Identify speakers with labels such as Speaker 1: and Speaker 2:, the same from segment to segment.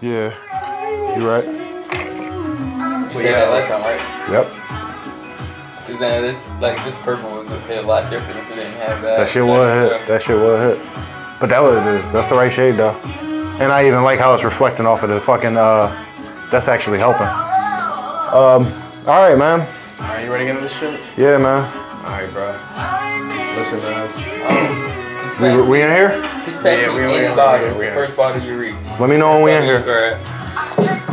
Speaker 1: Yeah. You're right.
Speaker 2: We did that last time, right?
Speaker 1: Yep.
Speaker 2: Cause now this, like this purple would hit a lot different if we didn't have that.
Speaker 1: That shit was hit. That shit was hit. But that was that's the right shade though. And I even like how it's reflecting off of the fucking uh that's actually helping. Um all right, man.
Speaker 3: Are you ready to get into this shit?
Speaker 1: Yeah, man.
Speaker 3: All right, bro. Listen, man.
Speaker 1: We, we in here?
Speaker 2: Just pass
Speaker 3: Yeah,
Speaker 2: me
Speaker 3: we
Speaker 2: any
Speaker 3: only got-
Speaker 2: bottle.
Speaker 3: we
Speaker 2: The
Speaker 3: got-
Speaker 2: first bottle you reach.
Speaker 1: Let me know when we in
Speaker 2: Bottle you
Speaker 1: here.
Speaker 2: grab. That's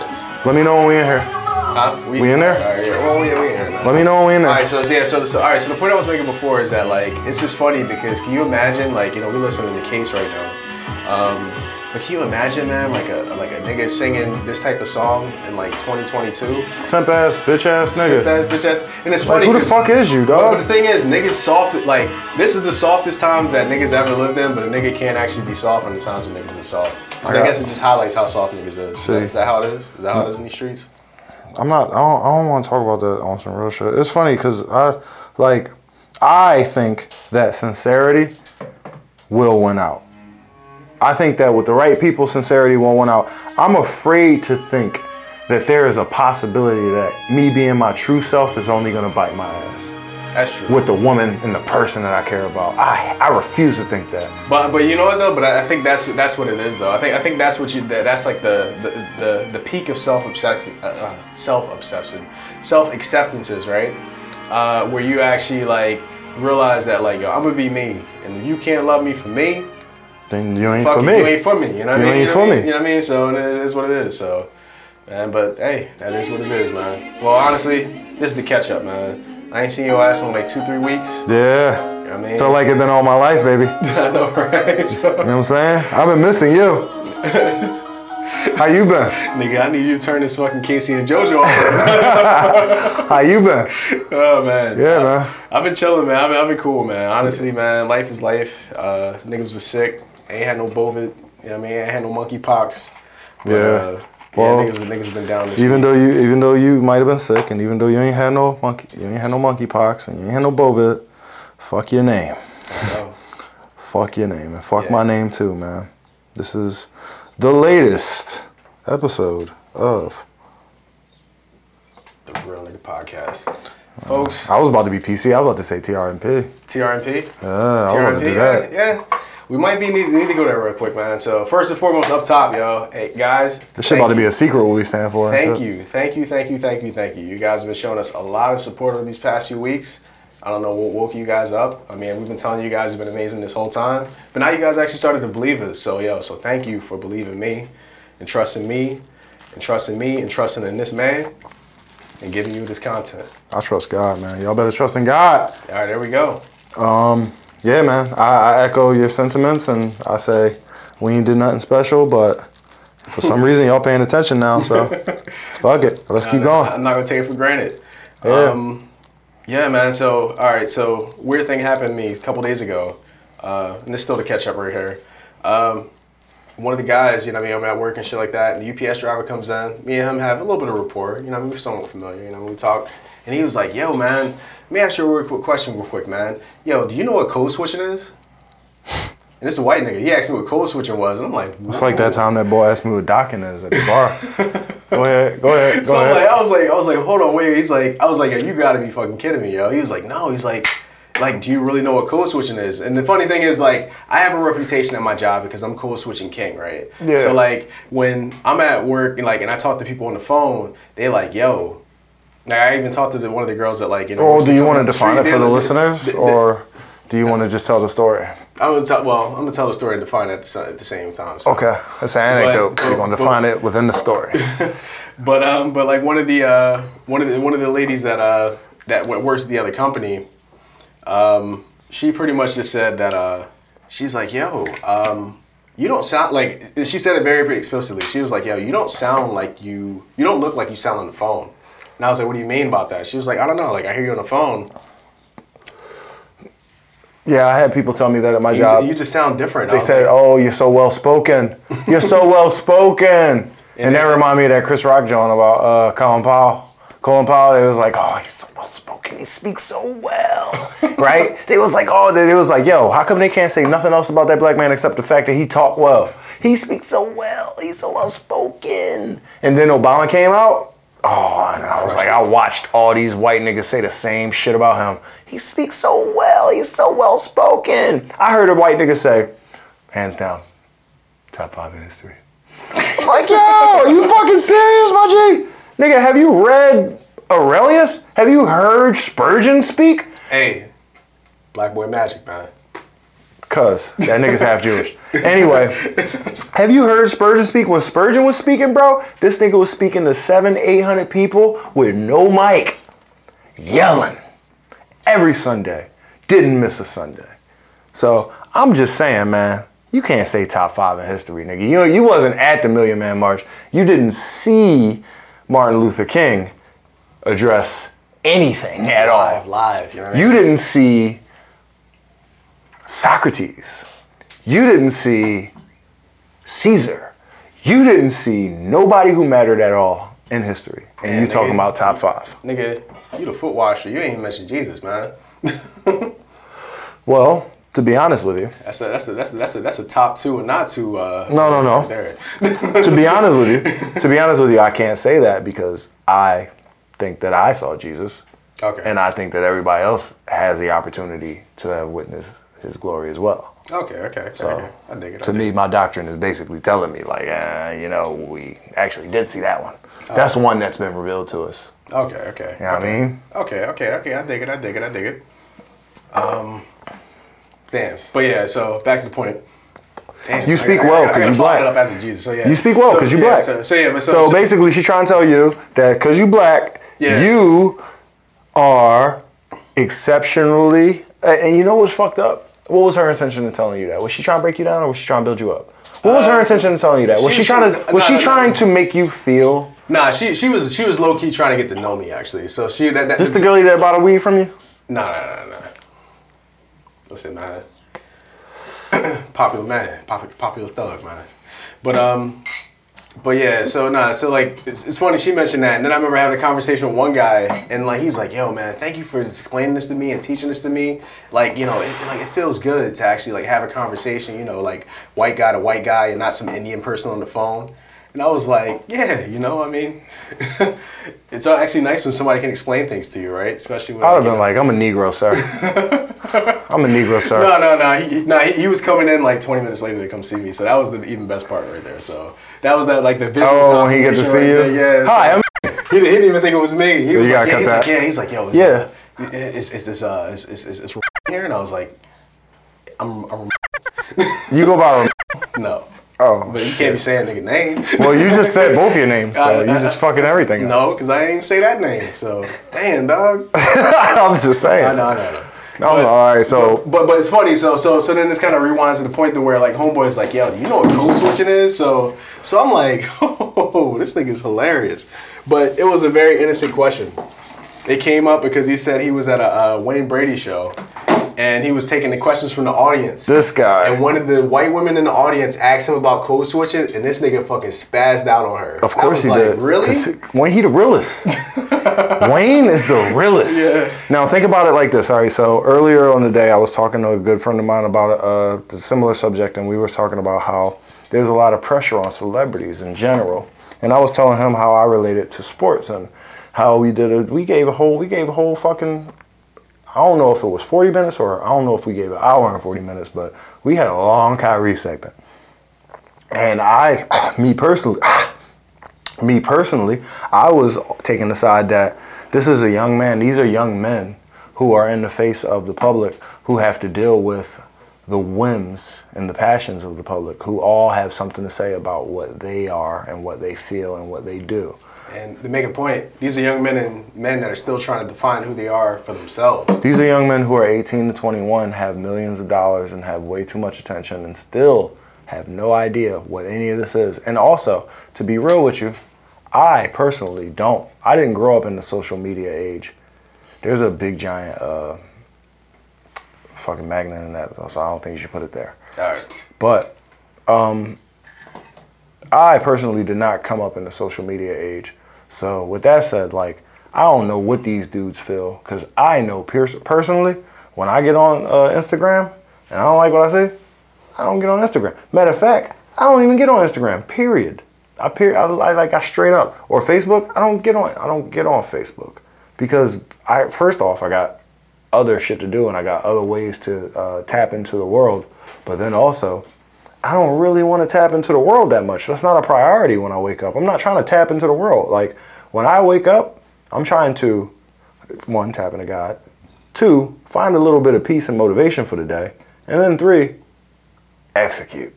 Speaker 2: it.
Speaker 1: Let me know when we in here.
Speaker 3: Huh?
Speaker 1: We in there?
Speaker 3: All right, uh, yeah. Well, we, we in here, man.
Speaker 1: Let me know when we in
Speaker 3: All
Speaker 1: there.
Speaker 3: right, so yeah, so, so all right, so the point I was making before is that like it's just funny because can you imagine like you know we listening to Case right now, um, but can you imagine man like a like a nigga singing this type of song in like 2022?
Speaker 1: Simp ass, bitch ass nigga.
Speaker 3: That's- But just and it's
Speaker 1: Like
Speaker 3: funny.
Speaker 1: who the
Speaker 3: 'cause-
Speaker 1: fuck is you,
Speaker 3: But, but the
Speaker 1: dog?
Speaker 3: thing is, niggas soft. Like this is the softest times that niggas ever lived in. But a nigga can't actually be soft when the times when niggas are soft. 'Cause I
Speaker 1: got-
Speaker 3: guess it just highlights how soft niggas is.
Speaker 1: See.
Speaker 3: Is that how it is? Is that how it is in these streets?
Speaker 1: I'm not. I don't, I don't want to talk about that on some real shit. It's funny because I like. I think that sincerity will win out. I think that with the right people, sincerity will win out. I'm afraid to think that there is a possibility that me being my true self is only gonna bite my ass
Speaker 3: That's true.
Speaker 1: with the woman and the person that I care about. I I refuse to think that.
Speaker 3: But but you know what though? But I I think that's that's what it is though. I think I think that's what you that- that's like the the the, the peak of self obsession, uh, uh, self obsession, self acceptances, right? Uh, where you actually like realize that like yo, I'm gonna be me, and if you can't love me for me,
Speaker 1: Then you ain't
Speaker 3: fuck
Speaker 1: for
Speaker 3: you,
Speaker 1: me.
Speaker 3: you ain't for me. You know what
Speaker 1: You
Speaker 3: I
Speaker 1: ain't
Speaker 3: mean? you know
Speaker 1: for
Speaker 3: what I
Speaker 1: me.
Speaker 3: mean? You know what I mean? So and it is what it is. So, man, but hey, that is what it is, man. Well, honestly, this is the catch up, man. I ain't seen your ass in like two three weeks.
Speaker 1: yeah.
Speaker 3: I mean,
Speaker 1: Feel like it been all my life, baby. You
Speaker 3: I know, right? So-
Speaker 1: know what I'm saying? I've been missing you. How you been?
Speaker 3: Nigga, I need you to turn this fucking Casey and JoJo off.
Speaker 1: How you been?
Speaker 3: oh man.
Speaker 1: Yeah, man.
Speaker 3: I've been chilling, man. I've been, I've been cool, man. Honestly, man, life is life. Uh, niggas was sick. Ain't had no bovid. You know what I mean? Ain't had no monkeypox. But,
Speaker 1: Yeah.
Speaker 3: Uh,
Speaker 1: Well,
Speaker 3: yeah, niggas, niggas been down this
Speaker 1: Even though you, even though you might have been sick, and even though you ain't had no monkey, you ain't had no monkeypox, and you ain't had no bovid, fuck your name,
Speaker 3: week, though.
Speaker 1: fuck your name, and fuck
Speaker 3: Yeah.
Speaker 1: my name too, man. This is the latest episode of.
Speaker 3: The Real Nigga Podcast. Folks,
Speaker 1: I was about to be PC. I was about to say TRMP.
Speaker 3: TRMP.
Speaker 1: Yeah, I was about to
Speaker 3: TRMP,
Speaker 1: do
Speaker 3: yeah,
Speaker 1: that.
Speaker 3: yeah. We might be need, need to go there real quick, man. So first and foremost, up top, yo, hey guys.
Speaker 1: This shit
Speaker 3: thank
Speaker 1: about to
Speaker 3: you.
Speaker 1: be a secret what we stand for. and
Speaker 3: Thank
Speaker 1: shit.
Speaker 3: you, thank you, thank you, thank you, thank you. You guys have been showing us a lot of support over these past few weeks. I don't know what woke you guys up. I mean, we've been telling you, you guys have been amazing this whole time, but now you guys actually started to believe us. So yo, so thank you for believing me, and trusting me, and trusting me, and trusting in this man, and giving you this content.
Speaker 1: I trust God, man. Y'all better trust in God.
Speaker 3: All right, there we go.
Speaker 1: Yeah, man. I, I echo your sentiments, and I say we ain't did nothing special, but for some reason y'all paying attention now. So fuck it, let's keep
Speaker 3: I'm
Speaker 1: going.
Speaker 3: not gonna take it for granted.
Speaker 1: Yeah.
Speaker 3: Um, yeah, man. So, all right. So, weird thing happened to me a couple days ago, uh, and it's still to catch up right here. Um, one of the guys, you know, what I mean, I'm at work and shit like that, and the UPS driver comes in. Me and him have a little bit of rapport. You know, what I mean, we're somewhat familiar. You know, we talk, and he was like, "Yo, man, let me ask you a real quick question, real quick, man. Yo, do you know what code switching is?" And this is a white nigga. He asked me what code switching was, and I'm like,
Speaker 1: It's like that time that boy asked me what docking is at the bar. go ahead, go ahead, go
Speaker 3: So I'm
Speaker 1: ahead.
Speaker 3: like, I was like, I was like, hold on, wait. He's like, I was like, yo, you gotta be fucking kidding me, yo. He was like, no. He's like, like, do you really know what code switching is? And the funny thing is, like, I have a reputation at my job because I'm code switching king, right?
Speaker 1: Yeah.
Speaker 3: So like, when I'm at work and like, and I talk to people on the phone, they like, yo. Like I even talked to the, one of the girls that like, you know.
Speaker 1: or
Speaker 3: used
Speaker 1: Oh, do you
Speaker 3: come
Speaker 1: want
Speaker 3: down
Speaker 1: to
Speaker 3: the
Speaker 1: define it
Speaker 3: street,
Speaker 1: for
Speaker 3: they-
Speaker 1: the
Speaker 3: they-
Speaker 1: listeners,
Speaker 3: they-
Speaker 1: or do you want to just tell the story?
Speaker 3: I'm gonna tell. Well, I'm gonna tell the story and define it at the, si- at the same time. so.
Speaker 1: Okay, it's an anecdote.
Speaker 3: but-
Speaker 1: We're gonna define it within the story.
Speaker 3: But um, but like one of the uh, one of the one of the ladies that uh that w- works at the other company, um, she pretty much just said that uh, she's like, yo, um, you don't sound like she said it very very explicitly. She was like, yo, you don't sound like you you don't look like you sound on the phone. And I was like, what do you mean about that? She was like, I don't know, like I hear you on the phone.
Speaker 1: Yeah, I had people tell me that at my
Speaker 3: You,
Speaker 1: job.
Speaker 3: ju- you just sound different. I
Speaker 1: They
Speaker 3: was
Speaker 1: said,
Speaker 3: like,
Speaker 1: "Oh, you're so well spoken. You're so well spoken." And that reminded me of that Chris Rock joint about uh, Colin Powell. Colin Powell, it was like, "Oh, he's so well spoken." fucking speak so well, right? They was like, oh, they, they was like, yo, how come they can't say nothing else about that black man except the fact that he talk well? He speaks so well. He's so well spoken. And then Obama came out. Oh, and I was like, I watched all these white niggas say the same shit about him. He speaks so well. He's so well spoken. I heard a white nigga say, hands down, top five in history. I'm like, yo, are you fucking serious, my G? Nigga, have you read Aurelius? Have you heard Spurgeon speak?
Speaker 3: Hey, black boy magic, man.
Speaker 1: Cuz that nigga's half Jewish. Anyway, have you heard Spurgeon speak? When Spurgeon was speaking, bro, this nigga was speaking to seven, eight hundred people with no mic, yelling every Sunday. Didn't miss a Sunday. So I'm just saying, man, you can't say top five in history, nigga. You you wasn't at the Million Man March. You didn't see Martin Luther King address anything at all.
Speaker 3: Live, live. You know what I mean?
Speaker 1: You didn't see Socrates. You didn't see Caesar. You didn't see nobody who mattered at all in history. And
Speaker 3: Yeah,
Speaker 1: you talking
Speaker 3: nigga.
Speaker 1: about top five.
Speaker 3: Nigga, you the foot washer. You ain't even mentioned Jesus, man.
Speaker 1: Well, to be honest with you,
Speaker 3: That's a that's a that's a that's a, that's a top two and not two. Uh,
Speaker 1: No, no, no.
Speaker 3: There.
Speaker 1: to be honest with you, to be honest with you, I can't say that because I think that I saw Jesus.
Speaker 3: Okay.
Speaker 1: And I think that everybody else has the opportunity to have witnessed his glory as well.
Speaker 3: okay, okay, okay, okay. I dig it. I
Speaker 1: to
Speaker 3: dig
Speaker 1: me,
Speaker 3: it.
Speaker 1: my doctrine is basically telling me, like, uh, you know, we actually did see that one. That's one that's been revealed to us.
Speaker 3: Okay, okay.
Speaker 1: You know what I mean?
Speaker 3: Okay, okay, okay. I dig it. I dig it. I dig it. Um, damn. But yeah. So back to the point. Damn,
Speaker 1: You
Speaker 3: I
Speaker 1: speak
Speaker 3: gotta- I
Speaker 1: well
Speaker 3: gotta- I
Speaker 1: 'cause
Speaker 3: gotta
Speaker 1: you
Speaker 3: follow
Speaker 1: black.
Speaker 3: it Up after Jesus. So yeah.
Speaker 1: You speak well
Speaker 3: So,
Speaker 1: because you
Speaker 3: yeah,
Speaker 1: black.
Speaker 3: So, so yeah. But so,
Speaker 1: So
Speaker 3: so-
Speaker 1: basically, she trying to tell you that because you black,
Speaker 3: Yeah.
Speaker 1: you are exceptionally. a- And you know what's fucked up? What was her intention in telling you that? Was she trying to break you down, or was she trying to build you up? What was her intention in telling you that? Was she,
Speaker 3: Um, she-
Speaker 1: trying to?
Speaker 3: she-
Speaker 1: Was
Speaker 3: no,
Speaker 1: she
Speaker 3: no, no.
Speaker 1: trying to make you feel?
Speaker 3: Nah, she she was she was low key trying to get to know me actually. So she that, that
Speaker 1: This the girlie that bought a weed from you?
Speaker 3: Nah, nah, nah, nah. Listen, man. popular man, popular, popular thug, man. But um, but yeah. So nah. So like, it's, it's funny she mentioned that, and then I remember having a conversation with one guy, and like he's like, "Yo, man, thank you for explaining this to me and teaching this to me. Like, you know, it, like it feels good to actually like have a conversation. You know, like white guy to white guy, and not some Indian person on the phone." And I was like, yeah, you know, I mean, it's actually nice when somebody can explain things to you, right? Especially when
Speaker 1: I would have
Speaker 3: you
Speaker 1: been
Speaker 3: know-
Speaker 1: like, I'm a Negro, sir. I'm a Negro, sir.
Speaker 3: no, no, no. He, no, he, he was coming in like 20 minutes later to come see me. So that was the even best part right there. So that was that like the visual.
Speaker 1: Oh, when he get to
Speaker 3: confirmation
Speaker 1: see you.
Speaker 3: right there. Yeah.
Speaker 1: Hi, I'm.
Speaker 3: He, didn't- he didn't even think it was me. He was
Speaker 1: You gotta
Speaker 3: like, yeah,
Speaker 1: cut
Speaker 3: he's
Speaker 1: that.
Speaker 3: like, yeah. He's like, yo, is,
Speaker 1: Yeah.
Speaker 3: uh, is, is this uh, is is, is, is here? And I was like, I'm, I'm
Speaker 1: You go by. Ram-
Speaker 3: no.
Speaker 1: Oh,
Speaker 3: But you can't be saying nigga name.
Speaker 1: well, you just said both your names, so
Speaker 3: Uh,
Speaker 1: you just fucking everything. up.
Speaker 3: No, because I didn't even say that name. So damn, dog.
Speaker 1: I'm just saying.
Speaker 3: I know, I know, I know.
Speaker 1: No, no, all right. So
Speaker 3: But but it's funny. So so so then this kind of rewinds to the point to where like homeboy's like, yo, you know what code switching is? So so I'm like, oh, this thing is hilarious. But it was a very innocent question. It came up because he said he was at a uh, Wayne Brady show, and he was taking the questions from the audience.
Speaker 1: this guy,
Speaker 3: and one of the white women in the audience asked him about code switching, and this nigga fucking spazzed out on her.
Speaker 1: of course
Speaker 3: I was
Speaker 1: he
Speaker 3: like,
Speaker 1: did. 'Cause
Speaker 3: Really?
Speaker 1: he- Wayne, he the realest. Wayne is the realest.
Speaker 3: Yeah.
Speaker 1: Now think about it like this. All right. So earlier on the day, I was talking to a good friend of mine about uh, a similar subject, and we were talking about how there's a lot of pressure on celebrities in general. And I was telling him how I related to sports and how we did a we gave a whole we gave a whole fucking I don't know if it was 40 minutes or I don't know if we gave an hour and 40 minutes, but we had a long Kyrie segment. And I, me personally, me personally, I was taking the side that this is a young man, these are young men who are in the face of the public who have to deal with the whims and the passions of the public who all have something to say about what they are and what they feel and what they do.
Speaker 3: And to make a point, these are young men and men that are still trying to define who they are for themselves.
Speaker 1: These are young men who are 18 to 21, have millions of dollars, and have way too much attention, and still have no idea what any of this is. And also, to be real with you, I personally don't. I didn't grow up in the social media age. There's a big giant uh, fucking magnet in that, so I don't think you should put it there.
Speaker 3: All right.
Speaker 1: But um, I personally did not come up in the social media age. So with that said, like I don't know what these dudes feel because I know pers- personally when I get on uh, Instagram and I don't like what I see, I don't get on Instagram. Matter of fact, I don't even get on Instagram. Period. I, per- I, I like I straight up or Facebook. I don't get on. I don't get on Facebook because I first off I got other shit to do and I got other ways to uh, tap into the world. But then also, I don't really want to tap into the world that much. That's not a priority when I wake up. I'm not trying to tap into the world. Like when I wake up, I'm trying to one tap into God, two find a little bit of peace and motivation for the day, and then three execute.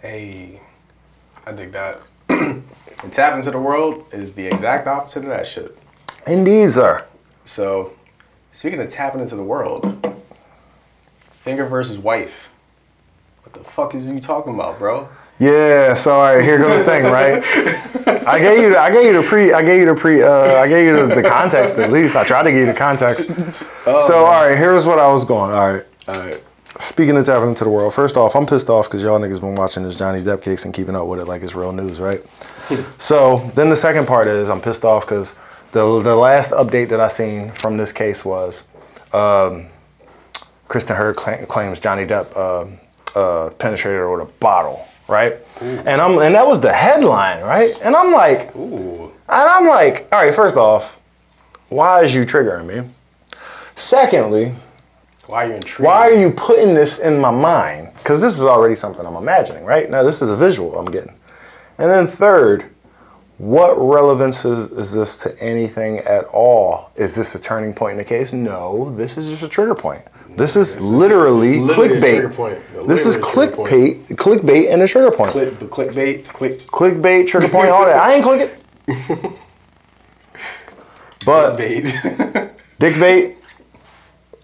Speaker 3: Hey, I dig that. and tap into the world is the exact opposite of that shit.
Speaker 1: Indeed, sir.
Speaker 3: So, speaking of tapping into the world, finger versus wife. What the fuck is you talking about, bro?
Speaker 1: Yeah, so all right, here goes the thing, right? I gave you, the, I gave you the pre, I gave you the pre, uh, I gave you the, the context at least. I tried to give you the context. so all right, here's what I was going. All right,
Speaker 3: All right.
Speaker 1: speaking of tapping into the world, first off, I'm pissed off because y'all niggas been watching this Johnny Depp case and keeping up with it like it's real news, right? so then the second part is I'm pissed off because the the last update that I seen from this case was Kristen Heard cla- claims Johnny Depp uh, uh, penetrated her with a bottle, right? And I'm and that was the headline, right? And I'm like,
Speaker 3: Ooh.
Speaker 1: and I'm like, all right. First off, why is you triggering me? Secondly,
Speaker 3: Why are you intrigued?
Speaker 1: why are you putting this in my mind? Because this is already something I'm imagining, right? Now this is a visual I'm getting. And then third, what relevance is, is this to anything at all? Is this a turning point in the case? No, this is just a trigger point. This is literally,
Speaker 3: literally a trigger
Speaker 1: clickbait.
Speaker 3: point. A
Speaker 1: This is
Speaker 3: literally trigger
Speaker 1: clickbait, clickbait and a trigger point.
Speaker 3: Click, clickbait. Click.
Speaker 1: clickbait, trigger point, all that. I ain't click it. But
Speaker 3: Clickbait.
Speaker 1: dick bait,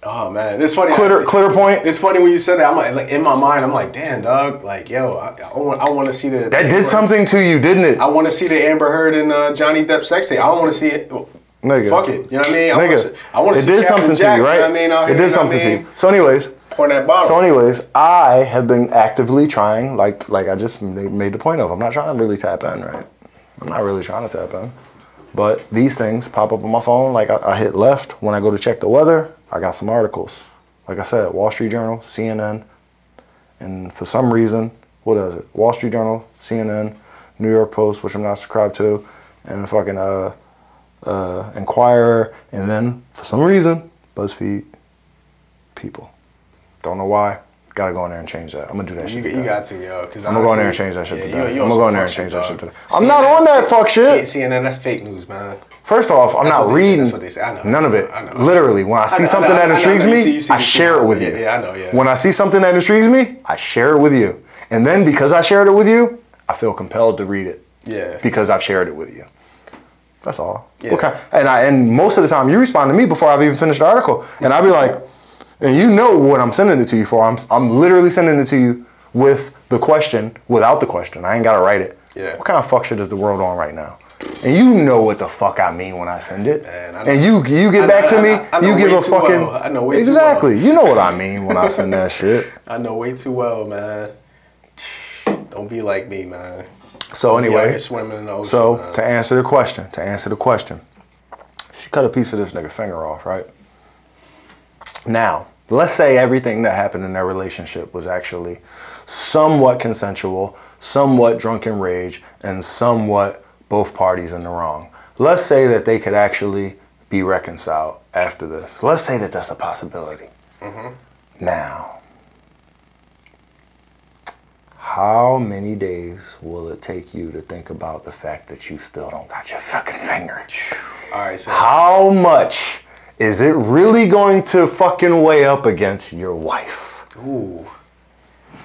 Speaker 3: oh man, it's funny.
Speaker 1: clitter, clitter point.
Speaker 3: It's funny when you said that. I'm like, like in my mind, I'm like, damn, dog. Like, yo, I, I, want, I want to see the.
Speaker 1: That did something to you, didn't it?
Speaker 3: I want to see the Amber Heard and uh, Johnny Depp sex tape. I don't want to see it. well,
Speaker 1: Nigga.
Speaker 3: Fuck it. You know what I mean? I wanna
Speaker 1: Nigga,
Speaker 3: see- I want to
Speaker 1: it
Speaker 3: see
Speaker 1: did
Speaker 3: Captain
Speaker 1: something
Speaker 3: Jack,
Speaker 1: to you, right?
Speaker 3: You know what I mean? Out here,
Speaker 1: it
Speaker 3: you
Speaker 1: did
Speaker 3: know what
Speaker 1: something
Speaker 3: I
Speaker 1: to
Speaker 3: mean?
Speaker 1: you. So, anyways,
Speaker 3: Pouring that bottle.
Speaker 1: so anyways, I have been actively trying, like, like I just ma- made the point of. I'm not trying to really tap in, right? I'm not really trying to tap in, but these things pop up on my phone. Like I, I hit left when I go to check the weather. I got some articles. Like I said, Wall Street Journal, CNN, and for some reason, what is it? Wall Street Journal, CNN, New York Post, which I'm not subscribed to, and fucking uh, uh, Inquirer, and then for some reason, BuzzFeed, People. Don't know why. Gotta go in there and change that. I'm gonna do that
Speaker 3: You,
Speaker 1: shit.
Speaker 3: you
Speaker 1: today.
Speaker 3: got to, yo. Cause
Speaker 1: I'm gonna go in there and change that shit
Speaker 3: yeah,
Speaker 1: today.
Speaker 3: you- you
Speaker 1: I'm gonna
Speaker 3: on some
Speaker 1: go in there
Speaker 3: fuck
Speaker 1: and change
Speaker 3: shit,
Speaker 1: that
Speaker 3: dog.
Speaker 1: shit today. I'm not on that fuck shit.
Speaker 3: C- CNN, that's fake news, man.
Speaker 1: First off, I'm
Speaker 3: That's
Speaker 1: not
Speaker 3: what they say,
Speaker 1: reading
Speaker 3: that's what they say. I know,
Speaker 1: none of it.
Speaker 3: I know, I know.
Speaker 1: Literally, when I see
Speaker 3: know, I
Speaker 1: something
Speaker 3: know, I
Speaker 1: that
Speaker 3: know,
Speaker 1: intrigues
Speaker 3: you
Speaker 1: me,
Speaker 3: see- you see-
Speaker 1: I
Speaker 3: you see.
Speaker 1: share it with
Speaker 3: Yeah,
Speaker 1: you.
Speaker 3: yeah, I know, yeah.
Speaker 1: When I see something that intrigues me, I share it with you. And then because I shared it with you, I feel compelled to read it.
Speaker 3: Yeah.
Speaker 1: Because I've shared it with you. That's all.
Speaker 3: Yeah.
Speaker 1: Okay. And I and most of the time you respond to me before I've even finished the article, and I'd be like, and you know what I'm sending it to you for. I'm I'm literally sending it to you with the question, without the question. I ain't gotta write it.
Speaker 3: Yeah.
Speaker 1: What kind of fuck shit is the world on right now? And you know what the fuck I mean when I send it.
Speaker 3: Man, I know-
Speaker 1: and you you
Speaker 3: I
Speaker 1: get
Speaker 3: know-
Speaker 1: back
Speaker 3: I
Speaker 1: to me,
Speaker 3: know- I know
Speaker 1: you give
Speaker 3: way
Speaker 1: a
Speaker 3: too
Speaker 1: fucking
Speaker 3: well. I know way too
Speaker 1: exactly. You know what I mean when I send that shit.
Speaker 3: I know way too well, man. Don't be like me, man.
Speaker 1: So
Speaker 3: Yeah,
Speaker 1: anyway,
Speaker 3: you're swimming in the ocean.
Speaker 1: So
Speaker 3: man.
Speaker 1: to answer the question, to answer the question, she cut a piece of this nigga finger off, right? Now, let's say everything that happened in their relationship was actually somewhat consensual, somewhat drunken rage, and somewhat both parties in the wrong. Let's say that they could actually be reconciled after this. Let's say that that's a possibility. Now, how many days will it take you to think about the fact that you still don't got your fucking finger?
Speaker 3: all right, so
Speaker 1: How much is it really going to fucking weigh up against your wife?
Speaker 3: ooh,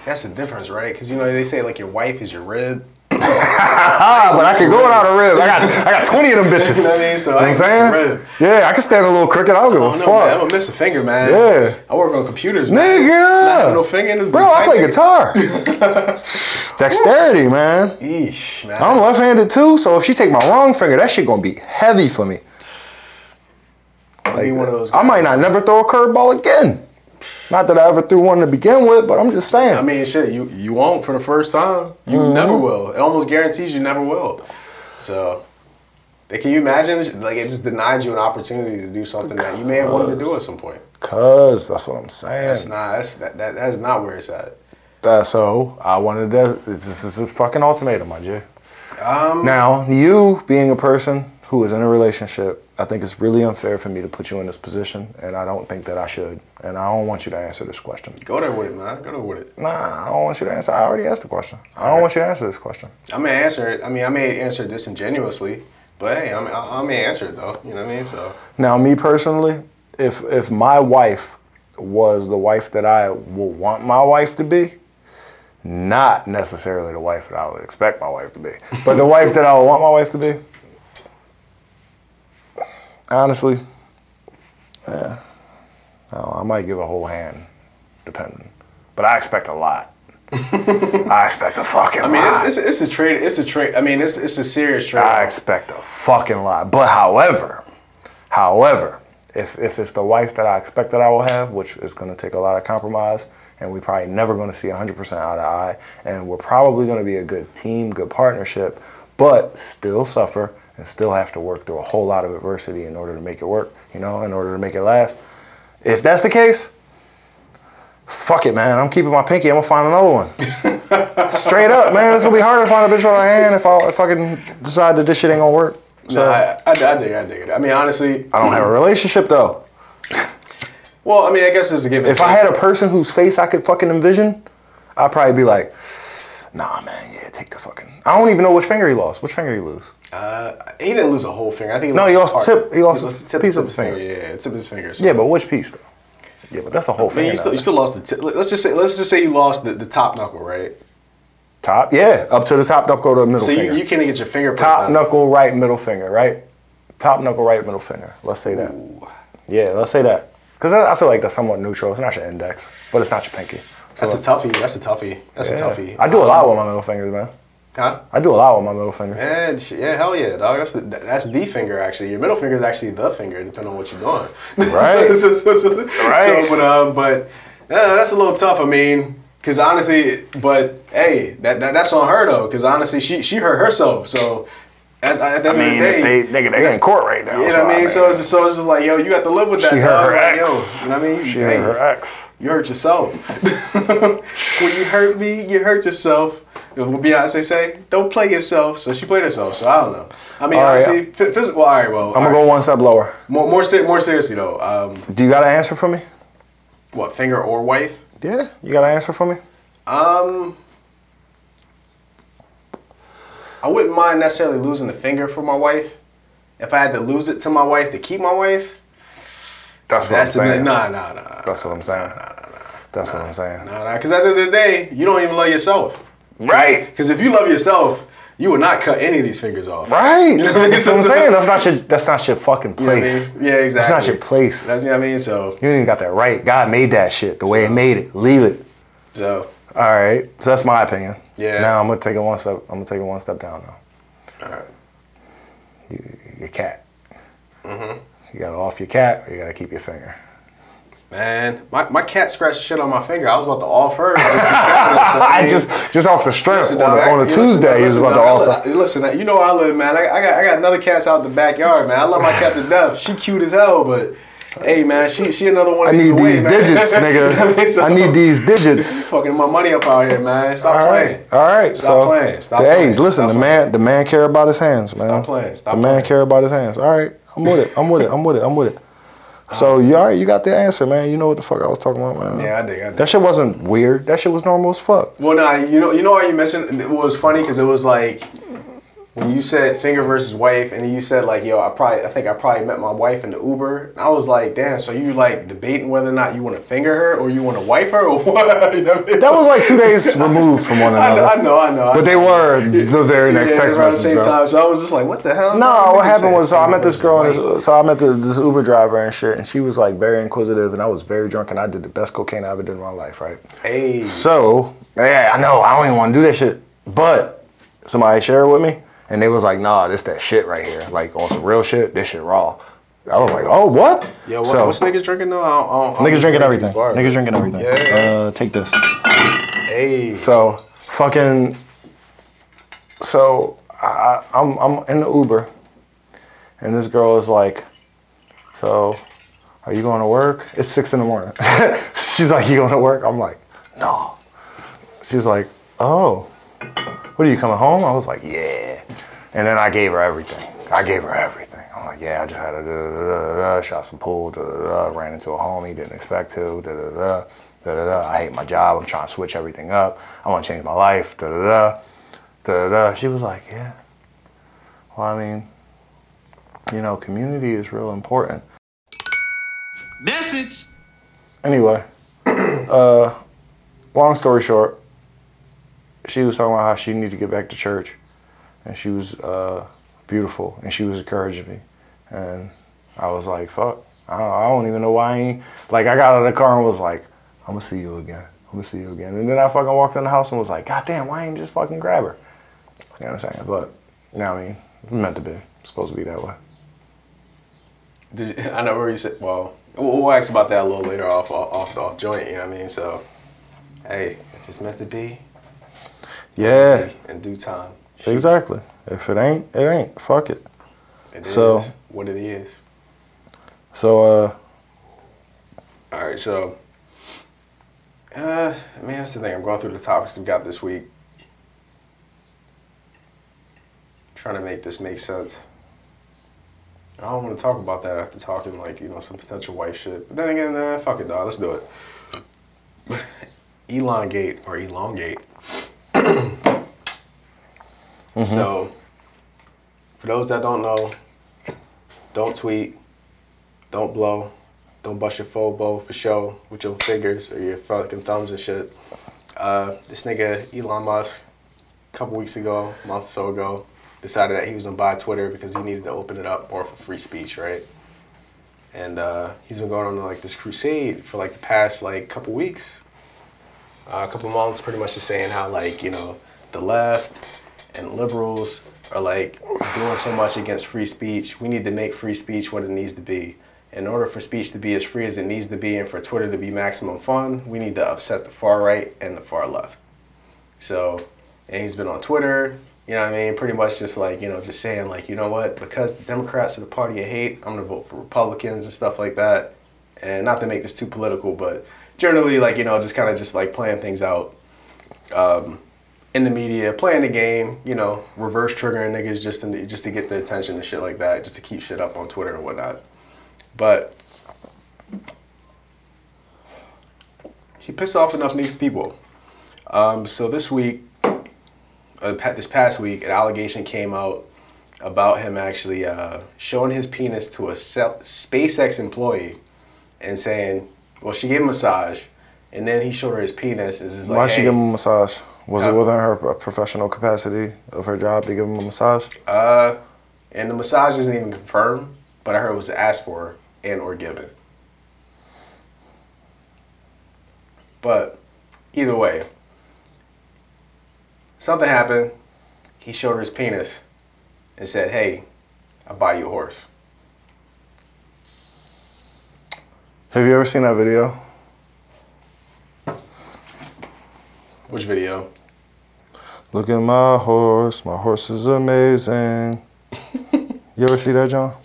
Speaker 3: that's the difference, right? Because you know they say like your wife is your rib.
Speaker 1: Ah, but I could go without a rib. I got I got 20 of them bitches.
Speaker 3: You know what I mean? So
Speaker 1: You know what
Speaker 3: I
Speaker 1: I'm
Speaker 3: ain't
Speaker 1: saying?
Speaker 3: rib.
Speaker 1: Yeah, I can stand a little cricket. I don't give a
Speaker 3: Oh, no, man, I'm
Speaker 1: fuck.
Speaker 3: gonna miss a finger, man.
Speaker 1: Yeah.
Speaker 3: I work on computers, man. Not having
Speaker 1: Nigga!
Speaker 3: no finger in this
Speaker 1: Bro, I play
Speaker 3: typing.
Speaker 1: guitar. Dexterity, man.
Speaker 3: Yeesh, man.
Speaker 1: I'm left-handed too, so if she take my wrong finger, that shit gonna be heavy for me.
Speaker 3: I'll be one of those.
Speaker 1: I
Speaker 3: guys.
Speaker 1: might not never throw a curveball again. Not that I ever threw one to begin with, but I'm just saying.
Speaker 3: I mean, shit, you you won't
Speaker 1: Mm-hmm.
Speaker 3: for the first time. You never will. It almost guarantees you never will. So Like, can you imagine? Like, it just denied you an opportunity to do something that you may have wanted to do at some point.
Speaker 1: Cause that's what I'm saying.
Speaker 3: That's not. That's that. that that's not where it's at.
Speaker 1: That- Uh, so I wanted to. This is a fucking ultimatum, my J. Um, now you being a person who is in a relationship, I think it's really unfair for me to put you in this position, and I don't think that I should. And I don't want you to answer this question.
Speaker 3: Go there with it, man. Go there with it.
Speaker 1: Nah, I don't want you to answer. I already asked the question. I don't want you to answer this question.
Speaker 3: I may answer it. I mean, I may answer it disingenuously, but hey, I mean, I, I may answer it though. You know what I mean? So
Speaker 1: Now, me personally, if if my wife was the wife that I would want my wife to be, not necessarily the wife that I would expect my wife to be, but the wife that I would want my wife to be, honestly, eh, no, I might give a whole hand, depending. But I expect a lot. I expect a fucking
Speaker 3: I mean,
Speaker 1: lot.
Speaker 3: it's, it's, it's a trade. It's a trade. I mean, it's it's a serious trade.
Speaker 1: I expect a fucking lot. But however, however, if if it's the wife that I expect that I will have, which is going to take a lot of compromise, and we probably never going to see 100% eye to eye, and we're probably going to be a good team, good partnership, but still suffer and still have to work through a whole lot of adversity in order to make it work, you know, in order to make it last. If that's the case, fuck it, man. I'm keeping my pinky. I'm gonna find another one. Straight up, man. It's gonna be harder to find a bitch with a hand if I if I can decide that this shit ain't gonna work. So
Speaker 3: No, I, I, I dig it. I dig it. I mean, honestly,
Speaker 1: I don't have a relationship though.
Speaker 3: well, I mean, I guess it's a given.
Speaker 1: If I had a person whose face I could fucking envision, I'd probably be like, Nah, man. Yeah, take the fucking. I don't even know which finger he lost. Which finger he lose?
Speaker 3: he didn't lose a whole finger. I think he
Speaker 1: No, he lost
Speaker 3: part.
Speaker 1: tip- he lost a piece of
Speaker 3: his
Speaker 1: the finger.
Speaker 3: Yeah, yeah, tip of his finger. So.
Speaker 1: Yeah, but which piece though? Yeah, but that's the whole
Speaker 3: Man,
Speaker 1: finger.
Speaker 3: you still,
Speaker 1: now.
Speaker 3: you still lost the tip. Let's just say let's just say you lost the, the top knuckle, right?
Speaker 1: top. Yeah, up to the top knuckle to the middle
Speaker 3: So
Speaker 1: finger.
Speaker 3: you, you can't get your finger pressed
Speaker 1: top
Speaker 3: down.
Speaker 1: knuckle, right middle finger, right? Top knuckle, right middle finger. Let's say that. Yeah, let's say that. Because I I feel like that's somewhat neutral. It's not your index, but it's not your pinky. So,
Speaker 3: That's a toughie. That's a toughie. That's
Speaker 1: yeah.
Speaker 3: a toughie.
Speaker 1: I do a lot with my middle fingers, man.
Speaker 3: Huh?
Speaker 1: I do a lot with my middle fingers.
Speaker 3: Yeah, sh- yeah, hell yeah, dog. That's the, that's the finger actually. Your middle finger is actually the finger, depending on what you're doing.
Speaker 1: Right.
Speaker 3: So- so- so-
Speaker 1: Right.
Speaker 3: So, but um, but yeah, that's a little tough. I mean, because honestly, but hey, that, that that's on her though. Because honestly, she she hurt herself. So as at the end of the day,
Speaker 1: nigga, they in court right now.
Speaker 3: you know what I mean? So it's, so it's just like, yo, you got to live with that.
Speaker 1: she hurt
Speaker 3: dog.
Speaker 1: her
Speaker 3: Like, yo,
Speaker 1: ex.
Speaker 3: you know what I mean?
Speaker 1: She
Speaker 3: Hey,
Speaker 1: hurt her ex.
Speaker 3: you hurt yourself. when you hurt me, you hurt yourself. You know What Beyonce say? Don't play yourself. So she played herself. So I don't know. I mean,
Speaker 1: All right.
Speaker 3: honestly, phy- physical. Well, all right. Well,
Speaker 1: I'm gonna go one step lower.
Speaker 3: more more, ser- more seriously though. Um,
Speaker 1: Do you got an answer for me?
Speaker 3: what finger or wife?
Speaker 1: Yeah, you got an answer for me?
Speaker 3: Um, I wouldn't mind necessarily losing the finger for my wife. If I had to lose it to my wife to keep my wife,
Speaker 1: That's what
Speaker 3: that's
Speaker 1: I'm
Speaker 3: the
Speaker 1: saying.
Speaker 3: nah, nah, nah, nah,
Speaker 1: That's what I'm saying. That's what I'm saying.
Speaker 3: nah, nah. Because at the end of the day, you don't even love yourself.
Speaker 1: Right.
Speaker 3: Because if you love yourself, you would not cut any of these fingers off.
Speaker 1: Right.
Speaker 3: know what I mean?
Speaker 1: That's what I'm saying. That's not your. That's not your fucking
Speaker 3: You know what I
Speaker 1: place.
Speaker 3: mean? Yeah,
Speaker 1: That's
Speaker 3: exactly.
Speaker 1: not your place.
Speaker 3: That's you know what I mean. So,
Speaker 1: You ain't even got that right. God made that shit the way it made it. Leave it.
Speaker 3: so
Speaker 1: All right. So that's my opinion.
Speaker 3: Yeah.
Speaker 1: Now I'm gonna take it one step. I'm gonna take it one step down now.
Speaker 3: all right.
Speaker 1: Your cat.
Speaker 3: Mm-hmm.
Speaker 1: You gotta off your cat. Or you gotta keep your finger.
Speaker 3: man, my, my cat scratched shit on my finger. I was about to off her. I
Speaker 1: I just just off the strength
Speaker 3: Listen,
Speaker 1: on,
Speaker 3: dog,
Speaker 1: a-
Speaker 3: I-
Speaker 1: on a
Speaker 3: listen,
Speaker 1: Tuesday.
Speaker 3: dog,
Speaker 1: He was
Speaker 3: listen,
Speaker 1: about to
Speaker 3: dog, I
Speaker 1: off.
Speaker 3: li- Listen, you know how I live, man. I, I got I got another cats out the backyard, man. I love my cat to death. She cute as hell, but hey, man, she she another one.
Speaker 1: I
Speaker 3: of
Speaker 1: need
Speaker 3: away,
Speaker 1: these
Speaker 3: man.
Speaker 1: digits,
Speaker 3: You know what mean?
Speaker 1: nigga.
Speaker 3: So-
Speaker 1: I need these digits.
Speaker 3: Fucking my money up out here, man. Stop
Speaker 1: All
Speaker 3: playing.
Speaker 1: right, all right.
Speaker 3: Stop
Speaker 1: so,
Speaker 3: playing. Stop
Speaker 1: hey,
Speaker 3: playing.
Speaker 1: listen,
Speaker 3: Stop
Speaker 1: the man, the man care about his hands, man.
Speaker 3: playing. Stop
Speaker 1: the man
Speaker 3: playing.
Speaker 1: care about his hands. All right, I'm with it. I'm with it. I'm with it. I'm with it. So you all right? You got the answer, man. You know what the fuck I was talking about, man.
Speaker 3: Uh-huh. Yeah, I dig. I dig.
Speaker 1: That shit wasn't weird. That shit was normal as fuck.
Speaker 3: Well, nah, you know, you know why you mentioned it was funny because it was like when you said finger versus wife, and then you said like, yo, I probably, I think I probably met my wife in the Uber, and I was like, damn, so you like debating whether or not you want to finger her or you want to wife her or what? You know what I mean?
Speaker 1: That was like two days removed from one
Speaker 3: I
Speaker 1: another.
Speaker 3: know, I know, I know.
Speaker 1: But they were the very next
Speaker 3: yeah,
Speaker 1: text
Speaker 3: around the
Speaker 1: message.
Speaker 3: same
Speaker 1: so.
Speaker 3: time, so I was just like, what the hell?
Speaker 1: No,
Speaker 3: Nigga
Speaker 1: what happened
Speaker 3: said
Speaker 1: was so I
Speaker 3: finger
Speaker 1: met this
Speaker 3: versus
Speaker 1: girl, and
Speaker 3: wife.
Speaker 1: this, so I met this, this Uber driver and shit, and she was like very inquisitive, and I was very drunk, and I did the best cocaine I ever did in my life, right?
Speaker 3: Hey,
Speaker 1: So, yeah, I know, I don't even want to do that shit, but somebody shared it with me, and they was like, nah, this that shit right here, like on some real shit, this shit raw. I was like, oh, what?
Speaker 3: yo, what,
Speaker 1: so,
Speaker 3: what's niggas drinking though? I don't- I don't- I
Speaker 1: niggas drinking
Speaker 3: don't drink
Speaker 1: everything.
Speaker 3: these bars.
Speaker 1: Niggas drinking everything.
Speaker 3: Yeah.
Speaker 1: Uh, take this.
Speaker 3: Hey,
Speaker 1: So fucking. So I, I- I'm I'm in the Uber, and this girl is like, "So, are you going to work?" It's six in the morning. She's like, "You going to work?" I'm like, "No." She's like, "Oh, what are you coming home?" I was like, "Yeah," and then I gave her everything. I gave her everything. I'm like, "Yeah, I just had a da da da da da, shot some pool, da da da, ran into a homie, didn't expect to, da da da." Da, da, da. I hate my job. I'm trying to switch everything up. I want to change my life. Da, da, da da da da. She was like, yeah. Well, I mean, you know, community is real important.
Speaker 4: Message.
Speaker 1: Anyway, uh, long story short, she was talking about how she needed to get back to church, and she was uh, beautiful, and she was encouraging me, and I was like, fuck, I don't, I don't even know why I ain't. Like, I got out of the car and was like, I'm gonna see you again. I'm gonna see you again. And then I fucking walked in the house and was like, God damn, why ain't just fucking grab her? You know what I'm saying? But, you know what I mean? It's meant to be. It's supposed to be that way.
Speaker 3: Did you, I know where you said. Well, we'll we'll ask about that a little later off off off, off joint. You know what I mean? So, hey, if it's meant to be,
Speaker 1: Yeah,
Speaker 3: in due time,
Speaker 1: exactly. If it ain't, it ain't. Fuck it.
Speaker 3: it
Speaker 1: So-
Speaker 3: is what it is.
Speaker 1: So, uh,
Speaker 3: All right, so, uh, man, that's the thing. I'm going through the topics we got this week, trying to make this make sense. I don't want to talk about that after talking like you know some potential wife shit. But then again, uh, fuck it, dog. Let's do it. Elongate or elongate. So, for those that don't know, don't tweet, don't blow, don't bust your full bow for show with your fingers or your fucking thumbs and shit. Uh, this nigga Elon Musk, a couple weeks ago, a month or so ago, decided that he was gonna buy Twitter because he needed to open it up more for free speech, right? And uh, he's been going on like this crusade for like the past like couple weeks, uh, a couple months, pretty much just saying how like you know the left and liberals are like doing so much against free speech. We need to make free speech what it needs to be. In order for speech to be as free as it needs to be and for Twitter to be maximum fun, we need to upset the far right and the far left. So, and he's been on Twitter, you know what I mean? Pretty much just like, you know, just saying, like, you know what, because the Democrats are the party of hate, I'm gonna vote for Republicans and stuff like that. And not to make this too political, but generally, like, you know, just kind of just like playing things out in the media, playing the game, you know, reverse triggering niggas just to, just to get the attention and shit like that, just to keep shit up on Twitter and whatnot. But he pissed off enough new people. Um, so this week, uh, pa- this past week, an allegation came out about him actually uh, showing his penis to a se- SpaceX employee and saying, well, she gave him a massage. And then he showed her his penis. Is like,
Speaker 1: why'd she
Speaker 3: "Hey."
Speaker 1: give him a massage? Was it
Speaker 3: Uh,
Speaker 1: within her professional capacity of her job to give him a massage?
Speaker 3: Uh, and the massage isn't even confirmed, but I heard it was asked for and or given. But either way, something happened. He showed her his penis and said, "Hey, I'll buy you a horse."
Speaker 1: Have you ever seen that video?
Speaker 3: Which video?
Speaker 1: Look at my horse. My horse is amazing. you ever see that, John?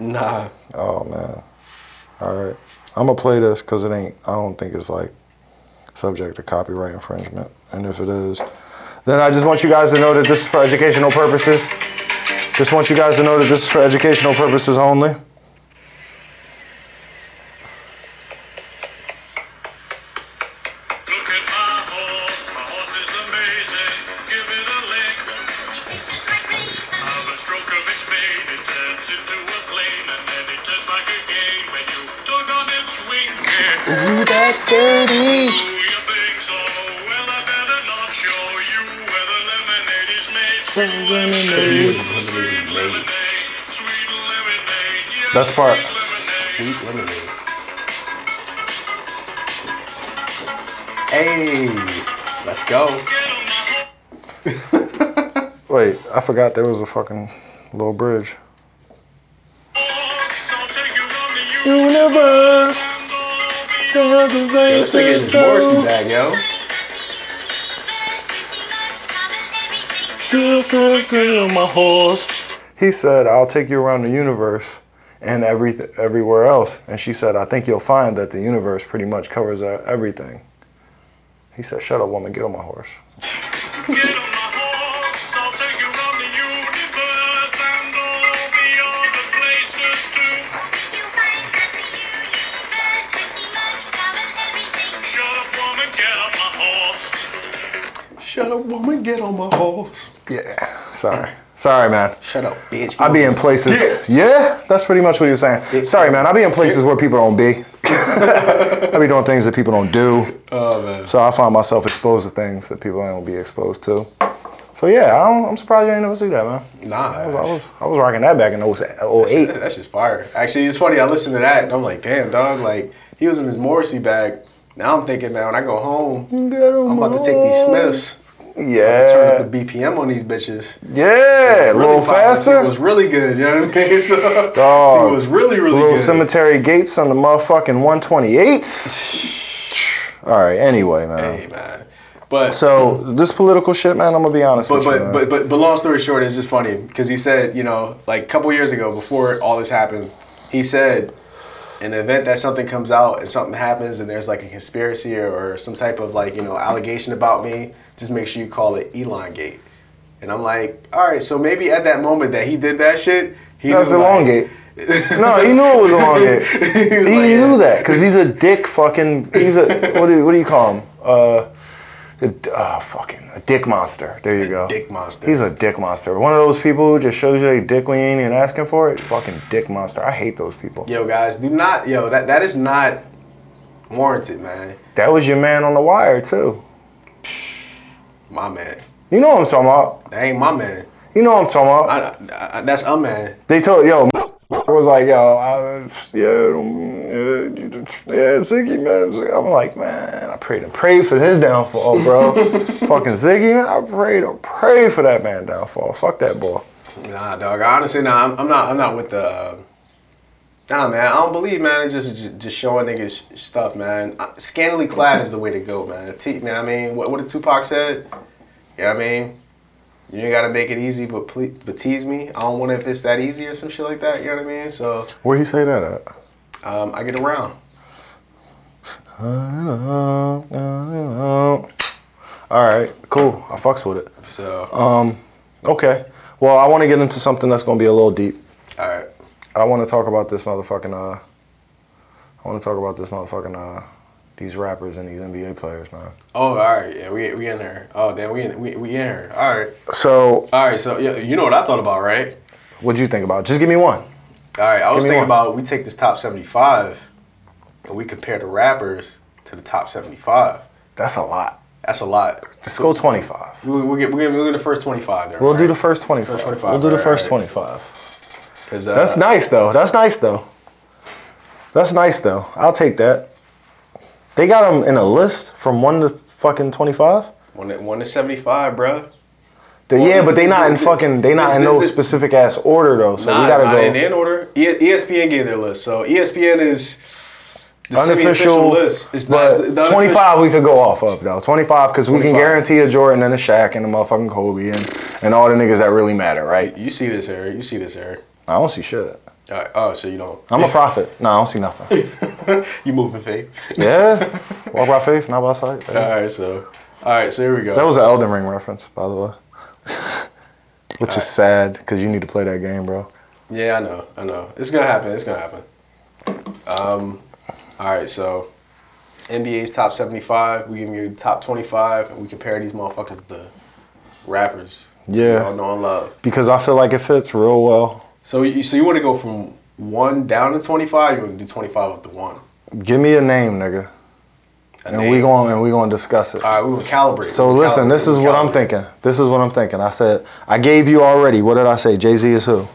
Speaker 3: Nah.
Speaker 1: Oh man. All right. I'm gonna play this because it ain't. I don't think it's like subject to copyright infringement. And if it is, then I just want you guys to know that this is for educational purposes. Just want you guys to know that this is for educational purposes only.
Speaker 5: Look at my horse, my horse is amazing. Give it a lick. How the stroke of its mane, it turns into a plane, and then it turns like a game when you tug on its wing.
Speaker 1: Ooh,
Speaker 5: Yeah.
Speaker 1: that's dirty.
Speaker 5: Do you think so? Oh, Well, I better not show you where the lemonade is made. Sweet lemonade, sweet lemonade, sweet lemonade. Yeah,
Speaker 1: Best part.
Speaker 5: sweet lemonade.
Speaker 3: Sweet lemonade. Hey, let's go.
Speaker 5: Get on my horse.
Speaker 1: Wait, I forgot there was a fucking little bridge.
Speaker 5: I'll take you on the
Speaker 1: Universe.
Speaker 5: universe.
Speaker 3: This nigga is Morrison bag, yo.
Speaker 1: My horse. He said, I'll take you around the universe and every, everywhere else. And she said, I think you'll find that the universe pretty much covers uh, everything. He said, Shut up, woman, get on my horse.
Speaker 5: Get on my horse, I'll take you around the universe and all the other places too.
Speaker 4: You'll find that the universe pretty much covers everything.
Speaker 5: Shut up, woman, get on
Speaker 3: Shut up, woman. Get on
Speaker 5: my horse.
Speaker 3: my horse.
Speaker 1: Yeah. Sorry. Sorry, man.
Speaker 3: Shut up, bitch.
Speaker 1: I be in places. Yeah. that's pretty much what he was saying. Sorry, man. I be in places where people don't be. I be doing things that people don't do.
Speaker 3: Oh man.
Speaker 1: So I find myself exposed to things that people don't be exposed to. So yeah, I don't, I'm surprised you ain't never see that, man.
Speaker 3: Nah.
Speaker 1: I was, I was, I was rocking that back in oh, 08.
Speaker 3: Yeah, That's just fire. Actually, it's funny. I listened to that and I'm like, damn, dog. Like he was in his Morrissey bag. Now I'm thinking, man, when I go home, I'm about to take these Smiths,
Speaker 1: Yeah.
Speaker 3: turn up the BPM on these bitches.
Speaker 1: yeah, a
Speaker 3: Really
Speaker 1: little
Speaker 3: fire.
Speaker 1: faster.
Speaker 3: It was really good. You know what I'm saying? So,
Speaker 1: Dog.
Speaker 3: She was really, really
Speaker 1: Little
Speaker 3: good.
Speaker 1: cemetery gates on the motherfucking 128. All right. Anyway, man.
Speaker 3: Hey, man. But
Speaker 1: So this political shit, man. I'm gonna be honest
Speaker 3: But
Speaker 1: with you.
Speaker 3: but,
Speaker 1: man.
Speaker 3: but but but long story short, it's just funny because he said, you know, like a couple years ago, before all this happened, he said, in the event that something comes out and something happens and there's like a conspiracy or, or some type of like you know allegation about me, just make sure you call it Elongate. And I'm like, all right, so maybe at that moment that he did that shit, he
Speaker 1: That's
Speaker 3: knew, like-
Speaker 1: elongate. no, he knew it was elongate.
Speaker 3: He was
Speaker 1: he
Speaker 3: like,
Speaker 1: knew
Speaker 3: yeah.
Speaker 1: that because he's a dick. Fucking, he's a what do you, what do you call him? Uh, a, d- ah, fucking a dick monster. There you go.
Speaker 3: dick monster.
Speaker 1: He's a dick monster. One of those people who just shows you a dick when you ain't even asking for it. Fucking dick monster. I hate those people.
Speaker 3: Yo, guys, do not yo that that is not warranted, man.
Speaker 1: That was your man on the wire too.
Speaker 3: My man,
Speaker 1: You know what I'm talking about.
Speaker 3: that ain't my man.
Speaker 1: You know what I'm talking about.
Speaker 3: I, I, that's a man.
Speaker 1: They told yo, I was like yo, I was, yeah, mm, yeah, you- yeah, Ziggy man. Ziggy. I'm like man, I prayed and prayed for his downfall, bro. Fucking Ziggy man, I prayed and prayed for that man downfall. Fuck that boy.
Speaker 3: Nah, dog. Honestly, nah. I'm, I'm not. I'm not with the. Uh, nah, man. I don't believe man. It's just just, just showing niggas sh- stuff, man. Uh, Scantily clad is the way to go, man. T, man. I mean, what what did Tupac said? Yeah, I mean, you ain't gotta make it easy, but please, but tease me. I don't want it if it's that easy or some shit like that. You know what I mean? So
Speaker 1: Where he say that at?
Speaker 3: um, I get around.
Speaker 1: All right, cool. I fucks with it.
Speaker 3: So
Speaker 1: Okay. Well, I want to get into something that's gonna be a little deep.
Speaker 3: all right.
Speaker 1: I want to talk about this motherfucking. Uh, I want to talk about this motherfucking. Uh, these rappers and these NBA players, man.
Speaker 3: Oh, all right. Yeah, we we in there. Oh, damn, we in we, we in here. All right.
Speaker 1: So,
Speaker 3: All right. So yeah, you know what I thought about, right?
Speaker 1: what'd you think about? it? Just give me one.
Speaker 3: All right, I was
Speaker 1: me
Speaker 3: thinking
Speaker 1: one.
Speaker 3: about we take this top 75 and we compare the rappers to the top 75.
Speaker 1: That's a lot.
Speaker 3: That's a lot.
Speaker 1: Just go 25.
Speaker 3: We, we'll, get, we'll, get, we'll get the first 25 there.
Speaker 1: We'll do the first 25.
Speaker 3: First 25,
Speaker 1: We'll do the
Speaker 3: right,
Speaker 1: first
Speaker 3: right.
Speaker 1: 25.
Speaker 3: Cause, uh,
Speaker 1: That's nice though. That's nice though. That's nice though. I'll take that. They got them in a list from one to fucking 25.
Speaker 3: One to, one to 75, bro.
Speaker 1: They-
Speaker 3: Well,
Speaker 1: yeah, but they not in
Speaker 3: this-
Speaker 1: fucking. They not
Speaker 3: this-
Speaker 1: in no
Speaker 3: this-
Speaker 1: specific ass order though. So
Speaker 3: Nah,
Speaker 1: we gotta
Speaker 3: not
Speaker 1: go.
Speaker 3: in that order. E- ESPN gave their list. So E ESPN is the
Speaker 1: unofficial
Speaker 3: semi-official list. It's not,
Speaker 1: but
Speaker 3: it's the- the
Speaker 1: 25
Speaker 3: unofficial-
Speaker 1: we could go off of though. 25 because we can
Speaker 3: 25.
Speaker 1: guarantee a Jordan and a Shaq and a motherfucking Kobe and, and all the niggas that really matter, right?
Speaker 3: You see this, Eric. You see this, Eric.
Speaker 1: I don't see shit.
Speaker 3: All right. Oh, so you don't.
Speaker 1: I'm a prophet. No, I don't see nothing.
Speaker 3: you moving fake.
Speaker 1: yeah, walk by faith, not by sight.
Speaker 3: all right, so. All right, so here we go.
Speaker 1: That was an Elden Ring reference, by the way. Which
Speaker 3: Uh,
Speaker 1: is sad because you need to play that game, bro.
Speaker 3: Yeah, I know. I know. It's gonna happen. It's gonna happen. Um, all right. So, NBA's top seventy-five. We give you the top twenty-five, and we compare these motherfuckers to rappers.
Speaker 1: Yeah.
Speaker 3: We all know and love.
Speaker 1: Because I feel like it fits real well.
Speaker 3: So, you, so you want to go from one down to twenty-five? You want to do twenty-five up to one?
Speaker 1: Give me a name, nigga,
Speaker 3: A
Speaker 1: and
Speaker 3: name?
Speaker 1: we going and we going to discuss it.
Speaker 3: All right, we will calibrate.
Speaker 1: So
Speaker 3: We
Speaker 1: listen,
Speaker 3: calibrate.
Speaker 1: this
Speaker 3: We
Speaker 1: is what I'm
Speaker 3: calibrate.
Speaker 1: thinking. This is what I'm thinking. I said I gave you already. What did I say? Jay Z is who?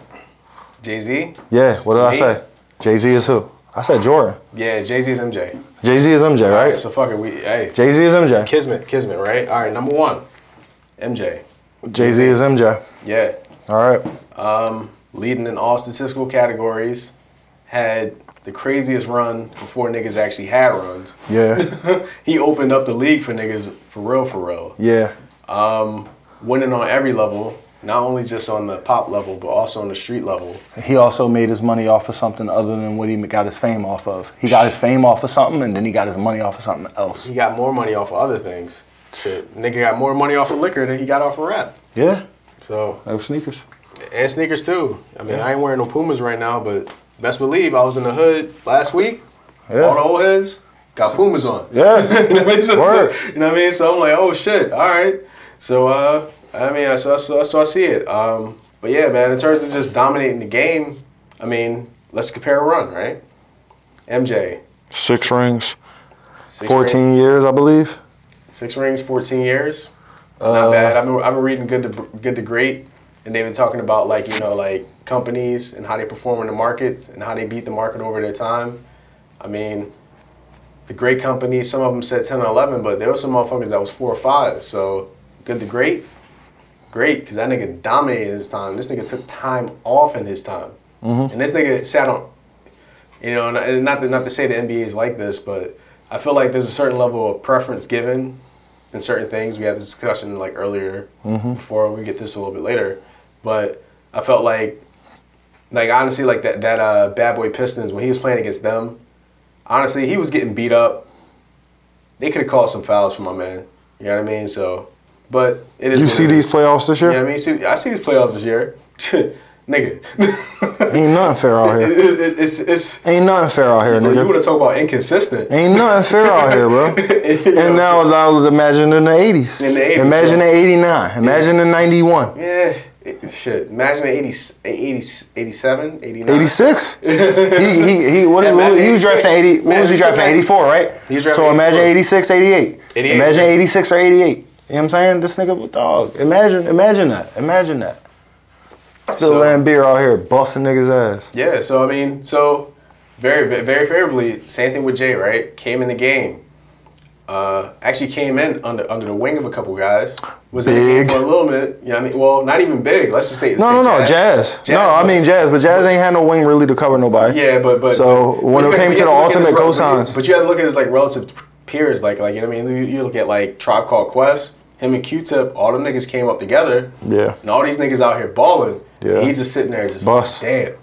Speaker 3: Jay Z.
Speaker 1: Yeah. What did I
Speaker 3: Me?
Speaker 1: say? Jay Z is who? I said Jordan.
Speaker 3: Yeah, Jay Z is MJ.
Speaker 1: Jay Z is MJ,
Speaker 3: All
Speaker 1: right?
Speaker 3: right. So fuck it. We hey.
Speaker 1: Jay Z is MJ.
Speaker 3: Kismet, Kismet, right? All right, number one, MJ.
Speaker 1: Jay Z is MJ.
Speaker 3: Yeah,
Speaker 1: All right.
Speaker 3: leading in all statistical categories, had the craziest run before niggas actually had runs.
Speaker 1: Yeah.
Speaker 3: He opened up the league for niggas for real, for real.
Speaker 1: Yeah.
Speaker 3: Winning on every level, not only just on the pop level, but also on the street level.
Speaker 1: He also made his money off of something other than what he got his fame off of. He got his fame off of something, and then he got his money off of something else.
Speaker 3: He got more money off of other things. Shit, nigga got more money off of liquor than he got off of rap.
Speaker 1: Yeah,
Speaker 3: So
Speaker 1: like sneakers.
Speaker 3: and sneakers too. I mean, I ain't wearing no Pumas right now, but best believe I was in the hood last week.
Speaker 1: Yeah.
Speaker 3: All the old heads got Pumas on.
Speaker 1: Yeah,
Speaker 3: you know what I mean? So, so-
Speaker 1: Word.
Speaker 3: you know what I mean? So I'm like, oh shit, all right. So uh, I mean, I saw, so, so I see it. Um, but yeah, man, in terms of just dominating the game, I mean, let's compare a run, right? MJ,
Speaker 1: six rings,
Speaker 3: six
Speaker 1: fourteen
Speaker 3: rings,
Speaker 1: years, I believe.
Speaker 3: six rings, fourteen years. Not bad. I've been, I've been reading good to good to great, and they've been talking about like you know like companies and how they perform in the market and how they beat the market over their time. I mean, the great companies. Some of them said ten or eleven, but there were some motherfuckers that was four or five. So good to great, great, because that nigga dominated his time. This nigga took time off in his time,
Speaker 1: Mm-hmm.
Speaker 3: and this nigga sat on. You know, and- and not to, not to say the NBA is like this, but I feel like there's a certain level of preference given in certain things. We had this discussion like earlier
Speaker 1: Mm-hmm.
Speaker 3: before. We get this a little bit later, but I felt like, like honestly, like that that uh, bad boy Pistons when he was playing against them. Honestly, he was getting beat up. They could have called some fouls for my man. You know what I mean? So, but it is.
Speaker 1: You
Speaker 3: what
Speaker 1: see
Speaker 3: it
Speaker 1: these
Speaker 3: is.
Speaker 1: playoffs this
Speaker 3: You know what
Speaker 1: year?
Speaker 3: I mean? See, I see these playoffs this year, nigga.
Speaker 1: Ain't nothing fair out here.
Speaker 3: it's, it's, it's, it's
Speaker 1: Ain't nothing fair out here,
Speaker 3: Bro, you want
Speaker 1: nigga.
Speaker 3: to talk about inconsistent?
Speaker 1: Ain't nothing fair out here, bro. And now, now imagine in the 80s.
Speaker 3: In the 80s,
Speaker 1: imagine
Speaker 3: yeah.
Speaker 1: in 89. Imagine in 91.
Speaker 3: yeah, it- shit. Imagine an 80, 80, 87, 89.
Speaker 1: 86? he, he, he, what,
Speaker 3: Yeah,
Speaker 1: what,
Speaker 3: imagine
Speaker 1: he was
Speaker 3: 86.
Speaker 1: drafting 80. What
Speaker 3: Man,
Speaker 1: was he
Speaker 3: he's
Speaker 1: drafting?
Speaker 3: drafting-
Speaker 1: 84, right?
Speaker 3: He's drafting
Speaker 1: so imagine
Speaker 3: 84.
Speaker 1: 86, 88.
Speaker 3: 88,
Speaker 1: Imagine
Speaker 3: yeah.
Speaker 1: 86 or 88. You know what I'm saying? This nigga, with dog. Imagine, imagine that. Imagine that. Still
Speaker 3: So-
Speaker 1: laying beer out here busting niggas' ass.
Speaker 3: Yeah, so I mean, so very, very favorably. Same thing with Jay, right? Came in the game. Uh, actually came in under under the wing of a couple guys. Was in the game
Speaker 1: Big.
Speaker 3: for a little minute. You know what I mean? Well, not even big. Let's just say
Speaker 1: No,
Speaker 3: say
Speaker 1: no, no, jazz. No, I
Speaker 3: but-
Speaker 1: mean jazz, but jazz ain't had no wing really to cover nobody.
Speaker 3: Yeah, but but
Speaker 1: So,
Speaker 3: but-
Speaker 1: when
Speaker 3: but
Speaker 1: it
Speaker 3: you
Speaker 1: came to
Speaker 3: have- you
Speaker 1: the
Speaker 3: have look at
Speaker 1: ultimate
Speaker 3: his rel-
Speaker 1: cosigns.
Speaker 3: but you had to look at his like relative peers, like like you know what I mean. You, you look at like Tribe Called Quest, him and Q-Tip, all them niggas came up together,
Speaker 1: Yeah.
Speaker 3: and all these niggas out here balling.
Speaker 1: Yeah.
Speaker 3: Yeah, he's just sitting there, just
Speaker 1: Bus.
Speaker 3: Like, Damn.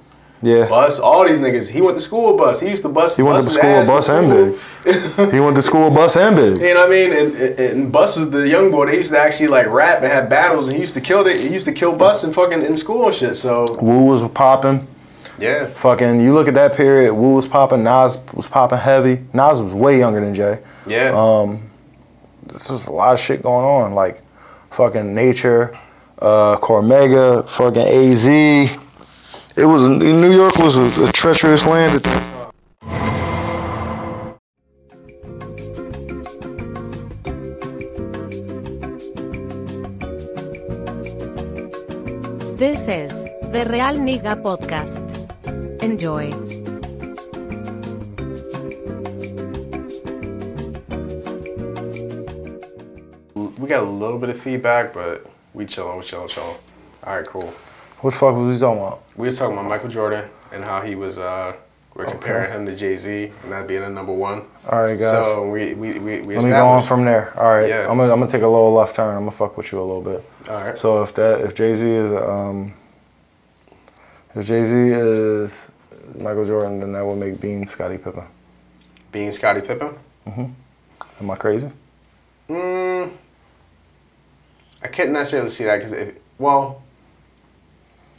Speaker 1: Yeah.
Speaker 3: Bus, all these niggas. He went to school bus. He used to bus.
Speaker 1: He went to
Speaker 3: bus his
Speaker 1: school
Speaker 3: ass in
Speaker 1: bus and
Speaker 3: school.
Speaker 1: big. He went to school bus and big.
Speaker 3: You know what I mean? And, and, and Bus was the young boy. They used to actually like rap and have battles, and he used to kill it. He used to kill Bus and fucking in school and shit. So
Speaker 1: Wu was popping.
Speaker 3: yeah,
Speaker 1: Fucking, you look at that period. Wu was popping. Nas was popping heavy. Nas was way younger than Jay.
Speaker 3: yeah.
Speaker 1: Um, This was a lot of shit going on. Like, fucking Nature, uh, Cormega, fucking AZ. It was New York was a, a treacherous land at that time.
Speaker 6: This is the Real Nigga Podcast. Enjoy.
Speaker 3: We got a little bit of feedback, but we chilling, we chilling, chilling. All right, cool.
Speaker 1: What the fuck was we talking about?
Speaker 3: We was talking about Michael Jordan and how he was. Uh, we're comparing him to Jay Z and that being a number one.
Speaker 1: All right, guys.
Speaker 3: So we we we, we
Speaker 1: Let me go on
Speaker 3: established.
Speaker 1: from there. All right,
Speaker 3: Yeah.
Speaker 1: I'm gonna I'm gonna take a little left turn. I'm gonna fuck with you a little bit.
Speaker 3: All right.
Speaker 1: So if that if Jay Z is um if Jay Z is Michael Jordan, then that would make Bean Scottie Pippen.
Speaker 3: being Scottie Pippen,
Speaker 1: Am I crazy?
Speaker 3: I couldn't necessarily see that because if well,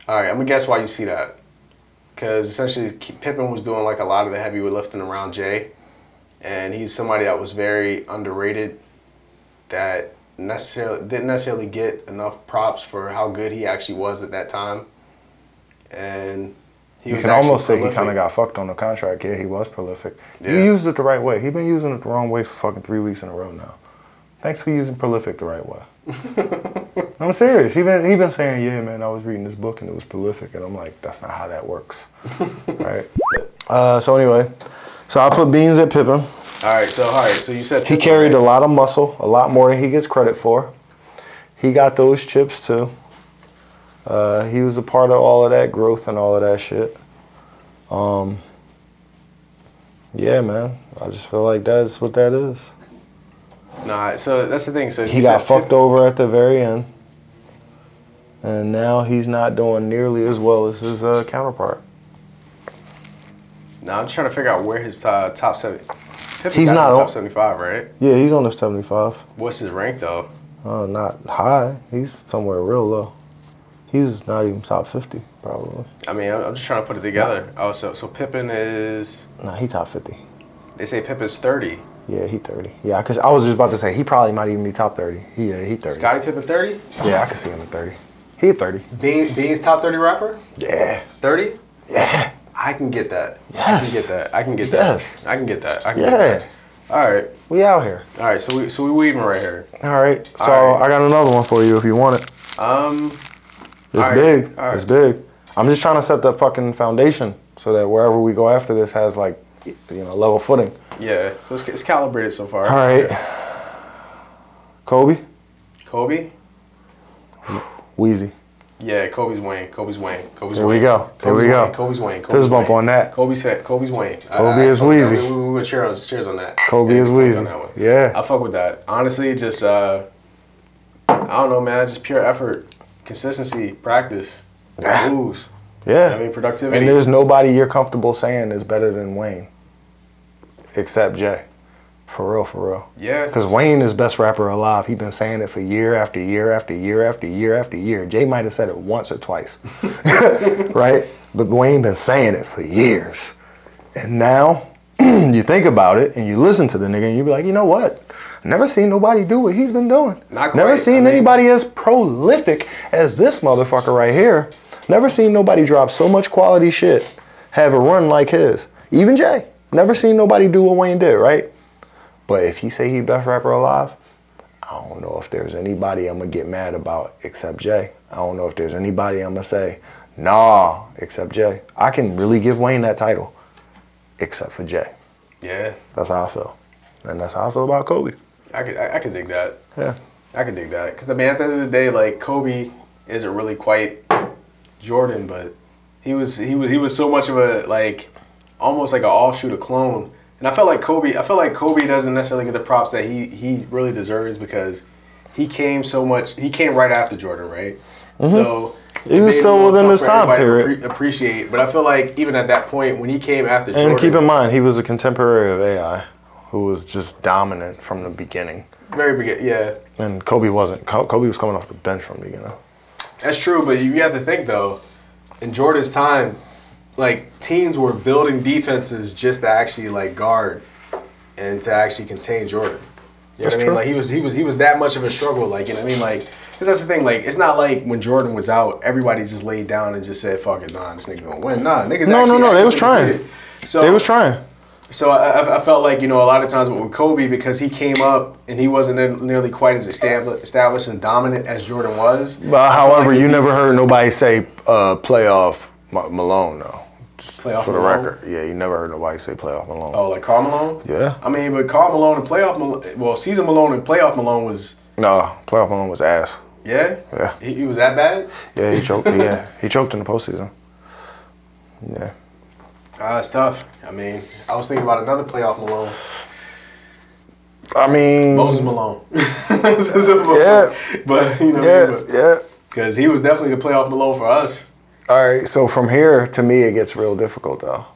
Speaker 3: all right, I'm gonna guess why you see that because essentially K- Pippen was doing like a lot of the heavy lifting around Jay, and he's somebody that was very underrated that necessarily didn't necessarily get enough props for how good he actually was at that time, and he
Speaker 1: You
Speaker 3: was
Speaker 1: can
Speaker 3: actually
Speaker 1: almost say he
Speaker 3: prolific.
Speaker 1: kind of got fucked on the contract. Yeah, he was prolific. You
Speaker 3: Yeah.
Speaker 1: used it the right way. He's been using it the wrong way for fucking three weeks in a row now. Thanks for using prolific the right way. I'm serious. He been he been saying, yeah, man, I was reading this book and it was prolific, and I'm like, that's not how that works, right? Uh, so anyway, so I put beans at Pippen.
Speaker 3: All right, so all right, so you said
Speaker 1: He
Speaker 3: Pippen,
Speaker 1: carried a
Speaker 3: right?
Speaker 1: lot of muscle, a lot more than he gets credit for. He got those chips too. Uh, he was a part of all of that growth and all of that shit. Um, yeah, man. I just feel like that's what that is.
Speaker 3: Nah, so that's the thing. So
Speaker 1: He got fucked
Speaker 3: up.
Speaker 1: over at the very end. and now he's not doing nearly as well as his uh, counterpart.
Speaker 3: Now I'm trying to figure out where his uh, top seven. Pippen
Speaker 1: He's
Speaker 3: got
Speaker 1: not
Speaker 3: his
Speaker 1: on-
Speaker 3: top seventy-five, right?
Speaker 1: Yeah, he's on the 75.
Speaker 3: What's his rank though?
Speaker 1: Uh, not high. He's somewhere real low. He's not even top 50, probably.
Speaker 3: I mean, I'm I'm just trying to put it together. Oh, so so Pippen is.
Speaker 1: Nah, he top 50.
Speaker 3: They say Pippen's thirty.
Speaker 1: Yeah, he 30. Yeah, because I was just about to say, he probably might even be top 30. He, yeah, he 30.
Speaker 3: Scottie Pippen thirty.
Speaker 1: Yeah, I can see him at 30. He at 30.
Speaker 3: Beans Beans top thirty rapper.
Speaker 1: Yeah.
Speaker 3: Thirty.
Speaker 1: Yeah.
Speaker 3: I can get that. I
Speaker 1: Yes.
Speaker 3: can get that. I can get that.
Speaker 1: Yes.
Speaker 3: I can get that. I can get
Speaker 1: Yeah.
Speaker 3: that. All right.
Speaker 1: We out here.
Speaker 3: All right. So we so we weaving right here.
Speaker 1: All right. So
Speaker 3: All right.
Speaker 1: I got another one for you if you want it.
Speaker 3: Um.
Speaker 1: It's
Speaker 3: All right,
Speaker 1: big.
Speaker 3: all right.
Speaker 1: It's big. I'm just trying to set the fucking foundation so that wherever we go after this has like, you know, level footing.
Speaker 3: Yeah. So it's, it's calibrated so far.
Speaker 1: All right. Kobe,
Speaker 3: Kobe.
Speaker 1: Wheezy.
Speaker 3: Yeah, Kobe's Wayne. Kobe's Wayne. Kobe's
Speaker 1: There we
Speaker 3: Wayne.
Speaker 1: go. There
Speaker 3: Kobe's
Speaker 1: we go.
Speaker 3: Wayne. Kobe's Wayne. Kobe's
Speaker 1: Fist bump
Speaker 3: Wayne.
Speaker 1: on that.
Speaker 3: Kobe's fat. Kobe's Wayne.
Speaker 1: Kobe is Wheezy.
Speaker 3: We, we, we, cheers, cheers on that.
Speaker 1: Kobe
Speaker 3: Yeah,
Speaker 1: is
Speaker 3: cheers
Speaker 1: Wheezy.
Speaker 3: on that one.
Speaker 1: Yeah.
Speaker 3: I fuck with that. Honestly, just uh, I don't know, man. Just pure effort, consistency, practice,
Speaker 1: Yeah.
Speaker 3: moves.
Speaker 1: Yeah.
Speaker 3: I mean, productivity.
Speaker 1: and there's nobody you're comfortable saying is better than Wayne, except Jay. For real, for real.
Speaker 3: yeah.
Speaker 1: Because Wayne is best rapper alive. He's been saying it for year after year after year after year after year. Jay might have said it once or twice, right? But Wayne been saying it for years. And now you think about it and you listen to the nigga and you be like, you know what? Never seen nobody do what he's been doing.
Speaker 3: Not
Speaker 1: Never
Speaker 3: quite.
Speaker 1: seen
Speaker 3: I mean-
Speaker 1: anybody as prolific as this motherfucker right here. Never seen nobody drop so much quality shit, have a run like his. Even Jay. Never seen nobody do what Wayne did, right? But if he say he best rapper alive, I don't know if there's anybody I'm gonna get mad about except Jay. I don't know if there's anybody I'm gonna say nah except Jay. I can really give Wayne that title, except for Jay.
Speaker 3: yeah.
Speaker 1: That's how I feel, and that's how I feel about Kobe.
Speaker 3: I could I, I could dig that.
Speaker 1: Yeah,
Speaker 3: I could dig that. Because I mean, at the end of the day, like Kobe isn't really quite Jordan, but he was he was he was so much of a like almost like an offshoot, a clone. And I felt like Kobe. I felt like Kobe doesn't necessarily get the props that he he really deserves because he came so much. He came right after Jordan, right? So.
Speaker 1: Mm-hmm. He was
Speaker 3: maybe
Speaker 1: still
Speaker 3: it
Speaker 1: within
Speaker 3: tough
Speaker 1: his
Speaker 3: for
Speaker 1: time
Speaker 3: everybody to
Speaker 1: period.
Speaker 3: appre- appreciate, but I feel like even at that point when he came after
Speaker 1: and
Speaker 3: Jordan,
Speaker 1: keep in mind he was a contemporary of AI, who was just dominant from the beginning,
Speaker 3: very begin- yeah,
Speaker 1: and Kobe wasn't. Co- Kobe was coming off the bench from the beginning.
Speaker 3: That's true, but you have to think though, in Jordan's time, like teams were building defenses just to actually like guard and to actually contain Jordan. You know
Speaker 1: That's
Speaker 3: what I mean?
Speaker 1: true.
Speaker 3: Like he was he was he was that much of a struggle, like you know what I mean? Like because that's the thing, like it's not like when Jordan was out, everybody just laid down and just said, "Fuck it, nah, this nigga gonna win." Nah, niggas.
Speaker 1: No, no,
Speaker 3: actually-
Speaker 1: no, they was
Speaker 3: actually
Speaker 1: trying.
Speaker 3: did it. So
Speaker 1: they was trying.
Speaker 3: so I, I- I felt like you know a lot of times with Kobe because he came up and he wasn't ne- nearly quite as established, established and dominant as Jordan was.
Speaker 1: But
Speaker 3: I felt
Speaker 1: however,
Speaker 3: like
Speaker 1: you
Speaker 3: he-
Speaker 1: never heard nobody say uh, playoff Ma- Malone though. Just
Speaker 3: Playoff
Speaker 1: for the
Speaker 3: Malone?
Speaker 1: record, yeah, you never heard nobody say playoff Malone.
Speaker 3: Oh, like Carl Malone?
Speaker 1: Yeah.
Speaker 3: I mean, but Carl Malone and playoff Malone, well, season Malone and playoff Malone was,
Speaker 1: No, playoff Malone was ass.
Speaker 3: yeah?
Speaker 1: Yeah.
Speaker 3: He, he was that bad?
Speaker 1: Yeah, he choked. yeah, he choked in the postseason. Yeah,
Speaker 3: Uh, it's tough. I mean, I was thinking about another playoff Malone,
Speaker 1: I mean,
Speaker 3: Moses Malone. So, so-
Speaker 1: Yeah.
Speaker 3: But, you know,
Speaker 1: yeah, yeah.
Speaker 3: because he was definitely the playoff Malone for us.
Speaker 1: All right, so from here to me, it gets real difficult though.
Speaker 3: All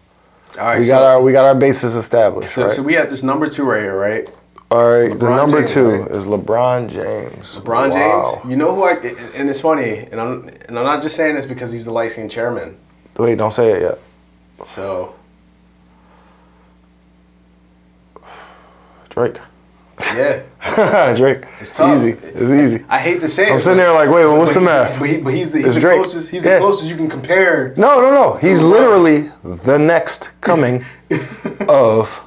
Speaker 3: right.
Speaker 1: We
Speaker 3: so,
Speaker 1: got our we got our bases established,
Speaker 3: so,
Speaker 1: right?
Speaker 3: so we had this number two right here, right?
Speaker 1: All right, the
Speaker 3: LeBron
Speaker 1: number
Speaker 3: James,
Speaker 1: two
Speaker 3: right?
Speaker 1: is LeBron James. Wow.
Speaker 3: LeBron James. You know who I, and- and it's funny, and I'm, and I'm not just saying this because he's the light skinned chairman.
Speaker 1: Wait, don't say it yet.
Speaker 3: So,
Speaker 1: Drake.
Speaker 3: yeah.
Speaker 1: Drake.
Speaker 3: tough.
Speaker 1: Easy. It's easy.
Speaker 3: I hate to say it.
Speaker 1: I'm sitting
Speaker 3: but-
Speaker 1: there like, wait, well, what's the
Speaker 3: but he-
Speaker 1: math?
Speaker 3: But, he, but he's the,
Speaker 1: It's
Speaker 3: he's the
Speaker 1: Drake.
Speaker 3: closest. He's
Speaker 1: Yeah.
Speaker 3: the closest you can compare.
Speaker 1: No, no, no. He's
Speaker 3: LeBron.
Speaker 1: literally the next coming of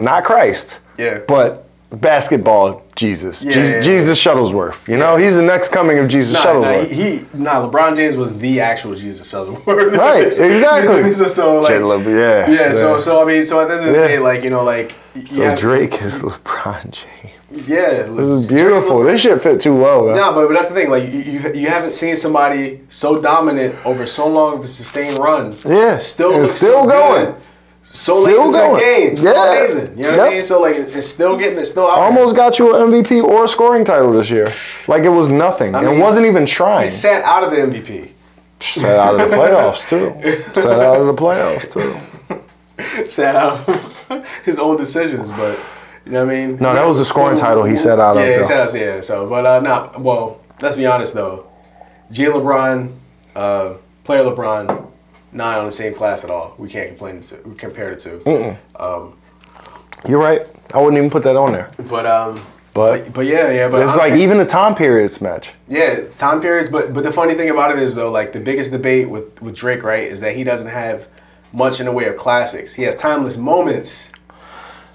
Speaker 1: not Christ,
Speaker 3: Yeah.
Speaker 1: but basketball Jesus.
Speaker 3: Yeah,
Speaker 1: Jesus,
Speaker 3: yeah, yeah.
Speaker 1: Jesus Shuttlesworth. You know, he's the next coming of Jesus
Speaker 3: nah, nah,
Speaker 1: Shuttlesworth.
Speaker 3: he, he nah. LeBron James was the actual Jesus Shuttlesworth.
Speaker 1: Right, exactly.
Speaker 3: so, so like,
Speaker 1: Jay Leb- yeah,
Speaker 3: yeah. So
Speaker 1: yeah.
Speaker 3: so I mean, so at the end of the
Speaker 1: Yeah.
Speaker 3: day, like you know, like
Speaker 1: so
Speaker 3: yeah,
Speaker 1: Drake is LeBron James.
Speaker 3: Yeah,
Speaker 1: This is beautiful. This shit fit too well, man.
Speaker 3: No, but, but that's the thing. Like you, you, you haven't seen somebody so dominant over so long of a sustained run.
Speaker 1: Yeah,
Speaker 3: still
Speaker 1: and
Speaker 3: looks
Speaker 1: still
Speaker 3: so
Speaker 1: going.
Speaker 3: good. so
Speaker 1: Still
Speaker 3: late into that
Speaker 1: going.
Speaker 3: game. Still
Speaker 1: Yeah.
Speaker 3: amazing. You know what
Speaker 1: Yep.
Speaker 3: I mean? So like it's still getting it's still out there.
Speaker 1: Almost got you an MVP or a scoring title this year. Like it was nothing.
Speaker 3: mean,
Speaker 1: it wasn't even trying.
Speaker 3: sat out of the MVP.
Speaker 1: Set out of the playoffs too. Set out of the playoffs too.
Speaker 3: Sat out of his own decisions, but you know what I mean?
Speaker 1: No, that was the scoring title he sat out of.
Speaker 3: yeah, he
Speaker 1: though.
Speaker 3: sat out, yeah. So but uh not well, let's be honest though. G LeBron, uh, player LeBron, not on the same class at all. We can't complain to we compared it to.
Speaker 1: You're right. I wouldn't even put that on there.
Speaker 3: But um
Speaker 1: But
Speaker 3: but yeah, yeah, but
Speaker 1: it's
Speaker 3: I'm-
Speaker 1: like even the time periods match.
Speaker 3: Yeah, it's time periods. But but the funny thing about it is though, like the biggest debate with with Drake, right, is that he doesn't have much in the way of classics. He has timeless moments.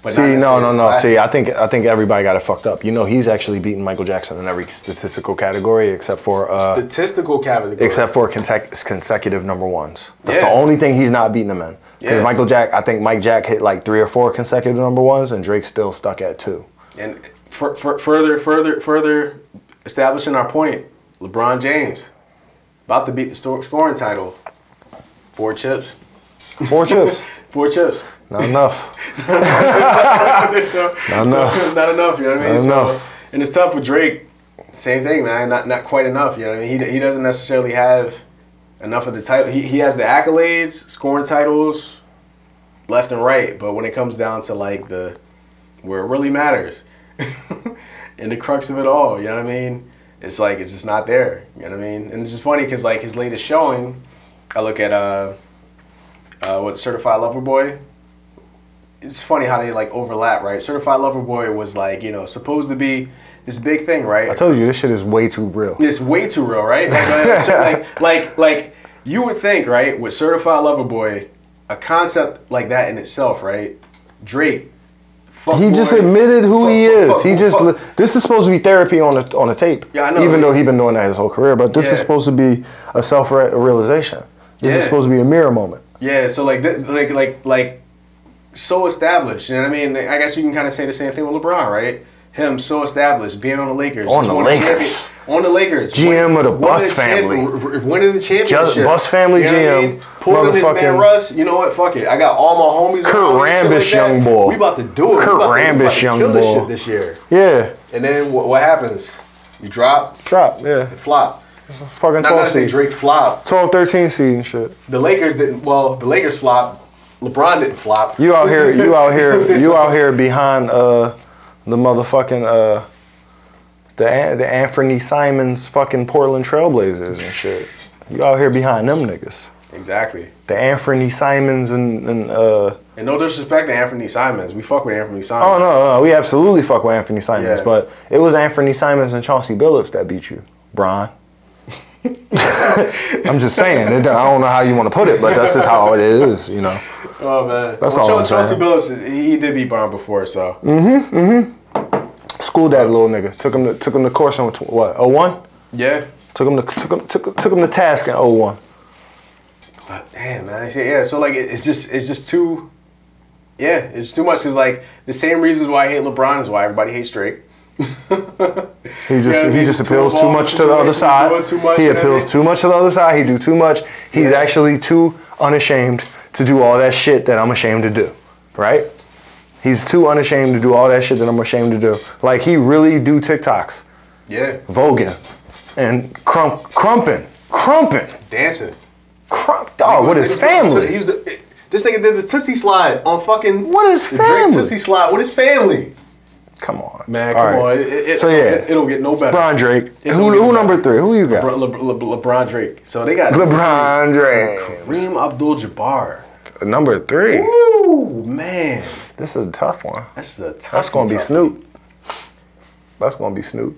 Speaker 3: But
Speaker 1: See, no,
Speaker 3: not necessarily
Speaker 1: no, no.
Speaker 3: classics.
Speaker 1: See, I think I think everybody got it fucked up. You know, he's actually beaten Michael Jackson in every statistical category except for uh,
Speaker 3: statistical category.
Speaker 1: except for consec- consecutive number ones. That's the
Speaker 3: Yeah.
Speaker 1: only thing he's not beaten him in. Because
Speaker 3: Yeah.
Speaker 1: Michael Jack, I think Mike Jack hit like three or four consecutive number ones, and Drake's still stuck at two.
Speaker 3: and fur fur further, further, further establishing our point. LeBron James about to beat the stor- scoring title. Four chips.
Speaker 1: Four chips,
Speaker 3: Four chips.
Speaker 1: not enough.
Speaker 3: So-
Speaker 1: Not enough.
Speaker 3: not enough. You know what I mean?
Speaker 1: Not
Speaker 3: so,
Speaker 1: enough.
Speaker 3: And it's tough with Drake. Same thing, man. Not not quite enough. You know what I mean? He, he doesn't necessarily have enough of the title. He, he has the accolades, scoring titles, left and right. But when it comes down to like the where it really matters, and the crux of it all, you know what I mean? It's like it's just not there. You know what I mean? And it's just funny because like his latest showing, I look at uh, uh what Certified Lover Boy it's funny how they like overlap, right? Certified Lover Boy was like, you know, supposed to be this big thing, right?
Speaker 1: I told you this shit is way too real.
Speaker 3: it's way too real, right? Like, like, like, like, you would think, right, with Certified Lover Boy, a concept like that in itself, right? Drake.
Speaker 1: He
Speaker 3: fuckboy-
Speaker 1: just admitted who he
Speaker 3: fuck,
Speaker 1: is.
Speaker 3: fuck,
Speaker 1: he
Speaker 3: fuck,
Speaker 1: just
Speaker 3: fuck.
Speaker 1: this is supposed to be therapy on a on a tape.
Speaker 3: Yeah, I know.
Speaker 1: Even though he's been doing that his whole career, but this
Speaker 3: Yeah.
Speaker 1: is supposed to be a self realization. This
Speaker 3: Yeah.
Speaker 1: is supposed to be a mirror moment.
Speaker 3: Yeah, so like, th- like, like, like, so established. You know what I mean? I guess you can kind of say the same thing with LeBron, right? Him so established, being on the Lakers,
Speaker 1: On
Speaker 3: just
Speaker 1: the
Speaker 3: won a champion-
Speaker 1: Lakers.
Speaker 3: on the Lakers,
Speaker 1: GM of the
Speaker 3: winning
Speaker 1: Bus
Speaker 3: the champion-
Speaker 1: family.
Speaker 3: r- r- winning the championship,
Speaker 1: Bus family
Speaker 3: what I
Speaker 1: GM,
Speaker 3: mean? pulled in his man
Speaker 1: motherfucking-
Speaker 3: Russ. You know what? Fuck it, I got all my homies.
Speaker 1: Kurt
Speaker 3: around me and shit
Speaker 1: Rambis, young
Speaker 3: that.
Speaker 1: boy.
Speaker 3: We about to do it. We
Speaker 1: Kurt
Speaker 3: about to- we about to
Speaker 1: Rambis, young
Speaker 3: kill this
Speaker 1: boy.
Speaker 3: shit this year.
Speaker 1: Yeah.
Speaker 3: And then what, what happens? You drop,
Speaker 1: Drop. Yeah.
Speaker 3: flop.
Speaker 1: Fucking
Speaker 3: Not
Speaker 1: 12
Speaker 3: not say
Speaker 1: seed.
Speaker 3: Drake flop.
Speaker 1: 12, 13 seed and shit.
Speaker 3: The Lakers didn't. Well, the Lakers flopped. LeBron didn't flop.
Speaker 1: You out here, you out here, you out here behind uh, the motherfucking uh, the An- the Anthony Simons fucking Portland Trailblazers and shit. You out here behind them niggas.
Speaker 3: Exactly.
Speaker 1: The Anthony Simons and, and uh,
Speaker 3: And no disrespect to Anthony Simons. We fuck with Anthony Simons.
Speaker 1: Oh no, no, we absolutely fuck with Anthony Simons,
Speaker 3: Yeah.
Speaker 1: but it was Anthony Simons and Chauncey Billups that beat you, Bron. I'm just saying. It, I don't know how you want to put it, but that's just how it is, you know.
Speaker 3: Oh man.
Speaker 1: That's
Speaker 3: well,
Speaker 1: all I'm Mm.
Speaker 3: Chel- Chelsea Billups, he did beat Brown before, so
Speaker 1: Schooled that little nigga. Took him to took him to course on tw- what? 01?
Speaker 3: yeah.
Speaker 1: Took him to took him took, took him to task oh in 01.
Speaker 3: But damn man, I see, yeah. So like, it- it's just it's just too. Yeah, it's too much. Cause like the same reasons why I hate LeBron is why everybody hates Drake.
Speaker 1: He just
Speaker 3: Yeah,
Speaker 1: he
Speaker 3: he's
Speaker 1: just
Speaker 3: too
Speaker 1: appeals too
Speaker 3: involved
Speaker 1: much
Speaker 3: in
Speaker 1: to the other
Speaker 3: situations,
Speaker 1: side.
Speaker 3: doing too much,
Speaker 1: he
Speaker 3: you know what I
Speaker 1: appeals
Speaker 3: mean?
Speaker 1: too much to the other side. He do too much. He's
Speaker 3: Yeah.
Speaker 1: actually too unashamed to do all that shit that I'm ashamed to do. Right? He's too unashamed to do all that shit that I'm ashamed to do. Like he really do TikToks,
Speaker 3: Yeah,
Speaker 1: voguing, and crump crumping, crumping,
Speaker 3: dancing.
Speaker 1: crump. Dog with his
Speaker 3: Nigga was doing-
Speaker 1: Oh, family.
Speaker 3: He was the, this nigga did the Tootsie slide on fucking
Speaker 1: What is
Speaker 3: the Drake
Speaker 1: family?
Speaker 3: Tootsie slide with his family.
Speaker 1: Come on,
Speaker 3: Man,
Speaker 1: All
Speaker 3: come
Speaker 1: right.
Speaker 3: on. It, it,
Speaker 1: so yeah,
Speaker 3: it, it'll get no better.
Speaker 1: LeBron Drake.
Speaker 3: It
Speaker 1: Who,
Speaker 3: don't get
Speaker 1: who
Speaker 3: better.
Speaker 1: number three? Who you got?
Speaker 3: Bro- Le- Le- Le- LeBron Drake. So they got
Speaker 1: LeBron Drake.
Speaker 3: Kareem Abdul-Jabbar.
Speaker 1: Number three.
Speaker 3: Ooh man,
Speaker 1: This is a tough one.
Speaker 3: that's a tough.
Speaker 1: That's gonna be
Speaker 3: tough-
Speaker 1: Snoop. That's gonna be Snoop.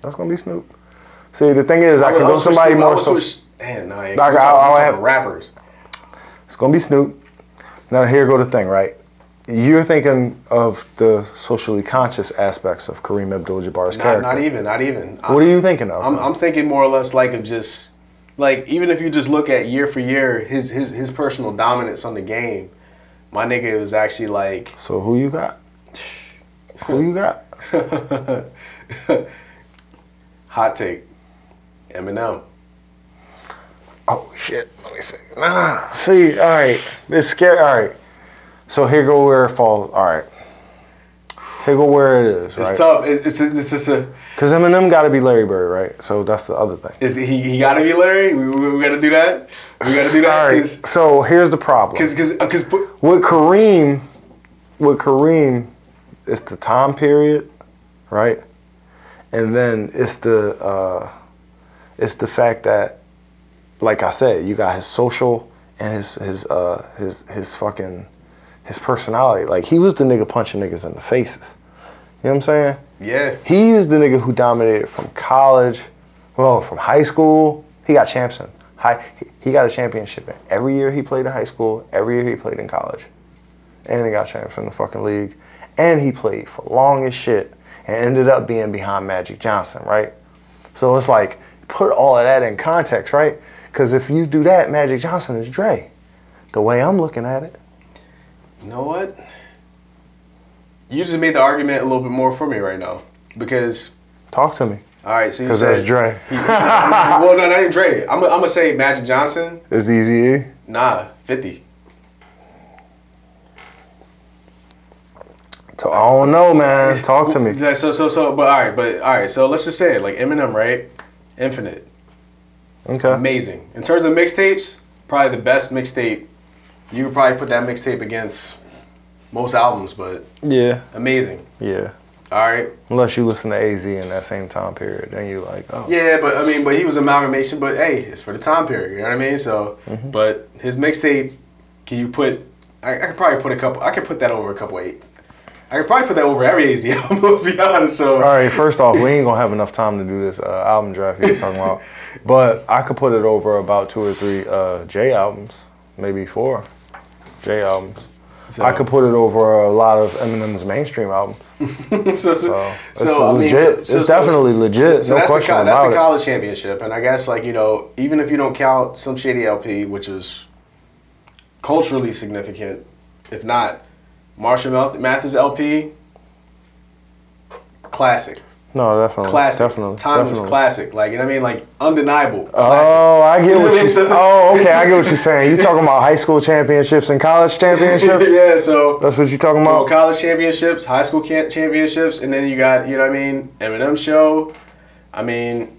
Speaker 1: That's gonna be Snoop. See, the thing is, I,
Speaker 3: I
Speaker 1: can
Speaker 3: would- I
Speaker 1: go
Speaker 3: would
Speaker 1: somebody
Speaker 3: switch- I
Speaker 1: more.
Speaker 3: would
Speaker 1: So
Speaker 3: switch- Damn, nah, yeah.
Speaker 1: Like,
Speaker 3: we're
Speaker 1: I-
Speaker 3: talking-
Speaker 1: I
Speaker 3: we're
Speaker 1: would
Speaker 3: talking
Speaker 1: have-
Speaker 3: rappers.
Speaker 1: it's gonna be Snoop. Now here go the thing, right? You're thinking of the socially conscious aspects of Kareem Abdul-Jabbar's
Speaker 3: Not,
Speaker 1: character.
Speaker 3: not even, not even.
Speaker 1: What are you thinking of?
Speaker 3: I'm, I'm thinking more or less like of just like even if you just look at year for year his his his personal dominance on the game. My nigga was actually like
Speaker 1: so who you got? Who you got?
Speaker 3: hot take, Eminem.
Speaker 1: Oh shit! Let me see. Nah. See, all right. It's scary. All right. So here go where it falls. All right. Here go where it is.
Speaker 3: It's
Speaker 1: Right.
Speaker 3: tough. It's, it's, it's just a.
Speaker 1: Because Eminem got to be Larry Bird, right? So that's the other thing.
Speaker 3: Is he? He gotta be Larry. We, we, we gotta do that. We gotta do
Speaker 1: All
Speaker 3: that.
Speaker 1: right. So here's the problem.
Speaker 3: Cause, cause, 'cause put-
Speaker 1: with Kareem, with Kareem, it's the time period, right? And then it's the uh, it's the fact that, like I said, you got his social and his his uh, his his fucking his personality. Like he was the nigga punching niggas in the faces. You know what I'm saying?
Speaker 3: yeah.
Speaker 1: He's the nigga who dominated from college, well, from high school. He got champs in high. he- He got a championship in every year he played in high school. Every year he played in college, and he got champs in the fucking league. And he played for long as shit, and ended up being behind Magic Johnson, right? So it's like put all of that in context, right? Because if you do that, Magic Johnson is Dre. The way I'm looking at it,
Speaker 3: You know what? You just made the argument a little bit more for me right now because
Speaker 1: talk to me.
Speaker 3: all right. So you
Speaker 1: 'Cause
Speaker 3: said-
Speaker 1: that's Dre.
Speaker 3: He- he- well, no, not even Dre. I'm, I'm gonna say Magic Johnson.
Speaker 1: Is Easy
Speaker 3: Nah, fifty.
Speaker 1: So I don't know, man. Talk to me.
Speaker 3: Yeah, so so so. But all right, but all right. So let's just say it, like Eminem, right? Infinite,
Speaker 1: Okay.
Speaker 3: amazing. In terms of mixtapes, probably the best mixtape. You could probably put that mixtape against most albums, but
Speaker 1: Yeah.
Speaker 3: amazing.
Speaker 1: Yeah.
Speaker 3: All right.
Speaker 1: Unless you listen to AZ in that same time period, then you're like, oh.
Speaker 3: Yeah, but I mean, but he was amalgamation. But hey, it's for the time period. You know what I mean? So,
Speaker 1: Mm-hmm.
Speaker 3: but his mixtape, can you put? I, I could probably put a couple. I could put that over a couple eight. I could probably put that over every AZ album. Let's be honest. So,
Speaker 1: All right, first off, we ain't gonna have enough time to do this uh, album draft you was talking about. But I could put it over about two or three uh, J albums, maybe four J albums. I could put it over a lot of Eminem's mainstream albums.
Speaker 3: so,
Speaker 1: So it's
Speaker 3: I mean,
Speaker 1: legit. it's definitely legit.
Speaker 3: So
Speaker 1: no
Speaker 3: that's, the,
Speaker 1: question
Speaker 3: co- that's
Speaker 1: about
Speaker 3: the
Speaker 1: it.
Speaker 3: college championship, and I guess like you know, even if you don't count some shady LP, which is culturally significant, if not Marshall Math- Mathers LP, classic,
Speaker 1: No, definitely.
Speaker 3: classic,
Speaker 1: Definitely.
Speaker 3: timeless,
Speaker 1: definitely.
Speaker 3: classic. Like you know what I mean? Like undeniable. Classic.
Speaker 1: Oh, I get what you.
Speaker 3: So-
Speaker 1: Oh, okay, I get what you're saying. You talking about high school championships and college championships?
Speaker 3: yeah. So
Speaker 1: That's what you talking
Speaker 3: Well,
Speaker 1: about.
Speaker 3: Oh, college championships, high school can- championships, and then you got, you know what I mean, Eminem show. I mean,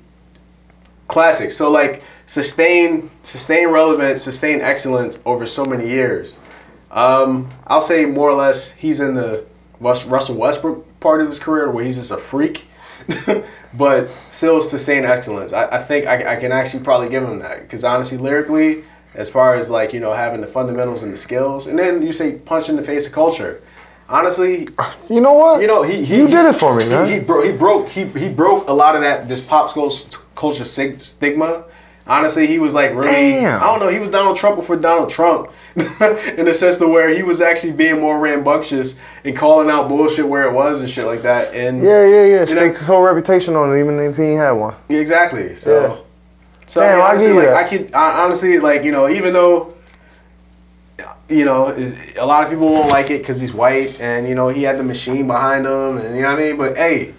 Speaker 3: classic. So like sustain, sustain relevance, sustain excellence over so many years. Um, I'll say more or less he's in the Rus- Russell Westbrook part of his career where he's just a freak, but still sustain excellence. I, I think I, I can actually probably give him that because honestly, lyrically, as far as like you know having the fundamentals and the skills, and then you say punch in the face of culture. Honestly,
Speaker 1: You know what?
Speaker 3: you know he, he
Speaker 1: you did it for me,
Speaker 3: he-
Speaker 1: man.
Speaker 3: He, bro- he broke he, he broke a lot of that this pop culture culture sig- stigma. Honestly, he was like really.
Speaker 1: Damn.
Speaker 3: I don't know. He was Donald Trump before Donald Trump, in the sense to where he was actually being more rambunctious and calling out bullshit where it was and shit like that. And
Speaker 1: yeah, yeah, yeah.
Speaker 3: You know-
Speaker 1: Staked his whole reputation on it, even if he ain't had one.
Speaker 3: Exactly. So,
Speaker 1: Yeah.
Speaker 3: so
Speaker 1: Damn, I
Speaker 3: I mean, honestly,
Speaker 1: get
Speaker 3: like,
Speaker 1: that.
Speaker 3: I could I, honestly like you know even though you know i- a lot of people won't like it because he's white and you know he had the machine behind him and you know what I mean. But hey,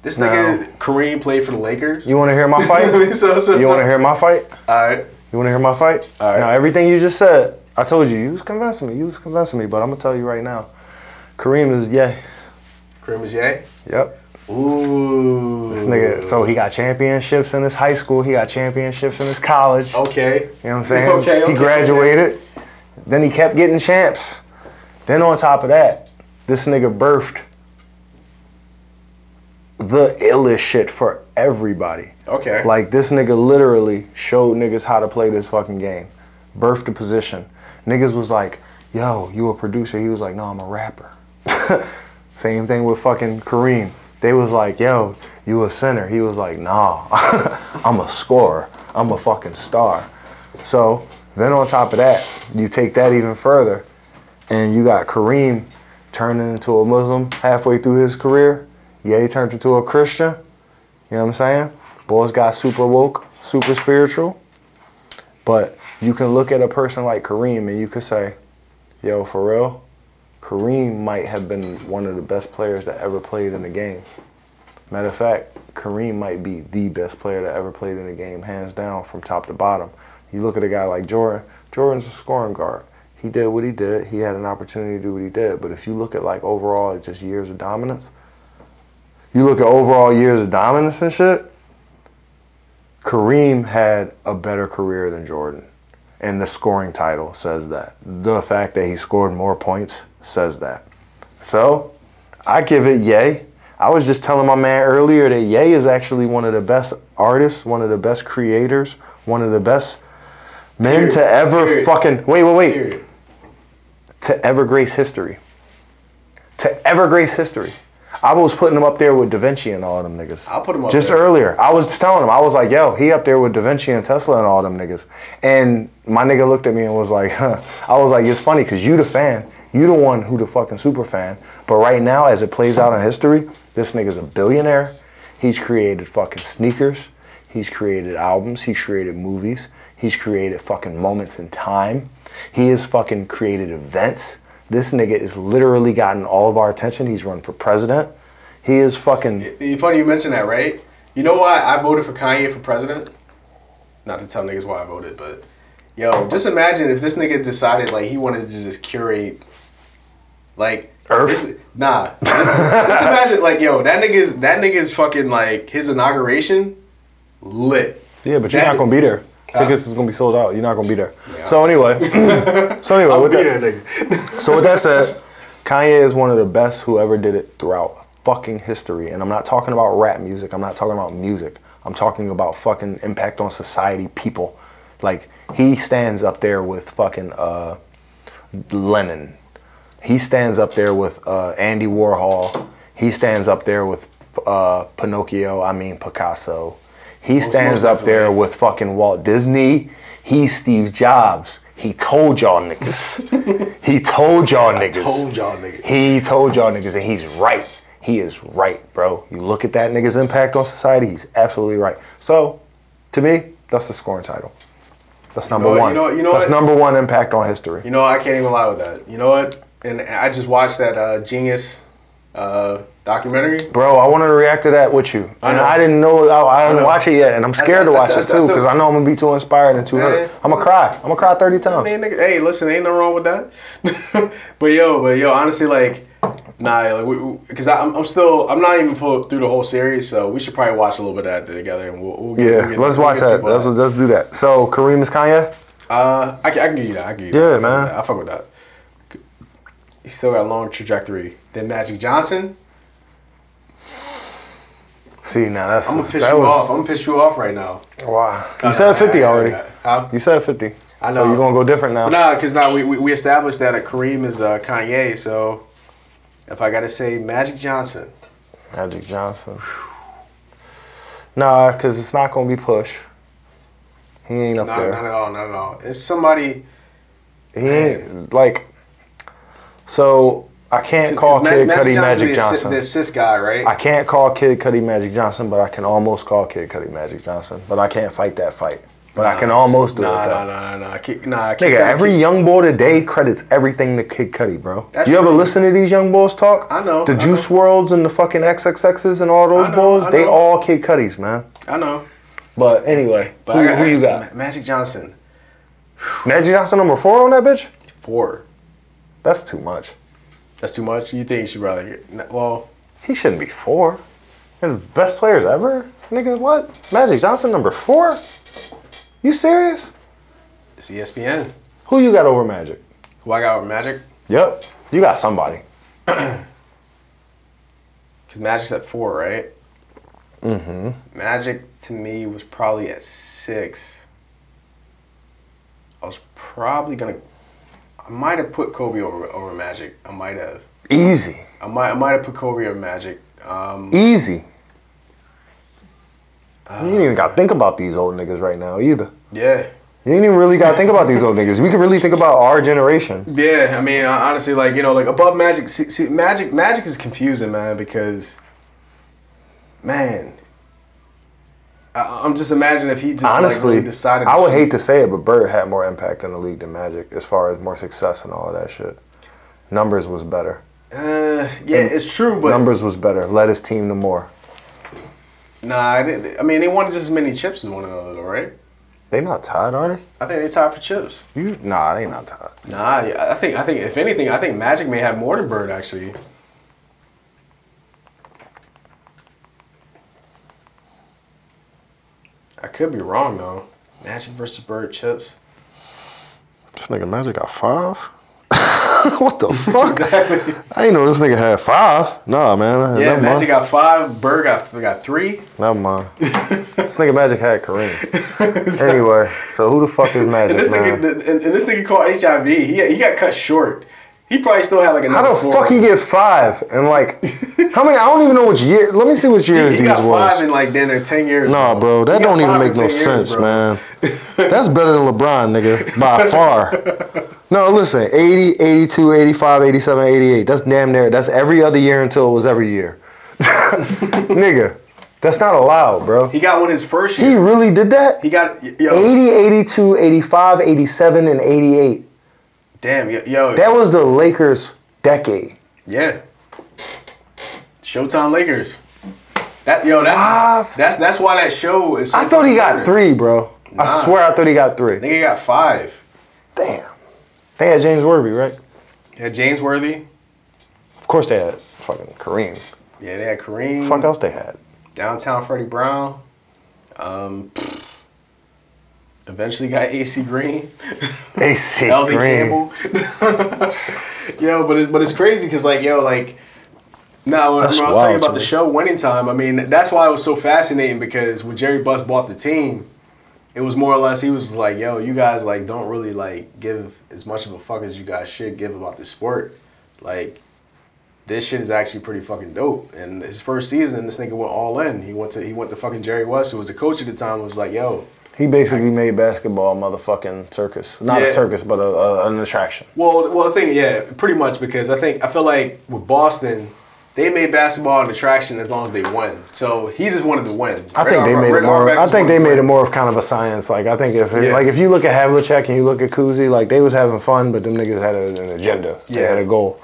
Speaker 3: this
Speaker 1: No.
Speaker 3: nigga Kareem played for the Lakers.
Speaker 1: You want to hear my fight?
Speaker 3: so, so,
Speaker 1: you
Speaker 3: so-
Speaker 1: want to hear my fight?
Speaker 3: All right.
Speaker 1: You want to hear my fight?
Speaker 3: All right.
Speaker 1: Now everything you just said, I told you, you was convincing me. You was convincing me, but I'm gonna tell you right now, Kareem is yeah,
Speaker 3: Kareem is yay.
Speaker 1: yep.
Speaker 3: Ooh.
Speaker 1: This nigga, so he got championships in his high school. He got championships in his college.
Speaker 3: Okay.
Speaker 1: You know what I'm saying?
Speaker 3: Okay, okay,
Speaker 1: he graduated. Then he kept getting champs. Then on top of that, this nigga birthed the illest shit for everybody.
Speaker 3: Okay.
Speaker 1: Like this nigga literally showed niggas how to play this fucking game. Birthed the position. Niggas was like, yo, you a producer. He was like, no, I'm a rapper. Same thing with fucking Kareem. They was like, yo, you a center. He was like, nah, I'm a scorer. I'm a fucking star. So then on top of that, you take that even further and you got Kareem turning into a Muslim halfway through his career. Yeah, he turned into a Christian. You know what I'm saying? Boys got super woke, super spiritual. But you can look at a person like Kareem and you could say, yo, for real, Kareem might have been one of the best players that ever played in the game. Matter of fact, Kareem might be the best player that ever played in the game, hands down, from top to bottom. You look at a guy like Jordan. Jordan's a scoring guard. He did what he did. He had an opportunity to do what he did. But if you look at like overall, it's just years of dominance. You look at overall years of dominance and shit. Kareem had a better career than Jordan. And the scoring title says that. The fact that he scored more points says that. So, I give it yay. I was just telling my man earlier that Ye is actually one of the best artists, one of the best creators, one of the best men to
Speaker 3: Period.
Speaker 1: ever
Speaker 3: Period.
Speaker 1: fucking wait, wait, wait.
Speaker 3: Period.
Speaker 1: To ever grace history. To ever grace history. I was putting him up there with Da Vinci and all them niggas.
Speaker 3: I'll put him up
Speaker 1: Just
Speaker 3: there.
Speaker 1: earlier. I was telling him, I was like, yo, he up there with Da Vinci and Tesla and all them niggas. And my nigga looked at me and was like, huh. I was like, it's funny because you the fan. You the one who the fucking super fan. But right now, as it plays out in history, this nigga's a billionaire. He's created fucking sneakers. He's created albums. He's created movies. He's created fucking moments in time. He has fucking created events. This nigga has literally gotten all of our attention. He's run for president. He is fucking.
Speaker 3: It's funny you mentioned that, right? You know why I voted for Kanye for president? Not to tell niggas why I voted, but yo, just imagine if this nigga decided like he wanted to just curate, like
Speaker 1: Earth?
Speaker 3: this- nah, just imagine like yo, that nigga's that nigga's fucking like his inauguration lit.
Speaker 1: Yeah, but you're
Speaker 3: That-
Speaker 1: not gonna be there.
Speaker 3: Huh?
Speaker 1: Tickets is gonna be sold out. You're not gonna be there. So anyway, so anyway, with
Speaker 3: Be
Speaker 1: that,
Speaker 3: that nigga.
Speaker 1: so with that said, Kanye is one of the best who ever did it throughout fucking history. And I'm not talking about rap music. I'm not talking about music. I'm talking about fucking impact on society, people. Like he stands up there with fucking uh, Lennon. He stands up there with uh, Andy Warhol. He stands up there with uh, Pinocchio. I mean Picasso. He stands
Speaker 3: most
Speaker 1: up there
Speaker 3: definitely.
Speaker 1: with fucking Walt Disney. He's Steve Jobs. He told y'all niggas. he told y'all niggas.
Speaker 3: told y'all niggas.
Speaker 1: He told y'all niggas, and he's right. He is right, bro. You look at that nigga's impact on society. He's absolutely right. So, to me, that's the scoring title. That's number
Speaker 3: know what-
Speaker 1: one.
Speaker 3: you know what- you know
Speaker 1: that's
Speaker 3: what?
Speaker 1: number one impact on history.
Speaker 3: You know, I can't even lie with that. You know what? And I just watched that uh, Genius uh, documentary.
Speaker 1: Bro, I wanted to react to that with you, and
Speaker 3: know.
Speaker 1: I didn't know. I, I didn't
Speaker 3: know.
Speaker 1: watch it yet, and I'm scared to
Speaker 3: I
Speaker 1: watch
Speaker 3: said-
Speaker 1: it
Speaker 3: I said- I
Speaker 1: too
Speaker 3: said-
Speaker 1: because I know I'm gonna be too inspired and too hurt.
Speaker 3: Yeah.
Speaker 1: I'm gonna cry. I'm gonna cry thirty
Speaker 3: Hey,
Speaker 1: times.
Speaker 3: nigga, hey, listen, ain't nothing wrong with that. but yo, but yo, honestly, like, nah, like, we, because I'm, I'm still, I'm not even full through the whole series, so we should probably watch a little bit of that together, and we'll, we'll get-
Speaker 1: Yeah,
Speaker 3: we'll get-
Speaker 1: let's
Speaker 3: we'll
Speaker 1: watch
Speaker 3: get
Speaker 1: that.
Speaker 3: people
Speaker 1: Let's let's do that. So Kareem is Kanye.
Speaker 3: Uh, I, can- I can give you that. I can give you
Speaker 1: Yeah,
Speaker 3: that.
Speaker 1: man.
Speaker 3: I fuck with that. He still got a long trajectory. Then Magic Johnson,
Speaker 1: See now that's
Speaker 3: I'm gonna piss
Speaker 1: that
Speaker 3: you
Speaker 1: was
Speaker 3: off. I'm gonna piss you off right now.
Speaker 1: wow. You said fifty already.
Speaker 3: Huh?
Speaker 1: You said fifty.
Speaker 3: I
Speaker 1: So
Speaker 3: know.
Speaker 1: you're gonna go different now.
Speaker 3: Nah, because now we, we, we established that a Kareem is uh, Kanye, so if I gotta say Magic Johnson,
Speaker 1: Magic Johnson. Nah, cause it's not gonna be push. He ain't up
Speaker 3: no,
Speaker 1: there.
Speaker 3: not at all, not at all. It's somebody.
Speaker 1: He ain't like. So I can't call
Speaker 3: 'cause Ma-
Speaker 1: Kid Cudi Magic
Speaker 3: the assi-
Speaker 1: Johnson.
Speaker 3: the assist guy, right?
Speaker 1: I can't call Kid Cudi Magic Johnson, but I can almost call Kid Cudi Magic Johnson. But I can't fight that fight. But I can almost do
Speaker 3: nah,
Speaker 1: it.
Speaker 3: nah,
Speaker 1: Though.
Speaker 3: nah, nah, nah, Ki- nah. Kid
Speaker 1: Nigga,
Speaker 3: Cudi-
Speaker 1: every
Speaker 3: Kid-
Speaker 1: young boy today credits everything to Kid Cudi, bro.
Speaker 3: That's
Speaker 1: you ever
Speaker 3: true.
Speaker 1: listen to these young boys talk?
Speaker 3: I know,
Speaker 1: The
Speaker 3: I
Speaker 1: Juice
Speaker 3: know.
Speaker 1: Worlds and the fucking XXXs and all those
Speaker 3: I know,
Speaker 1: boys,
Speaker 3: I
Speaker 1: they
Speaker 3: know.
Speaker 1: all Kid Cudis, man.
Speaker 3: I know.
Speaker 1: But anyway,
Speaker 3: But
Speaker 1: who,
Speaker 3: I
Speaker 1: who you got?
Speaker 3: Ma- Magic Johnson,
Speaker 1: Magic Johnson number four on that bitch?
Speaker 3: four.
Speaker 1: That's too much.
Speaker 3: That's too much. You think you should probably? get- n- Well,
Speaker 1: He shouldn't be four. They're the best players ever? Nigga, what? Magic Johnson number four? You serious?
Speaker 3: it's E ESPN.
Speaker 1: Who you got over Magic?
Speaker 3: Who I got with Magic?
Speaker 1: Yep. You got somebody.
Speaker 3: Because Magic's at four, right? Mm-hmm. Magic to me was probably at six. I was probably gonna. I might have put Kobe over over Magic. I might have.
Speaker 1: Easy.
Speaker 3: I might I might have put Kobe over Magic. Um,
Speaker 1: Easy. you ain't even gotta think about these old niggas right now either.
Speaker 3: yeah.
Speaker 1: You ain't even really gotta think about these old niggas. We can really think about our generation.
Speaker 3: Yeah, I mean, I- honestly, like you know, like above magic, see, see, magic, magic is confusing, man, because, man, I, I'm just imagining if he just like,
Speaker 1: Honestly,
Speaker 3: really decided.
Speaker 1: I would
Speaker 3: shoot.
Speaker 1: hate to say it, but Bird had more impact in the league than Magic as far as more success and all of that shit. Numbers was better.
Speaker 3: Uh, yeah, it's true, but
Speaker 1: Numbers was better. Led his team to more.
Speaker 3: nah, I, didn't, I mean, they wanted just as many chips as one another, though, right?
Speaker 1: They not tied, are they?
Speaker 3: I think they tied for chips.
Speaker 1: You nah, they not tied.
Speaker 3: Nah, yeah, I think I think if anything, I think Magic may have more than Bird actually. I could be wrong though. Magic versus Bird chips.
Speaker 1: This nigga Magic got five. what the fuck? I ain't know this nigga had five. Nah, man. I-
Speaker 3: Yeah,
Speaker 1: never mind.
Speaker 3: Magic got five. Bird got got three.
Speaker 1: Never mind. this nigga Magic had Kareem. anyway, so who the fuck is Magic,
Speaker 3: And this
Speaker 1: man?
Speaker 3: nigga, and, and this nigga called HIV. He he got cut short. He probably still had like another.
Speaker 1: how the
Speaker 3: four.
Speaker 1: fuck he get five? And like, how many? I don't even know which year. Let me see which years
Speaker 3: He
Speaker 1: these
Speaker 3: got
Speaker 1: was.
Speaker 3: five in like then or ten years.
Speaker 1: Nah, bro,
Speaker 3: He
Speaker 1: that
Speaker 3: got
Speaker 1: don't even
Speaker 3: five
Speaker 1: make
Speaker 3: in
Speaker 1: no
Speaker 3: 10 years,
Speaker 1: sense,
Speaker 3: bro.
Speaker 1: man. That's better than LeBron, nigga, by far. No, listen, 80, 82, 85, 87, 88. That's damn near. That's every other year until it was every year. nigga, that's not allowed, bro.
Speaker 3: He got one his first
Speaker 1: He
Speaker 3: year.
Speaker 1: really did that?
Speaker 3: He got yo.
Speaker 1: 80, 82, 85, 87, and 88.
Speaker 3: Damn yo. yo
Speaker 1: That was the Lakers' decade.
Speaker 3: yeah. Showtime Lakers. That yo that's
Speaker 1: Five?
Speaker 3: that's that's why that show is. so
Speaker 1: I thought he got
Speaker 3: fucking
Speaker 1: three, bro. I
Speaker 3: Nah.
Speaker 1: swear I thought he got three.
Speaker 3: better. Nigga got five.
Speaker 1: Damn. They had James Worthy, right?
Speaker 3: Yeah, James Worthy.
Speaker 1: Of course they had fucking Kareem.
Speaker 3: Yeah, they had Kareem.
Speaker 1: fuck else they had?
Speaker 3: Downtown Freddie Brown. Um, eventually got AC Green,
Speaker 1: AC
Speaker 3: Elvin
Speaker 1: Green.
Speaker 3: Campbell. yo, but it's but it's crazy because like yo like. No, when,
Speaker 1: That's
Speaker 3: when I
Speaker 1: wild
Speaker 3: was talking
Speaker 1: to
Speaker 3: about the
Speaker 1: me.
Speaker 3: show Winning Time, I mean that's why it was so fascinating because when Jerry Buss bought the team, it was more or less he was like, "Yo, you guys like don't really like give as much of a fuck as you guys should give about this sport. Like, this shit is actually pretty fucking dope." And his first season, this nigga went all in. He went to he went to fucking Jerry West, who was the coach at the time, was like, "Yo,
Speaker 1: He basically made basketball a motherfucking circus. Not a
Speaker 3: Yeah.
Speaker 1: circus, but a, a, an attraction.
Speaker 3: Well, well, the thing, yeah, pretty much because I think I feel like with Boston, they made basketball an attraction as long as they won. So he just wanted to win.
Speaker 1: I think they made it more. I think they made it more of kind of a science. Like I think if
Speaker 3: Yeah.
Speaker 1: like if you look at Havlicek and you look at Kuzi, like they was having fun, but them niggas had a, an agenda. They
Speaker 3: Yeah.
Speaker 1: had a goal.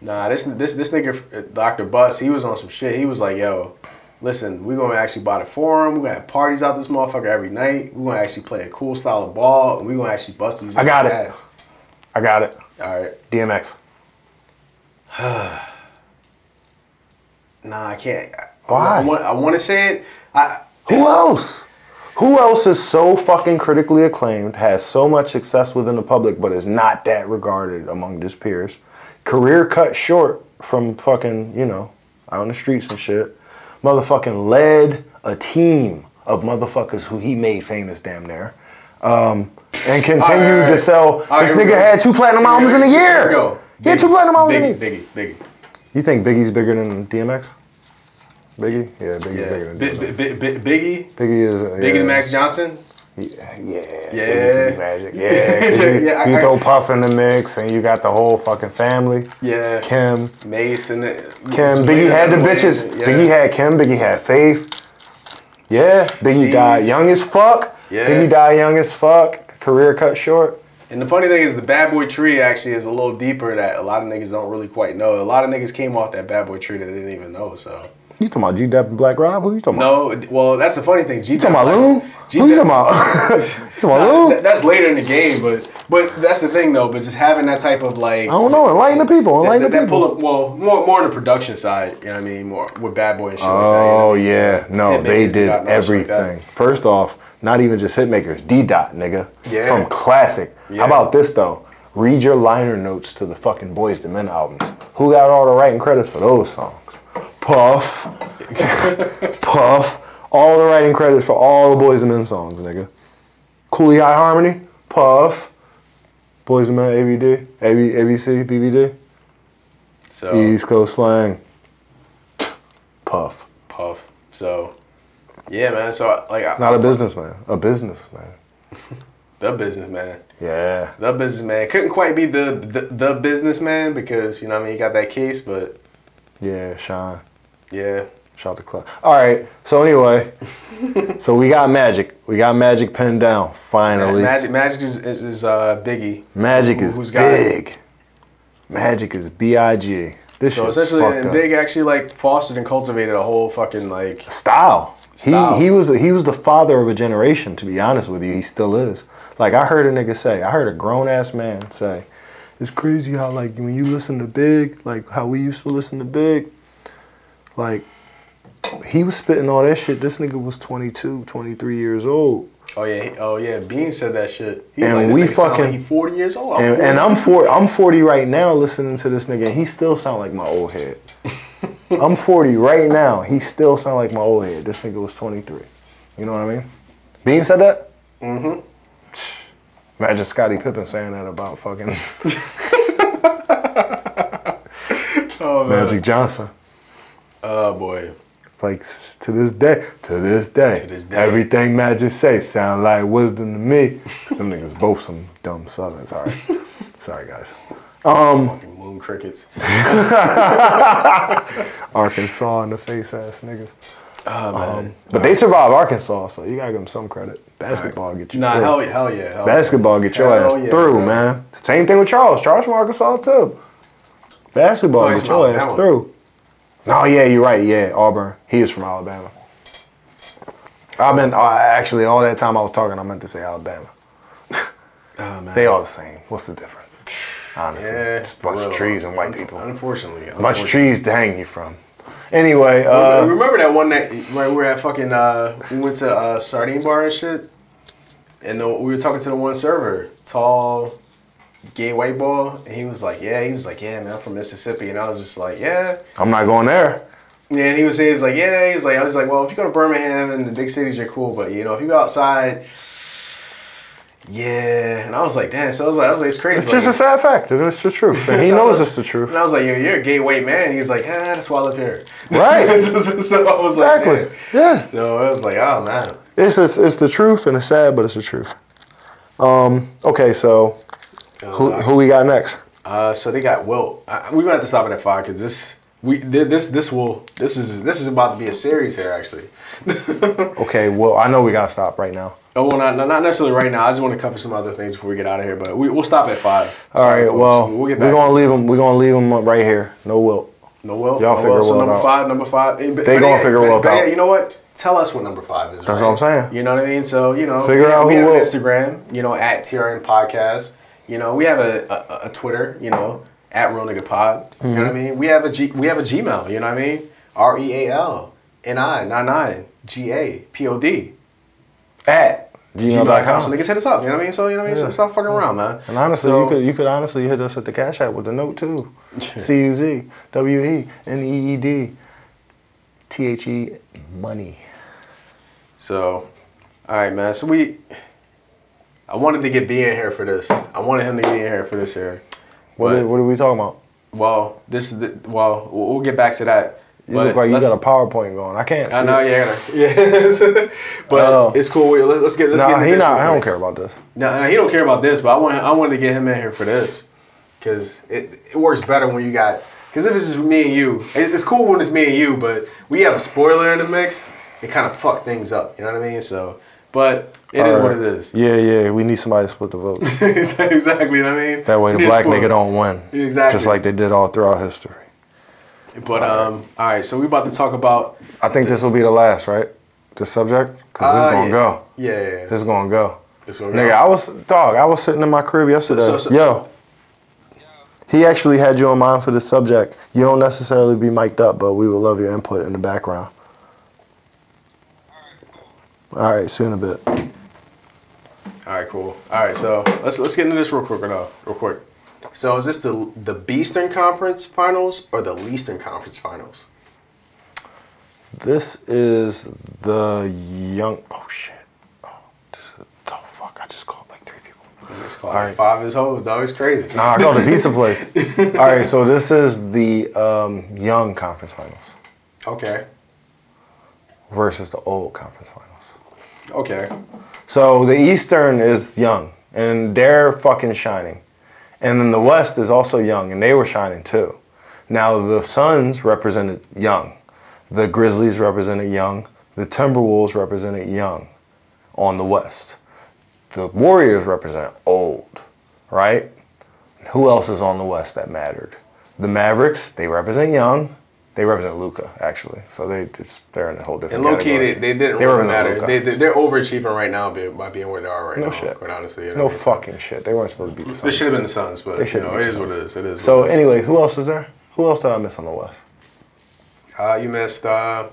Speaker 3: Nah, this this this nigga, uh, Dr. Bus, he was on some shit. He was like, "Yo, listen, we're gonna actually buy the forum. We're gonna have parties out this motherfucker every night. We're gonna actually play a cool style of ball, and we're gonna actually bust these."
Speaker 1: I got
Speaker 3: niggas'
Speaker 1: it. I got it.
Speaker 3: All right.
Speaker 1: DMX.
Speaker 3: Nah, I can't. I-
Speaker 1: Why?
Speaker 3: I, want, I want to say it. I
Speaker 1: Who else? Who else is so fucking critically acclaimed, has so much success within the public, but is not that regarded among his peers? Career cut short from fucking, you know, out in the streets and shit. Motherfucking led a team of motherfuckers who he made famous damn near. Um, and continued
Speaker 3: All right, all right.
Speaker 1: to sell.
Speaker 3: All right,
Speaker 1: this
Speaker 3: here we
Speaker 1: nigga
Speaker 3: go.
Speaker 1: had two platinum albums in a
Speaker 3: Here
Speaker 1: year.
Speaker 3: we go.
Speaker 1: He had two
Speaker 3: Biggie,
Speaker 1: platinum albums in a year.
Speaker 3: Biggie, Biggie, Biggie.
Speaker 1: You think Biggie's bigger than DMX? Biggie? Yeah, Biggie's bigger
Speaker 3: Yeah,
Speaker 1: than
Speaker 3: Bi-
Speaker 1: DMX.
Speaker 3: Bi- Bi- Bi- Biggie,
Speaker 1: Biggie is uh,
Speaker 3: Biggie
Speaker 1: yeah.
Speaker 3: and Max Johnson.
Speaker 1: Yeah, yeah,
Speaker 3: Yeah.
Speaker 1: Biggie could be Magic. Yeah, 'cause you,
Speaker 3: Yeah, I-
Speaker 1: you
Speaker 3: I-
Speaker 1: throw Puff in the mix, and you got the whole fucking family.
Speaker 3: Yeah.
Speaker 1: Kim,
Speaker 3: Mace and the,
Speaker 1: Kim, Biggie had the bitches.
Speaker 3: Yeah.
Speaker 1: Biggie had Kim. Biggie had Faith. Yeah, Biggie
Speaker 3: Jeez.
Speaker 1: died young as fuck.
Speaker 3: Yeah.
Speaker 1: Biggie died young as fuck. Career cut short.
Speaker 3: And the funny thing is, the Bad Boy tree actually is a little deeper that a lot of niggas don't really quite know. A lot of niggas came off that Bad Boy tree that they didn't even know. So
Speaker 1: You talking about G Dep and Black Rob? Who you talking about?
Speaker 3: no, well, that's the funny thing. G
Speaker 1: You talking about Loon? Who you talking about? you talking about Loon?
Speaker 3: uh, That's later in the game, but but that's the thing though. But just having that type of like
Speaker 1: I don't know. Enlighten the people.
Speaker 3: that,
Speaker 1: Enlighten
Speaker 3: that,
Speaker 1: the
Speaker 3: that
Speaker 1: people.
Speaker 3: pull up, well, more more on the production side, you know what I mean? More with Bad Boy and shit.
Speaker 1: Oh
Speaker 3: like that, you know what I
Speaker 1: yeah,
Speaker 3: mean? So,
Speaker 1: no,
Speaker 3: Hitmakers,
Speaker 1: they
Speaker 3: G
Speaker 1: did
Speaker 3: Dot, and all shit like that.
Speaker 1: everything. First off, not even just hitmakers, D Dot nigga
Speaker 3: Yeah.
Speaker 1: from classic.
Speaker 3: Yeah.
Speaker 1: How about this though? Read your liner notes to the fucking Boys to Men albums. Who got all the writing credits for those songs? Puff, Puff, all the writing credits for all the Boys to Men songs, nigga. Cooley High Harmony, Puff, Boys to Men, ABD, AB, ABC, BBD,
Speaker 3: So
Speaker 1: East Coast Slang, Puff.
Speaker 3: Puff. So, yeah, man. So like, I,
Speaker 1: Not a businessman, a businessman.
Speaker 3: the businessman,
Speaker 1: Yeah.
Speaker 3: the businessman couldn't quite be the, the the businessman because you know what I mean. He got that case, but
Speaker 1: Yeah, Sean.
Speaker 3: yeah,
Speaker 1: Shout the club. All right. So anyway, so we got Magic. We got Magic pinned down finally. Magic,
Speaker 3: Magic Magic is is, is uh, Biggie. Who-
Speaker 1: is
Speaker 3: who's got it.
Speaker 1: big. Magic is big. This
Speaker 3: So
Speaker 1: shit's
Speaker 3: essentially,
Speaker 1: fucked
Speaker 3: and
Speaker 1: up.
Speaker 3: Big actually like fostered and cultivated a whole fucking like
Speaker 1: style. He He he was he was the father of a generation. To be honest with you, he still is. Like I heard a nigga say, I heard a grown ass man say, "It's crazy how like when you listen to Big, like how we used to listen to Big, like." He was spitting all that shit. This nigga was 22, 23 years old.
Speaker 3: Oh yeah, he- oh yeah. Bean said that shit. He
Speaker 1: And
Speaker 3: like, this
Speaker 1: we
Speaker 3: nigga sound
Speaker 1: fucking-
Speaker 3: like he forty years old. Oh, I'm
Speaker 1: And,
Speaker 3: 40.
Speaker 1: and I'm four, I'm 40 right now listening to this nigga, and he still sound like my old head. I'm 40 right now. He still sound like my old head. This nigga was 23. You know what I mean? Bean said that? Mm-hmm. Imagine Scottie Pippen saying that about fucking
Speaker 3: oh, man.
Speaker 1: Magic Johnson.
Speaker 3: Oh boy.
Speaker 1: It's like s- to this day, to this day,
Speaker 3: To this day.
Speaker 1: everything Magic say sound like wisdom to me. Some niggas both some dumb southerns. All right, sorry guys.
Speaker 3: Moon crickets.
Speaker 1: Arkansas in the face ass niggas. Um,
Speaker 3: Oh man.
Speaker 1: But they survived Arkansas, so you gotta give them some credit. Basketball get you
Speaker 3: nah,
Speaker 1: through.
Speaker 3: hell, yeah, hell yeah. hell
Speaker 1: Basketball get your
Speaker 3: Hell
Speaker 1: ass
Speaker 3: yeah,
Speaker 1: through,
Speaker 3: bro.
Speaker 1: man. Same thing with Charles. Charles from Arkansas too. Basketball
Speaker 3: Oh, he's
Speaker 1: get
Speaker 3: from
Speaker 1: your ass
Speaker 3: Alabama.
Speaker 1: through. Oh yeah, you're right. Yeah, Auburn. He is from Alabama. I meant uh, actually all that time I was talking, I meant to say Alabama.
Speaker 3: yeah. Oh, man.
Speaker 1: They all the same. What's the difference? Honestly,
Speaker 3: Yeah,
Speaker 1: just a bunch
Speaker 3: bro.
Speaker 1: of trees and white
Speaker 3: Unf-
Speaker 1: people. A
Speaker 3: Unfortunately,
Speaker 1: bunch of
Speaker 3: unfortunately.
Speaker 1: trees to hang you from. Anyway, uh,
Speaker 3: remember that one night where we were at fucking uh, we went to uh, sardine bar and shit, and the, we were talking to the one server, tall, gay white ball, and he was like, yeah, he was like, yeah, man, I'm from Mississippi, and I was just like, yeah,
Speaker 1: I'm not going there.
Speaker 3: yeah, and he was saying, he was like, yeah, he was like, I was like, well, if you go to Birmingham and the big cities, you're cool, but you know, if you go outside. Yeah, and I was like, damn. So I was like, I was like, it's crazy.
Speaker 1: It's
Speaker 3: like,
Speaker 1: just a sad fact. It's the truth. And he
Speaker 3: So I
Speaker 1: knows
Speaker 3: was like-
Speaker 1: it's the truth.
Speaker 3: And I was like, Yo, you're a gay white man. He's like, ah, that's why I live here.
Speaker 1: Right.
Speaker 3: so, so- so I was like,
Speaker 1: Exactly.
Speaker 3: "Man."
Speaker 1: Yeah.
Speaker 3: So I was like, oh man.
Speaker 1: It's, it's it's the truth and it's sad, but it's the truth. Um. Okay. So who who we got next?
Speaker 3: Uh, so they got Wilt. Uh, we're gonna have to stop it at five because this we thi- this this will this is this is about to be a series here actually.
Speaker 1: Okay. Well, I know we gotta stop right now.
Speaker 3: Oh well, not not necessarily right now. I just want to cover some other things before we get out of here, but we we will stop at five.
Speaker 1: All right. Well,
Speaker 3: we'll
Speaker 1: we are
Speaker 3: get back.
Speaker 1: gonna
Speaker 3: to
Speaker 1: leave them. We're gonna leave them right here. No will.
Speaker 3: no Wilt.
Speaker 1: y'all
Speaker 3: no
Speaker 1: figure
Speaker 3: Wilt. So
Speaker 1: Wilt
Speaker 3: number
Speaker 1: out.
Speaker 3: five, number five. They
Speaker 1: gonna figure Wilt
Speaker 3: Yeah,
Speaker 1: out.
Speaker 3: you know what? Tell us what number five is.
Speaker 1: That's
Speaker 3: right?
Speaker 1: what I'm saying.
Speaker 3: You know what I mean? So you know,
Speaker 1: Figure
Speaker 3: we,
Speaker 1: out
Speaker 3: we
Speaker 1: who
Speaker 3: have an
Speaker 1: Wilt.
Speaker 3: Instagram. You know, at TRN Podcast. You know, we have a, a, a Twitter. You know, at Real Nigga Pod. You
Speaker 1: Mhm.
Speaker 3: know what I mean? We have a G, we have a Gmail. You know what I mean? R E A L N I nine nine G A P O D.
Speaker 1: At
Speaker 3: Gmail.com. So
Speaker 1: gmail.com.
Speaker 3: niggas hit us up. You know what I mean? So you know what I mean? So stop fucking around, man.
Speaker 1: And honestly,
Speaker 3: So-
Speaker 1: you could you could honestly hit us at the cash app with the note too. C U Z W E N E E D T H E money.
Speaker 3: So, all right, man. So we, I wanted to get B in here for this. I wanted him to get in here for this here.
Speaker 1: What
Speaker 3: But-
Speaker 1: are, what are we talking about?
Speaker 3: Well, this is the, well, we'll we'll get back to that.
Speaker 1: You look like you got a PowerPoint going. I can't.
Speaker 3: I
Speaker 1: see
Speaker 3: know,
Speaker 1: it.
Speaker 3: yeah, yeah. Yes. but
Speaker 1: Oh.
Speaker 3: it's cool. Wait, Let's, let's get let's get.
Speaker 1: Nah,
Speaker 3: into
Speaker 1: he
Speaker 3: this
Speaker 1: not.
Speaker 3: real
Speaker 1: I don't
Speaker 3: quick.
Speaker 1: care about this.
Speaker 3: No, no, he don't care about this, but I want I wanted to get him in here for this because it, it works better when you got because if it's just me and you, it, it's cool when it's me and you, but we have a spoiler in the mix, it kind of fuck things up. You know what I mean? So, but it is what it is.
Speaker 1: Yeah, yeah. We need somebody to split the vote.
Speaker 3: exactly. You know what I mean?
Speaker 1: That way, the
Speaker 3: We
Speaker 1: black
Speaker 3: just-
Speaker 1: nigga don't win.
Speaker 3: Exactly.
Speaker 1: Just like they did all throughout history.
Speaker 3: But um, all right. So we about to talk about.
Speaker 1: I think this will be the last, right? This subject, because this
Speaker 3: Uh,
Speaker 1: is gonna
Speaker 3: yeah.
Speaker 1: go.
Speaker 3: Yeah, yeah, yeah.
Speaker 1: This is gonna go.
Speaker 3: It's gonna
Speaker 1: Nigga,
Speaker 3: go.
Speaker 1: I was dog. I was sitting in my crib yesterday.
Speaker 3: So- so-
Speaker 1: Yo, he actually had you in mind for this subject. You don't necessarily be mic'd up, but we would love your input in the background. All right, see you in a bit.
Speaker 3: All right, cool. All right, so let's let's get into this real quick or no, real quick. So is this the the Beastern Conference Finals or the Leastern Conference Finals?
Speaker 1: This is the young. Oh shit! Oh, this is, oh fuck! I just called like three people.
Speaker 3: It's called
Speaker 1: All right.
Speaker 3: five is hoes. Dog it's crazy.
Speaker 1: Nah, I called a pizza place. All right, so this is the um, young conference finals
Speaker 3: Okay,
Speaker 1: versus the old conference finals.
Speaker 3: okay.
Speaker 1: So the Eastern is young, and they're fucking shining. And then the West is also young, and they were shining too. Now the Suns represented young, the Grizzlies represented young, the Timberwolves represented young on the West. The Warriors represent old, right? Who else is on the West that mattered? The Mavericks, they represent young. They represent Luca actually, so they just they're in a whole different.
Speaker 3: And low key,
Speaker 1: category.
Speaker 3: they, they didn't
Speaker 1: They
Speaker 3: really
Speaker 1: represent
Speaker 3: matter.
Speaker 1: Luka.
Speaker 3: They, they, they're overachieving right now by, by being where they are right
Speaker 1: no
Speaker 3: now.
Speaker 1: shit.
Speaker 3: Quite honestly. you know
Speaker 1: no
Speaker 3: what I mean?
Speaker 1: fucking shit. They weren't supposed to beat the
Speaker 3: They
Speaker 1: Suns.
Speaker 3: should have been the Suns, but you
Speaker 1: should have
Speaker 3: know,
Speaker 1: been
Speaker 3: it
Speaker 1: the
Speaker 3: is what it
Speaker 1: Suns.
Speaker 3: is. It is.
Speaker 1: So
Speaker 3: what it is.
Speaker 1: anyway, who else is there? Who else did I miss on the West?
Speaker 3: uh, you missed uh,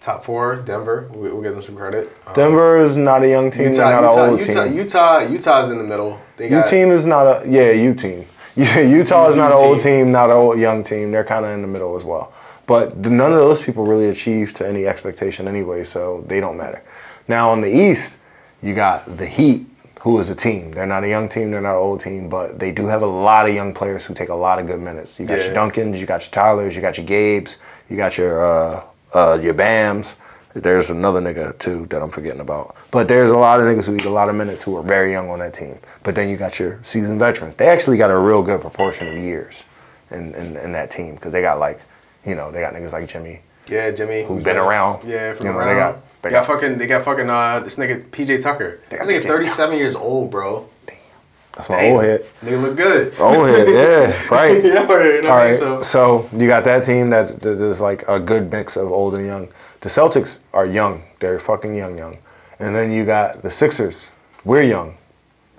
Speaker 3: top four. Denver. We, we'll give them some credit. Um,
Speaker 1: Denver is not a young team.
Speaker 3: Utah,
Speaker 1: they're not
Speaker 3: Utah,
Speaker 1: an old
Speaker 3: Utah,
Speaker 1: team.
Speaker 3: Utah, Utah's in the mitle. They
Speaker 1: U
Speaker 3: got,
Speaker 1: team is not a yeah U team. Utah is
Speaker 3: U
Speaker 1: not an old
Speaker 3: team.
Speaker 1: team, not an old young team. They're kind of in the middle as well. But th- none of those people really achieved to any expectation anyway, so they don't matter. Now on the East, you got the Heat, who is a team. They're not a young team, they're not an old team, but they do have a lot of young players who take a lot of good minutes. You got
Speaker 3: Yeah.
Speaker 1: your Duncans, you got your Tylers, you got your Gabes, you got your uh, uh, your Bams. There's another nigga too that I'm forgetting about. But there's a lot of niggas who eat a lot of minutes who are very young on that team. But then you got your seasoned veterans. They actually got a real good proportion of years in, in, in that team because they got like, you know, they got niggas like Jimmy.
Speaker 3: Yeah, Jimmy.
Speaker 1: Who's been around.
Speaker 3: Yeah, from
Speaker 1: You know,
Speaker 3: around.
Speaker 1: they got-
Speaker 3: they
Speaker 1: they
Speaker 3: got
Speaker 1: got-
Speaker 3: fucking. They got fucking. Uh, this nigga PJ Tucker.
Speaker 1: They
Speaker 3: That
Speaker 1: got
Speaker 3: nigga
Speaker 1: PJ
Speaker 3: 37 years old, bro.
Speaker 1: That's my
Speaker 3: Damn.
Speaker 1: old head.
Speaker 3: Nigga look good.
Speaker 1: Old head, yeah, right.
Speaker 3: yeah, right. You
Speaker 1: Oh.
Speaker 3: know
Speaker 1: All
Speaker 3: what I
Speaker 1: right,
Speaker 3: mean?
Speaker 1: so.
Speaker 3: So
Speaker 1: you got that team that's, that is like a good mix of old and young. The Celtics are young; they're fucking young, young. And then you got the Sixers. We're young,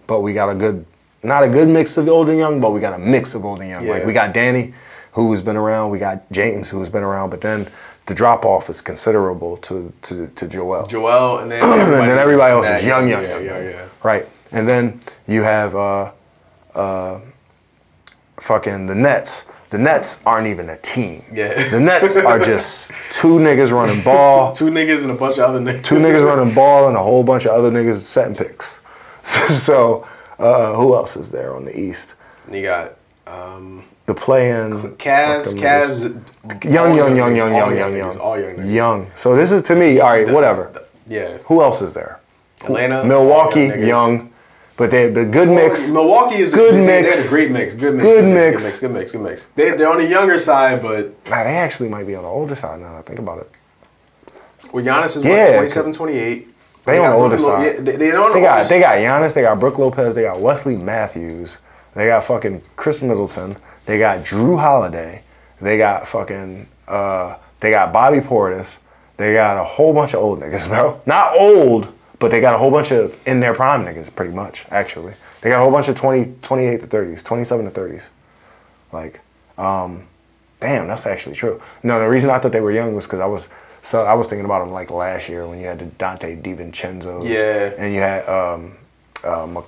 Speaker 1: but we got a good, not a good mix of old and young, but we got a mix of old and young. Like
Speaker 3: Yeah.
Speaker 1: we got Danny, who's been around. We got James, who's been around. But then the drop off is considerable to to to Joel.
Speaker 3: Joel, and then
Speaker 1: and then everybody else is young, young,
Speaker 3: Yeah,
Speaker 1: young,
Speaker 3: yeah,
Speaker 1: young.
Speaker 3: yeah.
Speaker 1: Right. And then you have uh, uh, fucking the Nets. The Nets aren't even a team.
Speaker 3: Yeah.
Speaker 1: The Nets are just two niggas running ball,
Speaker 3: Two niggas and a bunch of other niggas.
Speaker 1: two niggas running ball, and a whole bunch of other niggas setting picks. So, so uh, who else is there on the East?
Speaker 3: And you got um,
Speaker 1: The play-in.
Speaker 3: Cavs,
Speaker 1: fuck them niggas.
Speaker 3: Cavs.
Speaker 1: Young,
Speaker 3: all
Speaker 1: young, young,
Speaker 3: niggas,
Speaker 1: young,
Speaker 3: all
Speaker 1: young, young,
Speaker 3: niggas,
Speaker 1: young,
Speaker 3: All young niggas.
Speaker 1: young. So this is to me. All right, whatever.
Speaker 3: Yeah.
Speaker 1: Who else is there?
Speaker 3: Atlanta. all
Speaker 1: Milwaukee,
Speaker 3: niggas.
Speaker 1: young, but they the good mix.
Speaker 3: Milwaukee is
Speaker 1: Good
Speaker 3: a, they-
Speaker 1: mix.
Speaker 3: They, are a great mix. Good mix.
Speaker 1: Good mix.
Speaker 3: Good mix. Good mix. Good mix. They, they're on the younger side, but
Speaker 1: Nah, Ah, they actually might be on the older side now. that I think about it.
Speaker 3: well, Giannis is
Speaker 1: Yeah,
Speaker 3: what, 27, 28.
Speaker 1: They on
Speaker 3: got
Speaker 1: the older
Speaker 3: Brook Lo-
Speaker 1: side.
Speaker 3: Yeah, they, they on the
Speaker 1: They
Speaker 3: older
Speaker 1: got they got Giannis, they got Brooke Lopez, they got Wesley Matthews, they got fucking Chris Middleton, they got Drew Holiday, they got fucking uh, they got Bobby Portis, they got a whole bunch of old niggas, bro. Not old, but they got a whole bunch of in their prime niggas, pretty much. Actually, they got a whole bunch of 20, 28 to thirties, twenty seven to thirties, like. um, Damn, that's actually true. No, the reason I thought they were young was because I was so I was thinking about them like last year when you had the Dante Divincenzo's,
Speaker 3: Yeah.
Speaker 1: and you had um, uh, Mc,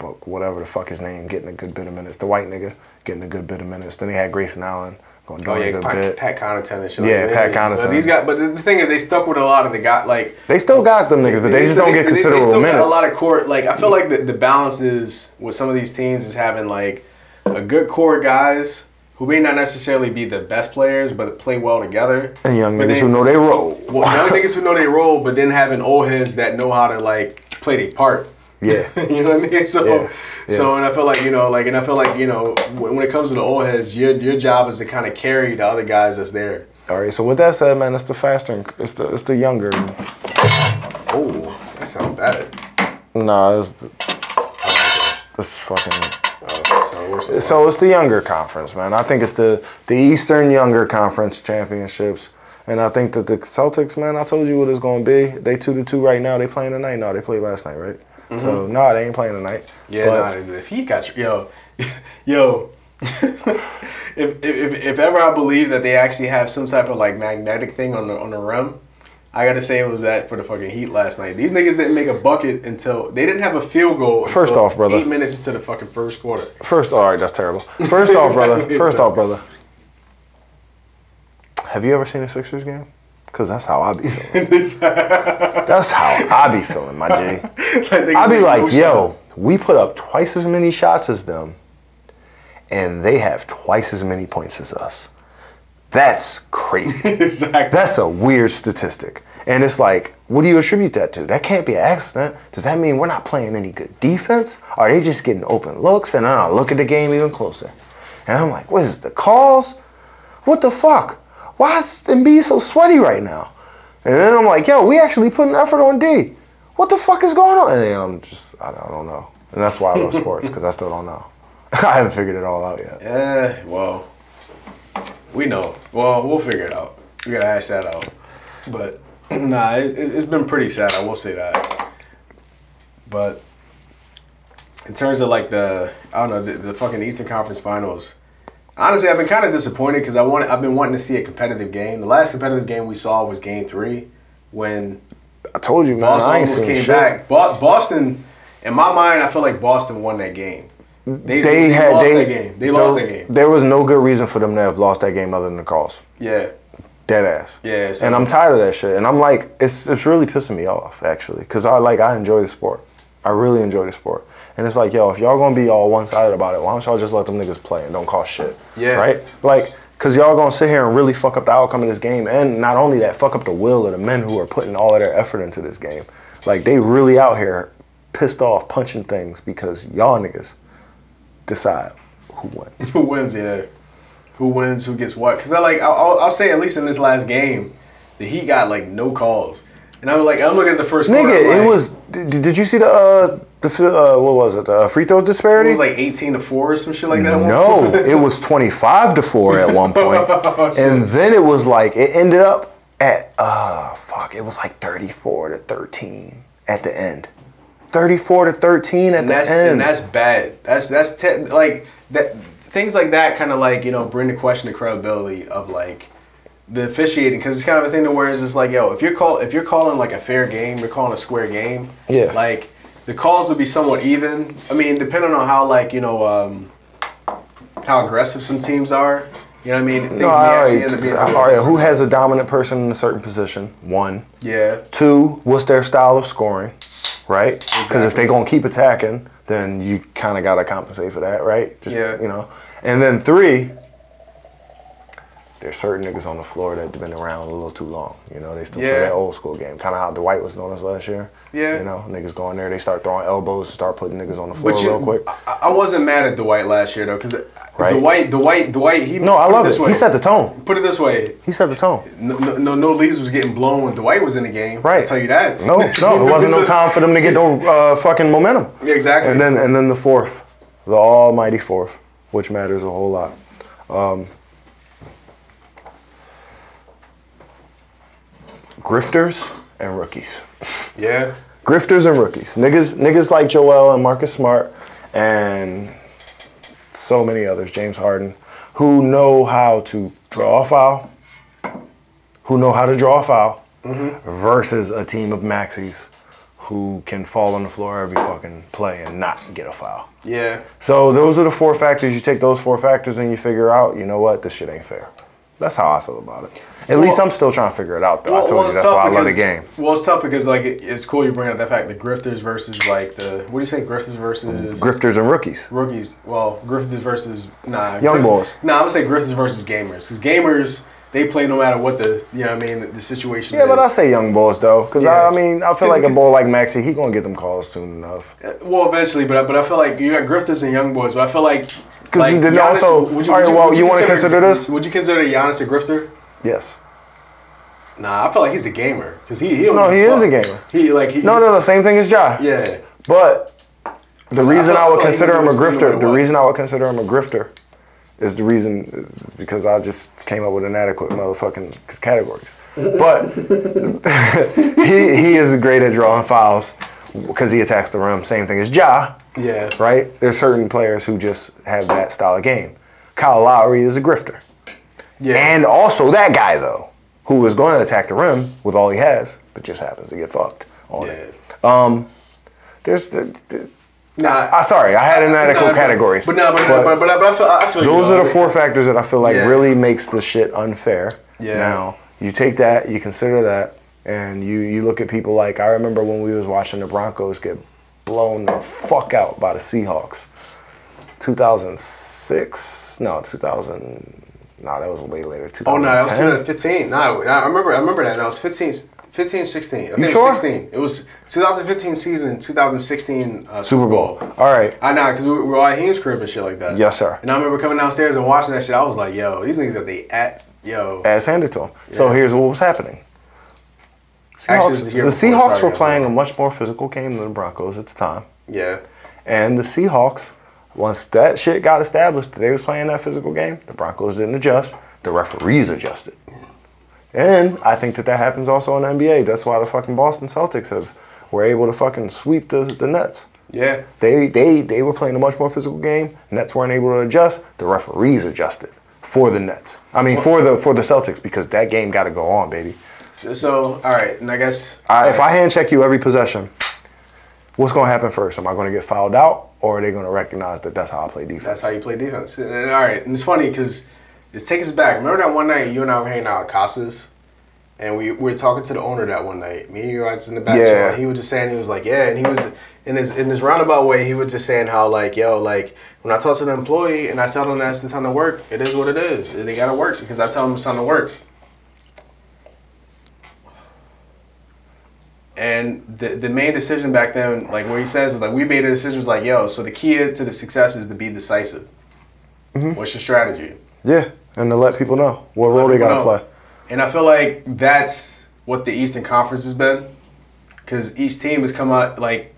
Speaker 1: Mc- whatever the fuck his name getting a good bit of minutes, the white nigga getting a good bit of minutes. Then they had Grayson Allen going
Speaker 3: Oh
Speaker 1: doing a
Speaker 3: yeah,
Speaker 1: good
Speaker 3: Pat,
Speaker 1: bit.
Speaker 3: Pat Connaughton and shit.
Speaker 1: Yeah,
Speaker 3: like,
Speaker 1: Pat
Speaker 3: But
Speaker 1: Connaughton.
Speaker 3: these guys, but the the thing is, they stuck with a lot of the guy. Like
Speaker 1: they still got them niggas, but they, just don't get considerable
Speaker 3: they still
Speaker 1: minutes.
Speaker 3: Got a lot of core. Like I feel like the, the balance is with some of these teams is having like a good core guys who may not necessarily be the best players, but play well together.
Speaker 1: and young
Speaker 3: But
Speaker 1: niggas
Speaker 3: they-
Speaker 1: who know they roll.
Speaker 3: Well, young niggas who know they role, but then having old heads that know how to like play their part.
Speaker 1: yeah,
Speaker 3: you know what I mean? So,
Speaker 1: Yeah, yeah.
Speaker 3: so, and I feel like you know, like, and I feel like you know, when, when it comes to the old heads, your your job is to kind of carry the other guys that's there.
Speaker 1: all right. So with that said, man, it's the faster, and it's the it's the younger.
Speaker 3: Oh, that sounds bad.
Speaker 1: Nah, it's the, it's fucking.
Speaker 3: Oh, so worse than
Speaker 1: So it's the younger conference, man. I think it's the the Eastern Younger Conference Championships. And I think that the Celtics, man, I told you what it's gonna be. They two to two right now. They playing tonight. No, they played last night, right? So no, they ain't playing tonight.
Speaker 3: Mm-hmm. Yeah,
Speaker 1: But-
Speaker 3: nah, if he got tr- yo, yo, if, if if if ever I believe that they actually have some type of like magnetic thing on the on the rim, I gotta say it was that for the fucking Heat last night. These niggas didn't make a bucket until they didn't have a field goal. until
Speaker 1: First off, brother.
Speaker 3: eight minutes into the fucking first quarter.
Speaker 1: First, all right, that's terrible. First off, brother.
Speaker 3: Exactly.
Speaker 1: First off, brother. Have you ever seen a Sixers game? Cause that's how I be feeling. that's how I be feeling, my G.
Speaker 3: I
Speaker 1: I'd be like, yo, we put up twice as many shots as them, and they have twice as many points as us. That's crazy.
Speaker 3: exactly.
Speaker 1: That's a weird statistic. And it's like, what do you attribute that to? That can't be an accident. Does that mean we're not playing any good defense? Are they just getting open looks? And then I look at the game even closer. And I'm like, what is the calls? What the fuck? Why is Embiid so sweaty right now? And then I'm like, yo, we actually put an effort on D. What the fuck is going on? And then I'm just, I don't, I don't know. And that's why I love sports, because I still don't know. I haven't figured it all out yet.
Speaker 3: Eh, well, Eh, We know. Well, we'll figure it out. We gotta hash that out. But nah, it, it- it's been pretty sad. I will say that. But in terms of like the I don't know the, the fucking Eastern Conference Finals. Honestly, I've been kind of disappointed because I want I've been wanting to see a competitive game. The last competitive game we saw was Game Three, when
Speaker 1: I told you, man.
Speaker 3: Boston
Speaker 1: I ain't
Speaker 3: almost
Speaker 1: seen
Speaker 3: came
Speaker 1: shit.
Speaker 3: back. Bo- Boston, in my mind, I feel like Boston won that game. They,
Speaker 1: They, had
Speaker 3: lost
Speaker 1: they,
Speaker 3: that game. They lost
Speaker 1: there-
Speaker 3: that game.
Speaker 1: There was no good reason for them to have lost that game other than the calls.
Speaker 3: Yeah,
Speaker 1: Dead ass.
Speaker 3: Yeah, so-
Speaker 1: and I'm tired of that shit. And I'm like, it's it's really pissing me off actually, cause I like I enjoy the sport. I really enjoy the sport. And it's like, yo, if y'all gonna be all one sided about it, why don't y'all just let them niggas play and don't call shit?
Speaker 3: Yeah.
Speaker 1: Right? Like, cause y'all gonna sit here and really fuck up the outcome of this game, and not only that, fuck up the will of the men who are putting all of their effort into this game. Like they really out here pissed off, punching things because y'all niggas decide who won.
Speaker 3: who wins? Yeah, who wins? Who gets what? Because I like I'll, I'll- I'll say at least in this last game, the Heat got like no calls, and I'm like I'm looking at the first quarter,
Speaker 1: Nigga,
Speaker 3: I'm
Speaker 1: it
Speaker 3: like,
Speaker 1: was. Did, did you see the uh the fi- uh what was it? The free throw
Speaker 3: it
Speaker 1: disparity?
Speaker 3: was like 18 to four or some shit like that. at one
Speaker 1: no,
Speaker 3: point.
Speaker 1: it was twenty five to four at one point,
Speaker 3: Oh,
Speaker 1: and then it was like it ended up at uh fuck, it was like thirty four to thirteen at the end. Thirty four to thirteen at
Speaker 3: and
Speaker 1: the
Speaker 3: that's
Speaker 1: end.
Speaker 3: and that's bad. That's that's te- like that things like that kind of like you know bring to question the credibility of like the officiating because it's kind of a thing to where it's just like yo if you're call if you're calling like a fair game you're calling a square game
Speaker 1: Yeah.
Speaker 3: like the calls would be somewhat even I mean depending on how like you know um how aggressive some teams are you know what I mean things
Speaker 1: No,
Speaker 3: may
Speaker 1: all
Speaker 3: actually
Speaker 1: right,
Speaker 3: end up being-
Speaker 1: all right, who has a dominant person in a certain position? One.
Speaker 3: yeah
Speaker 1: Two, what's their style of scoring, right? Because if they're gonna keep attacking, then you kind of gotta compensate for that, right? Just,
Speaker 3: Yeah.
Speaker 1: You know, and then three, there's certain niggas on the floor that've been around a little too long. You know, they still play
Speaker 3: Yeah.
Speaker 1: that old school game, kind of how Dwight was known as last year.
Speaker 3: Yeah.
Speaker 1: You know, niggas go in there, they start throwing elbows, start putting niggas on the floor
Speaker 3: But you,
Speaker 1: real quick.
Speaker 3: I, I wasn't mad at Dwight last year though because
Speaker 1: Right.
Speaker 3: Dwight Dwight Dwight he
Speaker 1: No, I
Speaker 3: put
Speaker 1: love
Speaker 3: this
Speaker 1: it.
Speaker 3: way.
Speaker 1: He set the tone.
Speaker 3: put it this way
Speaker 1: He set the tone.
Speaker 3: No, no, no, no leads was getting blown when Dwight was in the game.
Speaker 1: Right.
Speaker 3: I'll tell you that.
Speaker 1: No, no, it wasn't no time for them to get no uh, fucking momentum.
Speaker 3: Yeah, exactly.
Speaker 1: And then and then the fourth, the almighty fourth, which matters a whole lot. Um, grifters and rookies.
Speaker 3: Yeah.
Speaker 1: Grifters and rookies. Niggas, niggas like Joel and Marcus Smart and so many others, James Harden, who know how to draw a foul, who know how to draw a foul,
Speaker 3: Mm-hmm.
Speaker 1: versus a team of maxis who can fall on the floor every fucking play and not get a foul.
Speaker 3: Yeah.
Speaker 1: So those are the four factors. You take those four factors and you figure out, you know what, this shit ain't fair. That's how I feel about it. At least I'm still trying to figure it out, though. I told you
Speaker 3: it's
Speaker 1: that's
Speaker 3: tough
Speaker 1: why I love the
Speaker 3: because-
Speaker 1: game.
Speaker 3: Well, it's tough because like it, it's cool you bring up that fact the grifters versus like the what do you say grifters versus
Speaker 1: Grifters and rookies.
Speaker 3: rookies? Well, grifters versus nah
Speaker 1: Young
Speaker 3: grifters-
Speaker 1: boys.
Speaker 3: Nah, I'm gonna say grifters versus gamers because gamers they play no matter what the you know what I mean the situation.
Speaker 1: Yeah,
Speaker 3: is.
Speaker 1: but I say young bulls though, because
Speaker 3: Yeah.
Speaker 1: I, I mean, I feel
Speaker 3: Cause-
Speaker 1: like a bull like Maxi, he gonna get them calls soon enough.
Speaker 3: Uh, well eventually, but I, but I feel like you got grifters and young boys, but I feel like.
Speaker 1: Because you didn't
Speaker 3: Giannis-
Speaker 1: also. all right, well, you, want to consider this?
Speaker 3: Would you consider Giannis a grifter?
Speaker 1: Yes.
Speaker 3: Nah, I feel like he's a gamer because he, he don't
Speaker 1: No,
Speaker 3: give
Speaker 1: he is
Speaker 3: fuck.
Speaker 1: a gamer.
Speaker 3: He like he,
Speaker 1: No, no, no. Same thing as Ja.
Speaker 3: yeah
Speaker 1: But the reason
Speaker 3: I
Speaker 1: I, would
Speaker 3: feel like
Speaker 1: consider
Speaker 3: he
Speaker 1: him a
Speaker 3: was thinking
Speaker 1: grifter,
Speaker 3: about
Speaker 1: the
Speaker 3: what?
Speaker 1: reason I would consider him a grifter, is the reason is because I just came up with inadequate motherfucking c- categories. But he he is great at drawing fouls because he attacks the rim. Same thing as Ja.
Speaker 3: yeah
Speaker 1: right? There's certain players who just have that style of game. Kyle Lowry is a grifter.
Speaker 3: yeah
Speaker 1: And also that guy, though, who is going to attack the rim with all he has, but just happens to get fucked on
Speaker 3: yeah.
Speaker 1: it. Um, there's, the, the,
Speaker 3: Nah,
Speaker 1: I Ah, sorry, I had inadequate
Speaker 3: nah,
Speaker 1: categories.
Speaker 3: But no, but but, but, but, I feel I feel you,
Speaker 1: those are
Speaker 3: though.
Speaker 1: the four factors that I feel like
Speaker 3: Yeah.
Speaker 1: really makes the shit unfair.
Speaker 3: Yeah.
Speaker 1: Now you take that, you consider that, and you you look at people like I remember when we was watching the Broncos get blown the fuck out by the Seahawks. 2006? No, 2000. No, that was way later. 2010.
Speaker 3: Oh no, that was 2015. No, I remember. I remember that. No, it was 15, 15 16. I think it was
Speaker 1: sure?
Speaker 3: 16. It was 2015 season, 2016 uh,
Speaker 1: Super Bowl. All right.
Speaker 3: I know, cause we we were all at Heem's crib and shit like that.
Speaker 1: Yes, sir.
Speaker 3: And I remember coming downstairs and watching that shit. I was like, yo, these niggas at the at yo.
Speaker 1: as handed to him. So
Speaker 3: Yeah.
Speaker 1: here's what was happening. Seahawks-
Speaker 3: Actually, it's the
Speaker 1: the
Speaker 3: year before,
Speaker 1: Seahawks
Speaker 3: sorry,
Speaker 1: were
Speaker 3: guys.
Speaker 1: playing a much more physical game than the Broncos at the time.
Speaker 3: yeah.
Speaker 1: And the Seahawks, once that shit got established, that they was playing that physical game. The Broncos didn't adjust. the referees adjusted. And I think that that happens also in the NBA. That's why the fucking Boston Celtics have were able to fucking sweep the, the Nets.
Speaker 3: Yeah.
Speaker 1: They they they were playing a much more physical game. Nets weren't able to adjust. The referees adjusted for the Nets. I mean for the for the Celtics because that game got to go on, baby.
Speaker 3: So, all right, and I guess
Speaker 1: I, if I hand check you every possession, what's gonna happen first? Am I gonna get fouled out, or are they gonna recognize that that's how I play defense?
Speaker 3: that's how you play defense. And, and, all right, and it's funny because it takes us back. Remember that one night you and I were hanging out at Casas, and we, we were talking to the owner that one night. Me and you guys in the back.
Speaker 1: Yeah.
Speaker 3: Yeah. he was just saying he was like, yeah, and he was in his in this roundabout way. He was just saying how like, yo, like when I talk to the employee and I tell them that's the time to work, it is what it is. They gotta work because I tell them it's time to work. And the the main decision back then, like what he says is like we made a decision was like, yo, so the key to the success is to be decisive. What's your strategy?
Speaker 1: yeah, and to let people know what role they
Speaker 3: people
Speaker 1: gotta
Speaker 3: know.
Speaker 1: play.
Speaker 3: And I feel like that's what the Eastern Conference has been, because each team has come out like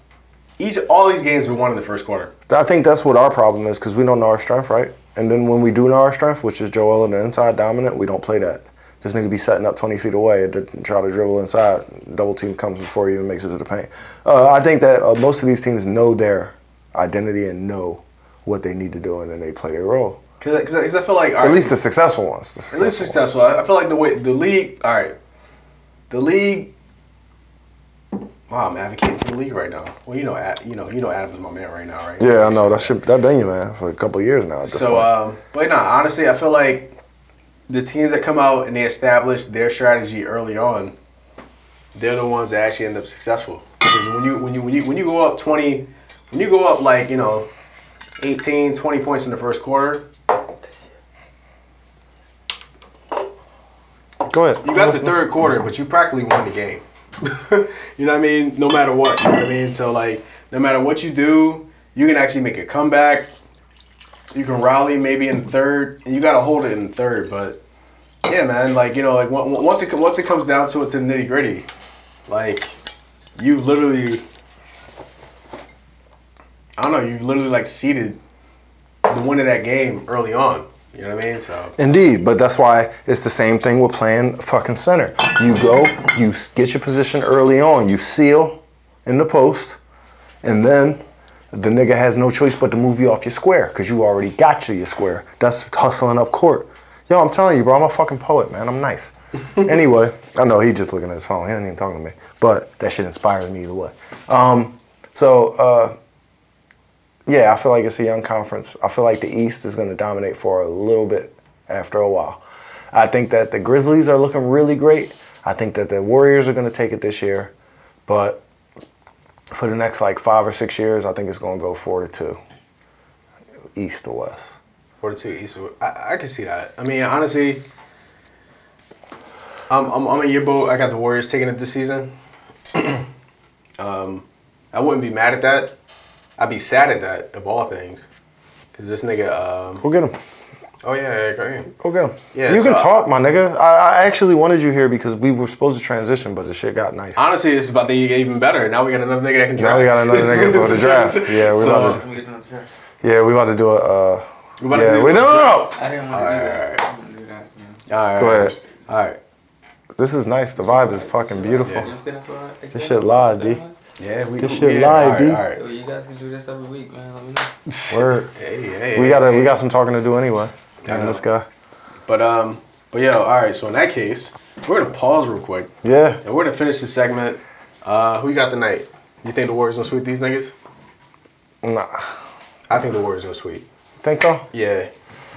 Speaker 3: each all these games we won in the first quarter.
Speaker 1: I think that's what our problem is because we don't know our strength, right? And then when we do know our strength, which is Joel and the inside dominant, we don't play that. This nigga be setting up 20 feet away to try to dribble inside. Double team comes before he even makes it to the paint. Uh, I think that uh, most of these teams know their identity and know what they need to do, and then they play their role.
Speaker 3: Because I feel like
Speaker 1: At least the successful ones. The
Speaker 3: at least
Speaker 1: successful ones.
Speaker 3: successful. I I feel like the way the league. All right, the league. Wow, I'm advocating for the league right now. Well, you know, Ad- you know, you know, Adam's my man right now, right?
Speaker 1: Yeah, I know. That shit, that been you, man, for a couple of years now at this
Speaker 3: So,
Speaker 1: point.
Speaker 3: um, but no, honestly, I feel like the teams that come out and they establish their strategy early on, they're the ones that actually end up successful. Because when you when you when you when you go up twenty, when you go up like you know, 18, 20 points in the first quarter,
Speaker 1: Go ahead.
Speaker 3: you got the third quarter, but you practically won the game. you know what I mean? No matter what, you know what I mean. So like, no matter what you do, you can actually make a comeback. You can rally maybe in third, and you got to hold it in third. But yeah, man, like you know, like on- on- once it once it comes down to it, to the nitty gritty, like you literally, I don't know, you literally like seeded the win of that game early on. You know what I mean? So
Speaker 1: Indeed, but that's why it's the same thing with playing fucking center. You go, you get your position early on, you seal in the post, and then the nigga has no choice but to move you off your square because you already got you to your square. That's hustling up court. Yo, I'm telling you, bro, I'm a fucking poet, man. I'm nice. anyway, I know he just looking at his phone. He ain't even talking to me, but that shit inspires me either way. Um, so. Uh, yeah, I feel like it's a young conference. I feel like the East is going to dominate for a little bit after a while. I think that the Grizzlies are looking really great. I think that the Warriors are going to take it this year, but for the next like five or six years, I think it's going to go four to two, East to West.
Speaker 3: Four to two Eastwood. I, I can see that. I mean, honestly, I'm, I'm I'm in your boat. I got the Warriors taking it this season. um, I wouldn't be mad at that. I'd be sad at that of all things, because this nigga. Um,
Speaker 1: Go get them.
Speaker 3: oh yeah, yeah, go ahead.
Speaker 1: Go get them.
Speaker 3: Yeah,
Speaker 1: you
Speaker 3: so
Speaker 1: can
Speaker 3: I-
Speaker 1: talk, my nigga. I, I actually wanted you here because we were supposed to transition, but the shit got nice.
Speaker 3: Honestly, it's about to get even better. Now we got another nigga that can drive.
Speaker 1: now we got another nigga for the draft. Yeah, we
Speaker 3: So-
Speaker 1: about to. Yeah, we about to do a. Uh,
Speaker 3: We about to
Speaker 1: yeah,
Speaker 3: do-
Speaker 1: we no, no, no.
Speaker 2: I didn't want to do that. I didn't wanna do that. You know.
Speaker 3: All right.
Speaker 1: Go ahead.
Speaker 3: All right.
Speaker 1: This is nice. The vibe is fucking beautiful.
Speaker 2: You understand that's why I-
Speaker 1: This shit live, D.
Speaker 3: Yeah, we
Speaker 1: This
Speaker 3: we-
Speaker 1: shit
Speaker 3: yeah,
Speaker 1: live,
Speaker 3: all right,
Speaker 1: B.
Speaker 3: All right.
Speaker 2: Yo, you guys can do this every week, man. Let me know.
Speaker 1: Word.
Speaker 3: Hey, hey,
Speaker 1: We
Speaker 3: hey.
Speaker 1: gotta we got some talking to do anyway. And
Speaker 3: know.
Speaker 1: this guy.
Speaker 3: But um, but yo, all right. So in that case, we're gonna pause real quick.
Speaker 1: Yeah.
Speaker 3: And we're gonna finish this segment. Uh, who you got tonight? You think the Warriors gonna sweep these niggas?
Speaker 1: Nah.
Speaker 3: I think the Warriors gonna sweep.
Speaker 1: Think so?
Speaker 3: Yeah,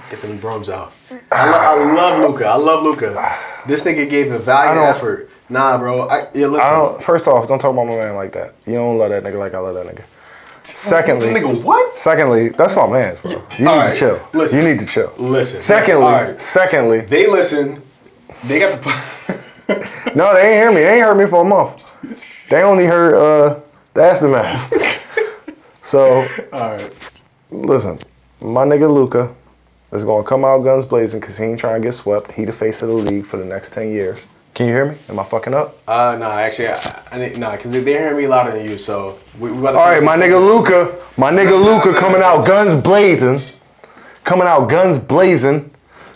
Speaker 3: get them drums out. I, lo- I love Luca. I love Luca. This nigga gave a
Speaker 1: I
Speaker 3: valiant
Speaker 1: don't-
Speaker 3: effort. Nah, bro. I, yeah, listen.
Speaker 1: I don't first off, don't talk about my man like that. You don't love that nigga like I love that nigga.
Speaker 3: This
Speaker 1: Secondly
Speaker 3: nigga, what?
Speaker 1: Secondly, that's my man's bro. You need
Speaker 3: All right,
Speaker 1: to chill.
Speaker 3: listen.
Speaker 1: you need to chill.
Speaker 3: Listen,
Speaker 1: Secondly,
Speaker 3: all right.
Speaker 1: secondly,
Speaker 3: They listen. They got the.
Speaker 1: no, they ain't hear me. They ain't heard me for a month. They only heard uh, the aftermath. so
Speaker 3: all right.
Speaker 1: Listen, my nigga Luca is gonna come out guns blazing because he ain't trying to get swept. He the face of the league for the next ten years. Can you hear me? Am I fucking up?
Speaker 3: Uh, nah, actually, I, I need, nah, cause they they hearing me louder than you, so we, we about to.
Speaker 1: All right,
Speaker 3: finish
Speaker 1: my
Speaker 3: this
Speaker 1: nigga
Speaker 3: segment.
Speaker 1: Luca, my nigga Luca coming out guns blazing, coming out guns blazing,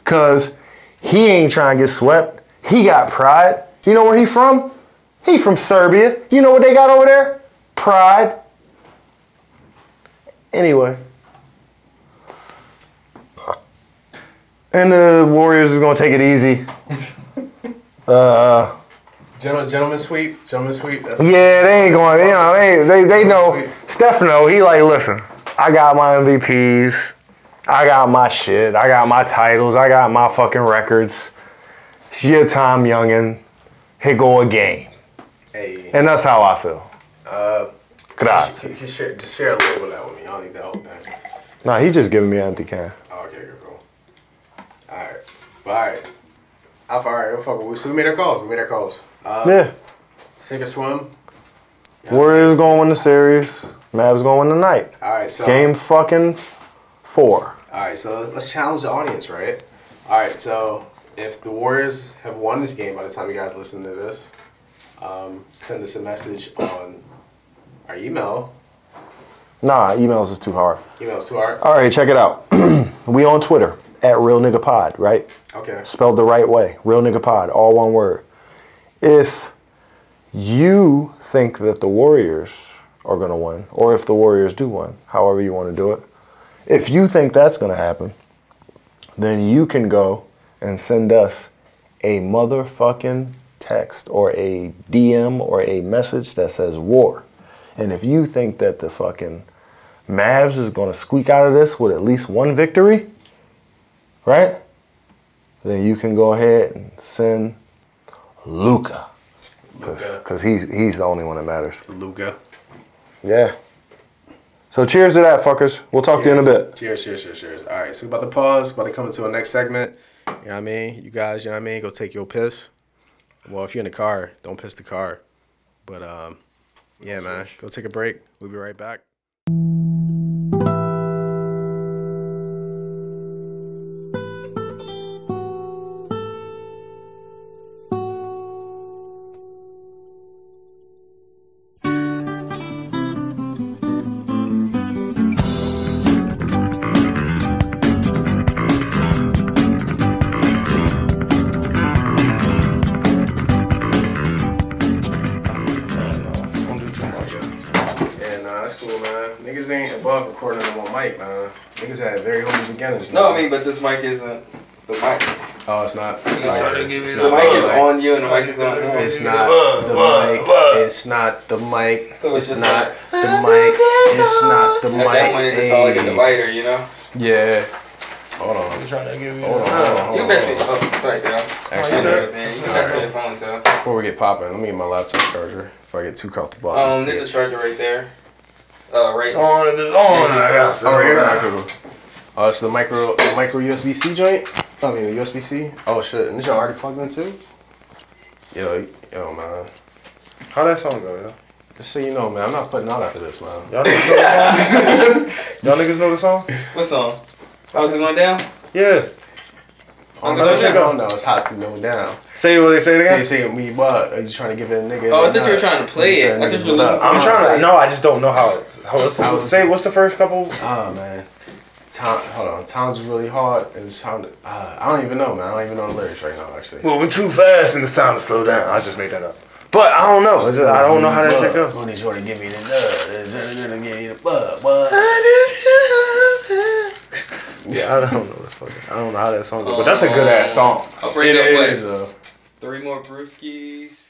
Speaker 1: cause He ain't trying to get swept. He got pride. You know where he from? He from Serbia. You know what they got over there? Pride. Anyway. And the Warriors is gonna take it easy.
Speaker 3: Gentlemen, gentlemen sweep, gentlemen sweep. That's
Speaker 1: Yeah, they ain't going. You know, they they they know. Stefano, he like, listen, I got my MVPs, I got my shit, I got my titles, I got my fucking records. It's your time, youngin. Here go a game,
Speaker 3: Hey,
Speaker 1: and that's how I feel. Uh,
Speaker 3: you
Speaker 1: Grazie.
Speaker 3: can share, just share a little bit of that with me. I don't need the whole thing.
Speaker 1: Nah, he just giving me an empty can.
Speaker 3: Oh, okay, good, cool. All right, but all right. I'll fire. We'll fuck. with- We made our calls. We made our calls. Uh,
Speaker 1: Yeah,
Speaker 3: Sink or swim.
Speaker 1: Warriors going to win the series. Mavs going to win tonight.
Speaker 3: All right, so
Speaker 1: Game fucking four.
Speaker 3: All right, so let's challenge the audience, right? All right, so if the Warriors have won this game by the time you guys listen to this, um, send us a message on our email.
Speaker 1: Nah, emails is too hard.
Speaker 3: Emails to our
Speaker 1: All right, check it out. we on Twitter at Real Nigga Pod, right?
Speaker 3: okay.
Speaker 1: Spelled the right way. Real Nigga Pod, all one word. If you think that the Warriors are going to win, or if the Warriors do win, however you want to do it, if you think that's going to happen, then you can go and send us a motherfucking text or a DM or a message that says war. And if you think that the fucking Mavs is going to squeak out of this with at least one victory, right? Then you can go ahead and send Luca, because he's he's the only one that matters.
Speaker 3: Luca.
Speaker 1: Yeah. So cheers to that, fuckers. We'll talk to you in a bit.
Speaker 3: Cheers, cheers, cheers, cheers. All right, so we about to pause, about to come into our next segment. You know what I mean? You guys, you know what I mean? Go take your piss. Well, if you're in the car, don't piss the car. But um, yeah, man, go take a break. We'll be right back. And uh, that's cool, man. Niggas ain't above recording on one mic, man. Niggas had very humble beginnings.
Speaker 2: No, I
Speaker 3: man.
Speaker 2: mean, but this mic isn't the mic.
Speaker 3: Oh, it's not.
Speaker 2: You know,
Speaker 3: Like,
Speaker 2: the mic
Speaker 3: it's
Speaker 2: is
Speaker 3: not the mic.
Speaker 2: on you and the mic is on him.
Speaker 3: It's not the mic. It's not the mic.
Speaker 2: So
Speaker 3: It's
Speaker 2: it's just
Speaker 3: not
Speaker 2: like-
Speaker 3: the mic. It's not the
Speaker 2: At that point,
Speaker 3: mic.
Speaker 2: it's just all like a
Speaker 3: Hey.
Speaker 2: divider, you know?
Speaker 3: Yeah. Hold on. Hold on.
Speaker 2: You
Speaker 3: Hold on.
Speaker 2: best me. Oh, sorry, Dale.
Speaker 3: Actually,
Speaker 2: man. You can pass me the phone, so.
Speaker 3: Before we get popping, let me get my laptop charger. If I get too comfortable.
Speaker 2: Um, there's a charger right there. Uh, right.
Speaker 1: On and on. I got
Speaker 3: Oh, right here. Oh, it's the micro the micro USB C joint. I mean the USB C. Oh shit, and this y'all already plugged in too. Yo, yo, man.
Speaker 1: How that song go, yo?
Speaker 3: Just so you know, man, I'm not putting out after this, man.
Speaker 1: Y'all niggas know the song? Y'all niggas know the song?
Speaker 2: What's on? How's it going down?
Speaker 1: Yeah.
Speaker 3: Oh,
Speaker 2: How's it going down?
Speaker 3: no, it's hot to know down.
Speaker 1: Say what they say
Speaker 3: So you
Speaker 1: again.
Speaker 3: saying we what? Are you trying to give it a nigga?
Speaker 2: Oh, I thought you were trying to play it. I thought you were looking
Speaker 1: I'm trying to. No, I just don't know how. It, how it's,
Speaker 3: How is
Speaker 1: say
Speaker 3: it?
Speaker 1: what's the first couple?
Speaker 3: Oh man, Tom, hold on. Times is really hard. It's time to. Uh, I don't even know, man. I don't even know the lyrics right now, actually.
Speaker 1: Moving too fast and it's time to slow down. I just made that up. But I don't know. It's just- I don't know how that shit
Speaker 3: Bud.
Speaker 1: goes.
Speaker 3: Who needs you to give me the love? They're trying to give you the bud, bud.
Speaker 1: Yeah, I don't know. The fuck, I don't know how that song goes. But that's a good ass song.
Speaker 2: I'll
Speaker 3: It
Speaker 2: break up
Speaker 3: is,
Speaker 2: like
Speaker 3: though.
Speaker 2: three more brewskis.